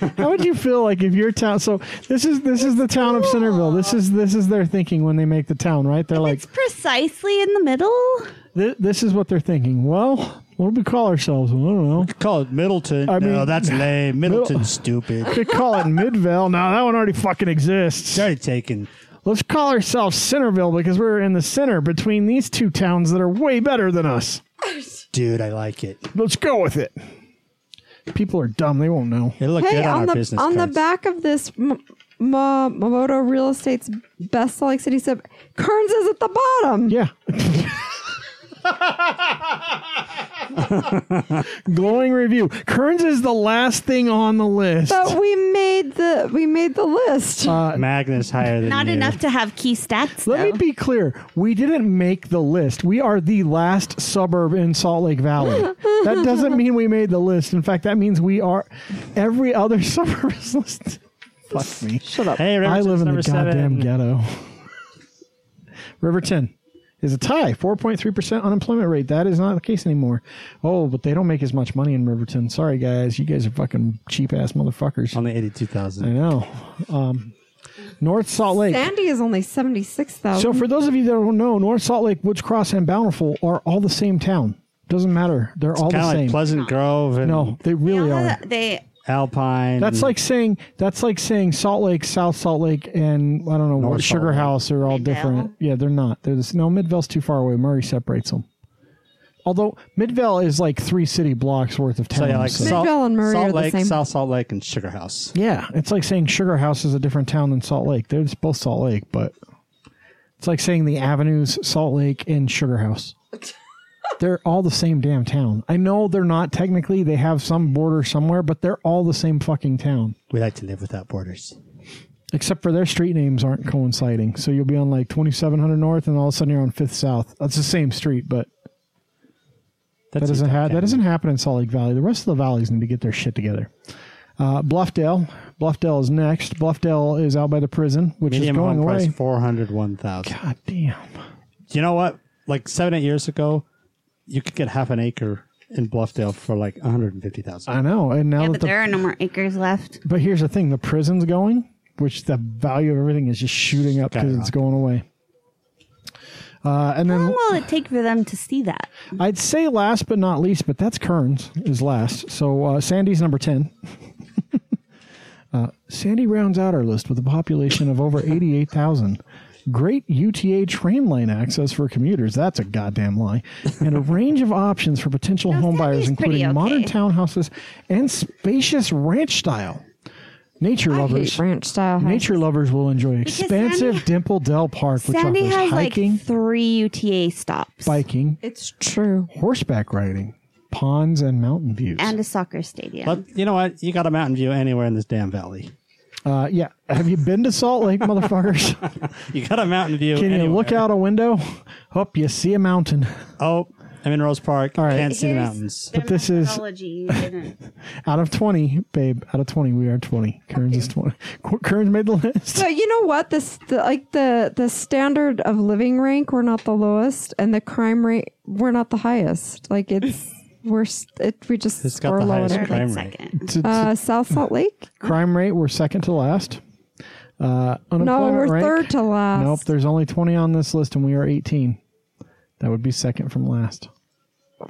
How would you feel like if your town? So this is this is the town of Centerville. This is this is their thinking when they make the town, right? They're like,
It's precisely in the middle.
Th- this is what they're thinking. Well, What do we call ourselves? I don't know.
Call it Middleton.
I
no,
mean-
that's lame. Middleton's stupid.
They call it Midvale. No, that one already fucking exists.
It's already taken.
Let's call ourselves Centerville because we're in the center between these two towns that are way better than us.
Dude, I like it.
Let's go with it. People are dumb. They won't know.
It looked
hey,
good on,
on,
our
the
business
on the
cards.
back of this M- Ma- Momoto Real Estate's best selling city sub, Kearns is at the bottom.
Yeah. Glowing review. Kearns is the last thing on the list.
But we made the we made the list.
Magnus higher than
Not
you.
enough to have key stats.
Let me
though.
be clear. We didn't make the list. We are the last suburb in Salt Lake Valley. that doesn't mean we made the list. In fact, that means we are every other suburb is listed. Fuck me.
Shut up.
Hey,
I
Riverson's
live in the
number
goddamn
seven.
ghetto. Riverton is a tie, 4.3% unemployment rate. That is not the case anymore. Oh, but they don't make as much money in Riverton. Sorry, guys. You guys are fucking cheap ass motherfuckers.
Only eighty-two
I
thousand.
know. Um, North Salt Lake.
Sandy is only seventy six
So,
thousand.
for those of you that don't know, North Salt Lake, Woods Cross, and Bountiful are all the same town. Doesn't matter. They're all
Kind
the
of like
same.
Pleasant Grove and
no, they really
Yeah,
are.
that- They
Alpine.
That's
and
like saying that's like saying Salt Lake, South Salt Lake, and I don't know what
Salt
Sugar
Lake.
House are all
Midvale.
different. Yeah, they're not. They're this, no Midvale's too far away. Murray separates them. Although Midvale is like three city blocks worth of
so
town.
yeah, like Salt,
Midvale and Murray
Salt
are the
Lake,
same.
South Salt Lake, and Sugar House.
Yeah, it's like saying Sugar House is a different town than Salt Lake. They're just both Salt Lake, but it's like saying the avenues, Salt Lake, and Sugar House. they're all the same damn town. I know they're not technically, they have some border somewhere, but they're all the same fucking town.
We like to live without borders.
Except for their street names aren't coinciding. So you'll be on like 2700 North and all of a sudden you're on 5th South. That's the same street, but
That's
that doesn't,
Utah
ha- that
County.
doesn't happen in Salt Lake Valley. The rest of the valleys need to get their shit together. Uh, Bluffdale. Bluffdale is next. Bluffdale is out by the prison, which
Medium
is going
home
away.
price four hundred one thousand.
God damn.
You know what? Like seven eight years ago, you could get half an acre in Bluffdale for like one hundred and fifty thousand.
I know. And now
yeah,
that
but
the,
there are no more acres left.
but here's the thing: the prison's going, which the value of everything is just shooting up because it's
Skyrocket.
going away. Uh, and then
How long will it Oh, take for them to see that?
I'd say last but not least, but that's Kearns is last. So uh, Sandy's number 10. uh, Sandy rounds out our list with a population of over 88,000. Great UTA train line access for commuters. That's a goddamn lie. And a range of options for potential home buyers,
Sandy's pretty
including modern
okay.
townhouses and spacious ranch style. Nature
I
lovers.
hate ranch style. house.
Nature lovers will enjoy expansive
Sandy-
Dimple Dell Park, which
Sandy
offers
has
hiking,
like three UTA stops
biking,
It's true.
horseback riding, ponds, and mountain views.
and a soccer stadium.
But you know what? You got a mountain view anywhere in this damn valley.
uh, yeah. Have you been to Salt Lake, motherfuckers?
You got a mountain view.
Can you
anywhere.
look out a window? Hope you see a mountain.
Oh, I'm in Rose Park.
right.
Can't see the
Here's
mountains.
their
But this is-
methodology didn't-
Out of 20, babe, out of 20, we are 20. Kearns is 20. Ke- Kearns made the list.
So you know what? This the, like the the standard of living rank we're not the lowest, and the crime rate we're not the highest. Like it's we're st- it we just
It's got
we're
the
low. in
highest
they're
it.
crime
like
rate.
second.
It's- it's-
Uh, South Salt Lake?
crime rate, we're second to last. Uh,
No,
unemployment
we're
rank-
third to last.
Nope, there's only 20 on this list, and we are 18. That would be second from last.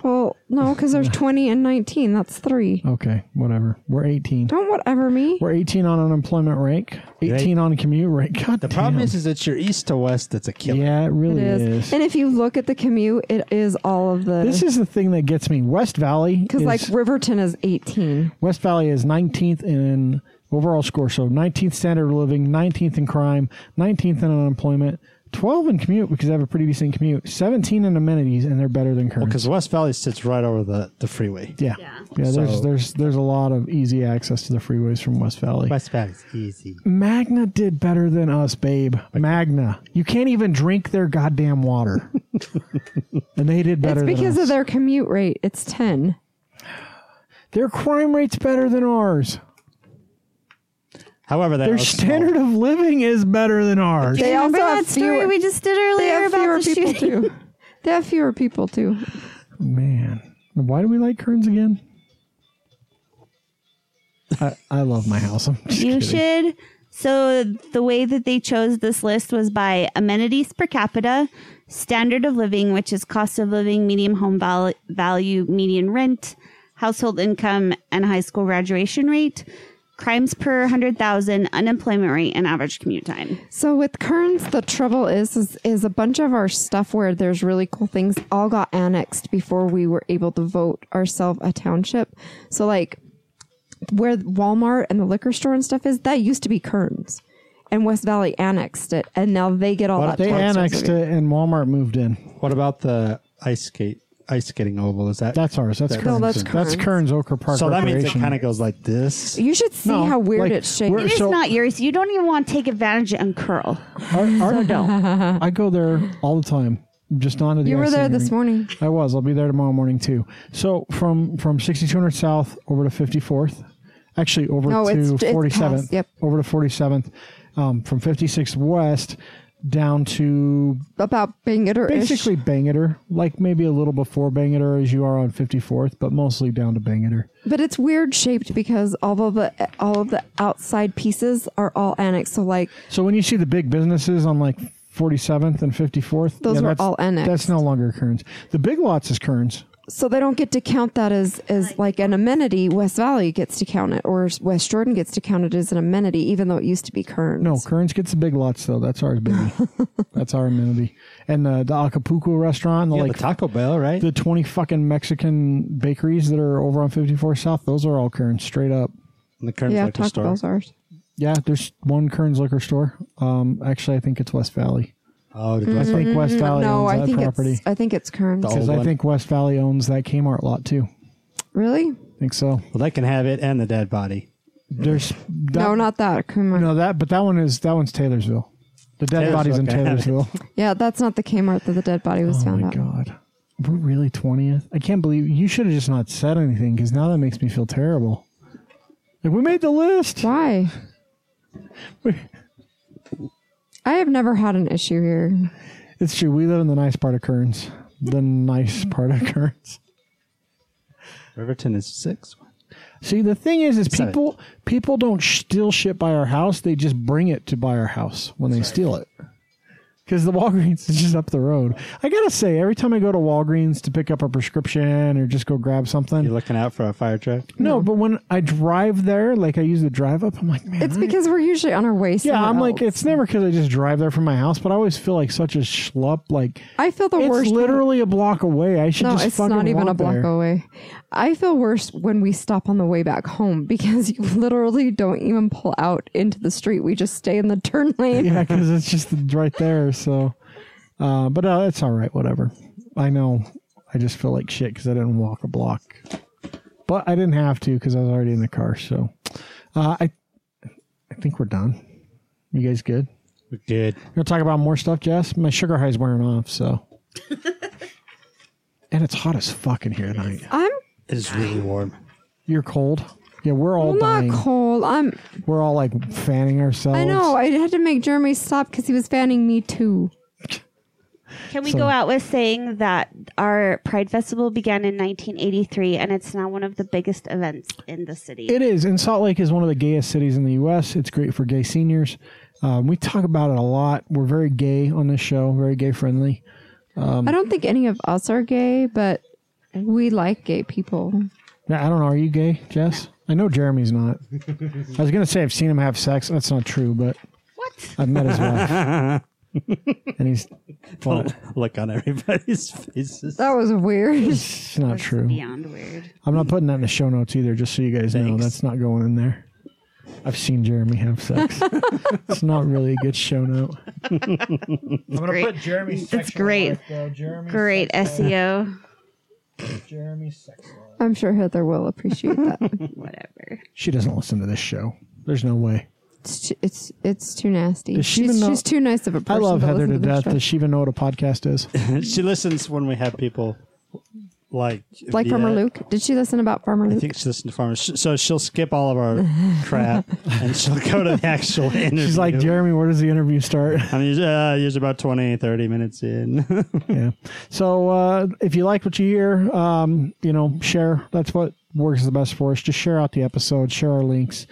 Well, no, because there's 20 and 19. That's three.
Okay, whatever. We're 18.
Don't whatever me.
We're 18 on unemployment rank, 18 on commute rank. God
The
damn.
problem is, is it's your east to west that's a killer.
yeah, it
It
really
is.
is.
And if you look at the commute, it is all of the.
This is the thing that gets me. West Valley
because
is-
like Riverton is 18.
West Valley is 19th in overall score, so 19th standard of living, 19th in crime, 19th in unemployment, 12 in commute because I have a pretty decent commute, 17 in amenities, and they're better than current.
Because West Valley sits right over the, the freeway.
yeah, yeah.
Yeah.
there's
So-
there's there's a lot of easy access to the freeways from West Valley.
West Valley's easy.
Magna did better than us, babe. Magna, you can't even drink their goddamn water, and they did better.
It's
than
because
us.
of their commute rate. It's 10.
their crime rate's better than ours.
However, they
Their
are small.
standard of living is better than ours.
They
Remember
also
that
have
story
fewer.
we just did earlier
They have
about
fewer
the
people
shooting?
too. They have fewer people too.
Man, why do we like Kearns again? I, I love my house. I'm just
You
kidding. Uh,
should So the way that they chose this list was by amenities per capita, standard of living, which is cost of living, medium home val- value, median rent, household income, and high school graduation rate, crimes per 100,000, unemployment rate, and average commute time.
So with Kerns, the trouble is, is is a bunch of our stuff where there's really cool things all got annexed before we were able to vote ourselves a township. So like where Walmart and the liquor store and stuff is, that used to be Kerns, and West Valley annexed it, and now they get all
What
that.
They
parts of
annexed it and Walmart moved in.
What about the ice skate, ice skating oval? Is that
That's ours. That's
No,
Kearns.
that's
That's
Kearns.
Kearns Oker Park.
so? That means it
Recreation.
kind of goes like this.
You should see
No,
how weird
like,
it's shaped.
we're-
It is
So-
not yours. You don't even want to take advantage and curl.
Our, our, I go there all the time. Just onto the.
You were
ice
there
skating
this
rink.
morning.
I was. I'll be there tomorrow morning too. So from from 6200 South over to 54th, actually over
No,
to
it's- it's
47th.
past, yep.
Over to 47th, um, from 56th West down to
About Bangor.
basically Bangor, like maybe a little before Bangor as you are on 54th, but mostly down to Bangor.
But it's weird shaped because all of the all of the outside pieces are all annexed. So like
So when you see the big businesses on like 47th and 54th,
Those were
that's-
all annexed.
That's no longer Kearns. The big lots is Kearns.
so they don't get to count that as as like an amenity. West Valley gets to count it, or West Jordan gets to count it as an amenity, even though it used to be Kearns.
No, Kearns gets the big lots though. That's ours, baby. That's our amenity. And uh, the, the Acapulco restaurant, the,
Yeah,
like
the Taco Bell, right?
the twenty fucking Mexican bakeries that are over on fifty four South. Those are all Kearns, straight up.
the current
yeah,
liquor
Taco
store.
Bell's ours.
Yeah, there's one Kearns liquor store. Um, actually, I think it's West Valley.
Oh, did
Mm-hmm.
West
I think West Valley
Mm, no,
owns
I
that
think
property.
it's I think it's Kearns.
The-
Because I think West Valley owns that Kmart lot too.
Really?
think so.
Well, they can have it and the dead body.
There's that,
no, not that. Kumar.
no that, but that one is that one's Taylorsville. The dead body's in
Taylorsville,
Taylorsville.
Yeah, that's not the Kmart that the dead body was
Oh
found
my
at.
god, we're really twentieth. I can't believe you should have just not said anything because now that makes me feel terrible. Like we made the list.
Why? I have never had an issue here.
It's true. We live in the nice part of Kearns. The nice part of Kearns.
Riverton is six.
See, the thing is, is
Sorry.
people people don't steal shit by our house. They just bring it to buy our house when they steal it. Because the Walgreens is just up the road. I gotta say, every time I go to Walgreens to pick up a prescription or just go grab something,
You're looking out for a fire truck.
no. But when I drive there, like I use the drive up, I'm like, man,
It's
I-
because we're usually on our way.
yeah,
somewhere
I'm like,
else.
it's never because I just drive there from my house. But I always feel like such a schlup. Like
I feel the
it's
worst. when-
literally a block away. I should
No,
just
it's
fucking
not even
walk
a block
there.
away. I feel worse when we stop on the way back home because you literally don't even pull out into the street. We just stay in the turn lane.
yeah, because it's just right there. So, uh, but uh, it's all right. Whatever. I know. I just feel like shit because I didn't walk a block, but I didn't have to because I was already in the car. So, uh, I, I think we're done. You guys good?
We did.
We're gonna talk about more stuff, Jess. My sugar high's wearing off, so. and it's hot as fuck in here tonight.
I'm
It is really warm.
You're cold. Yeah, we're all
not
dying.
cold. I'm.
We're all like fanning ourselves.
I know. I had to make Jeremy stop because he was fanning me too.
Can we go out with saying that our Pride Festival began in 1983 and it's now one of the biggest events in the city?
It is, and Salt Lake is one of the gayest cities in the U.S. It's great for gay seniors. Um, we talk about it a lot. We're very gay on this show, very gay friendly. Um,
I don't think any of us are gay, but we like gay people.
Now, I don't know. Are you gay, Jess? I know Jeremy's not. I was gonna say I've seen him have sex. That's not true, but
what?
I've met his wife, and he's well,
Look on everybody's faces.
Oh.
That was weird.
it's not true.
Beyond weird.
I'm not putting that in the show notes either, just so you guys know
Thanks.
that's not going in there. I've seen Jeremy have sex. it's not really a good show note. I'm gonna
great. put
Jeremy's.
It's great. life,
Jeremy
Great E SEO.
Jeremy's sex life.
I'm sure Heather will appreciate that.
Whatever.
She doesn't listen to this show. There's no way.
It's too, it's it's too nasty.
Does she
She's,
even know-
she's too nice of a
I
person.
love Heather
listen
to
this
death.
show.
Does she even know what a podcast is?
she listens when we have people like
like Farmer
Viet-
Luke. Did she listen about Farmer
I
Luke?
think she listened to Farmer. So she'll skip all of our crap and she'll go to the actual interview.
She's like, Jeremy, where does the interview start?
I mean, uh, there's about 20, 30 minutes in.
yeah. So uh, if you like what you hear, um, you know, share. That's what works the best for us. Just share out the episode, share our links.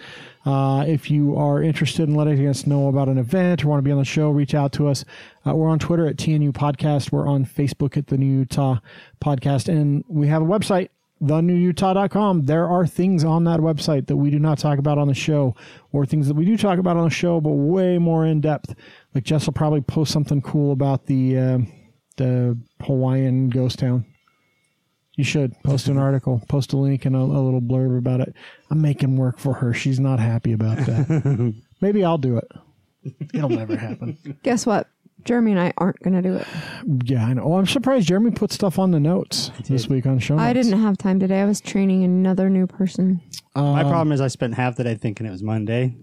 Uh, if you are interested in letting us know about an event or want to be on the show, reach out to us. Uh, we're on Twitter at TNU Podcast. We're on Facebook at the New Utah Podcast. And we have a website, thenewutah.com. There are things on that website that we do not talk about on the show or things that we do talk about on the show, but way more in depth. Like Jess will probably post something cool about the, uh, the Hawaiian ghost town. You should post an article, post a link, and a, a little blurb about it. I'm making work for her. She's not happy about that. Maybe I'll do it. It'll never happen.
Guess what? Jeremy and I aren't going to do it.
Yeah, I know. Oh, I'm surprised Jeremy put stuff on the notes this week on show notes.
I didn't have time today. I was training another new person.
Uh.
My problem is I spent half the day thinking it was Monday,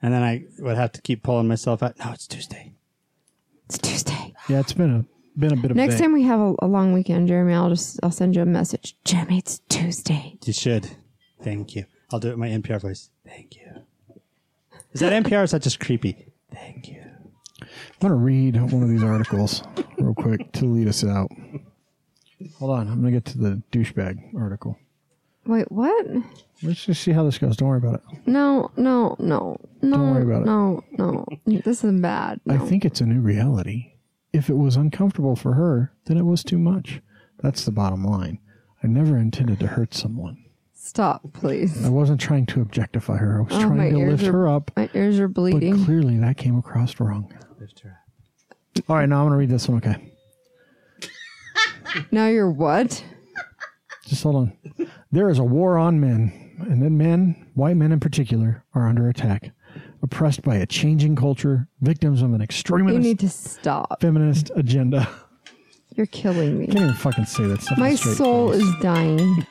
and then I would have to keep pulling myself out. No, it's Tuesday.
It's Tuesday.
Yeah, it's been a been a bit of
Next
a day.
time we have a, a long weekend, Jeremy, I'll just I'll send you a message. Jeremy, it's Tuesday.
You should. Thank you. I'll do it in my NPR voice. Thank you. Is that NPR? Or is that just creepy? Thank you.
I'm gonna read one of these articles real quick to lead us out. Hold on, I'm gonna get to the douchebag article.
Wait, what?
Let's just see how this goes. Don't worry about it.
No, no, no, no.
Don't worry about it.
No, no. This is bad.
I
No.
think it's a new reality. If it was uncomfortable for her, then it was too much. That's the bottom line. I never intended to hurt someone.
Stop, please.
I wasn't trying to objectify her. I was
Oh, my
trying to
ears
lift
are-
her up,
My ears are
but
bleeding.
clearly that came across wrong. All right, now I'm going to read this one. Okay.
Now you're what?
Just hold on. There is a war on men, and then men, white men in particular, are under attack, oppressed by a changing culture, victims of an
You
extremist
need to stop.
feminist agenda.
You're killing me.
Can't even fucking say that stuff.
My
straight.
soul is dying.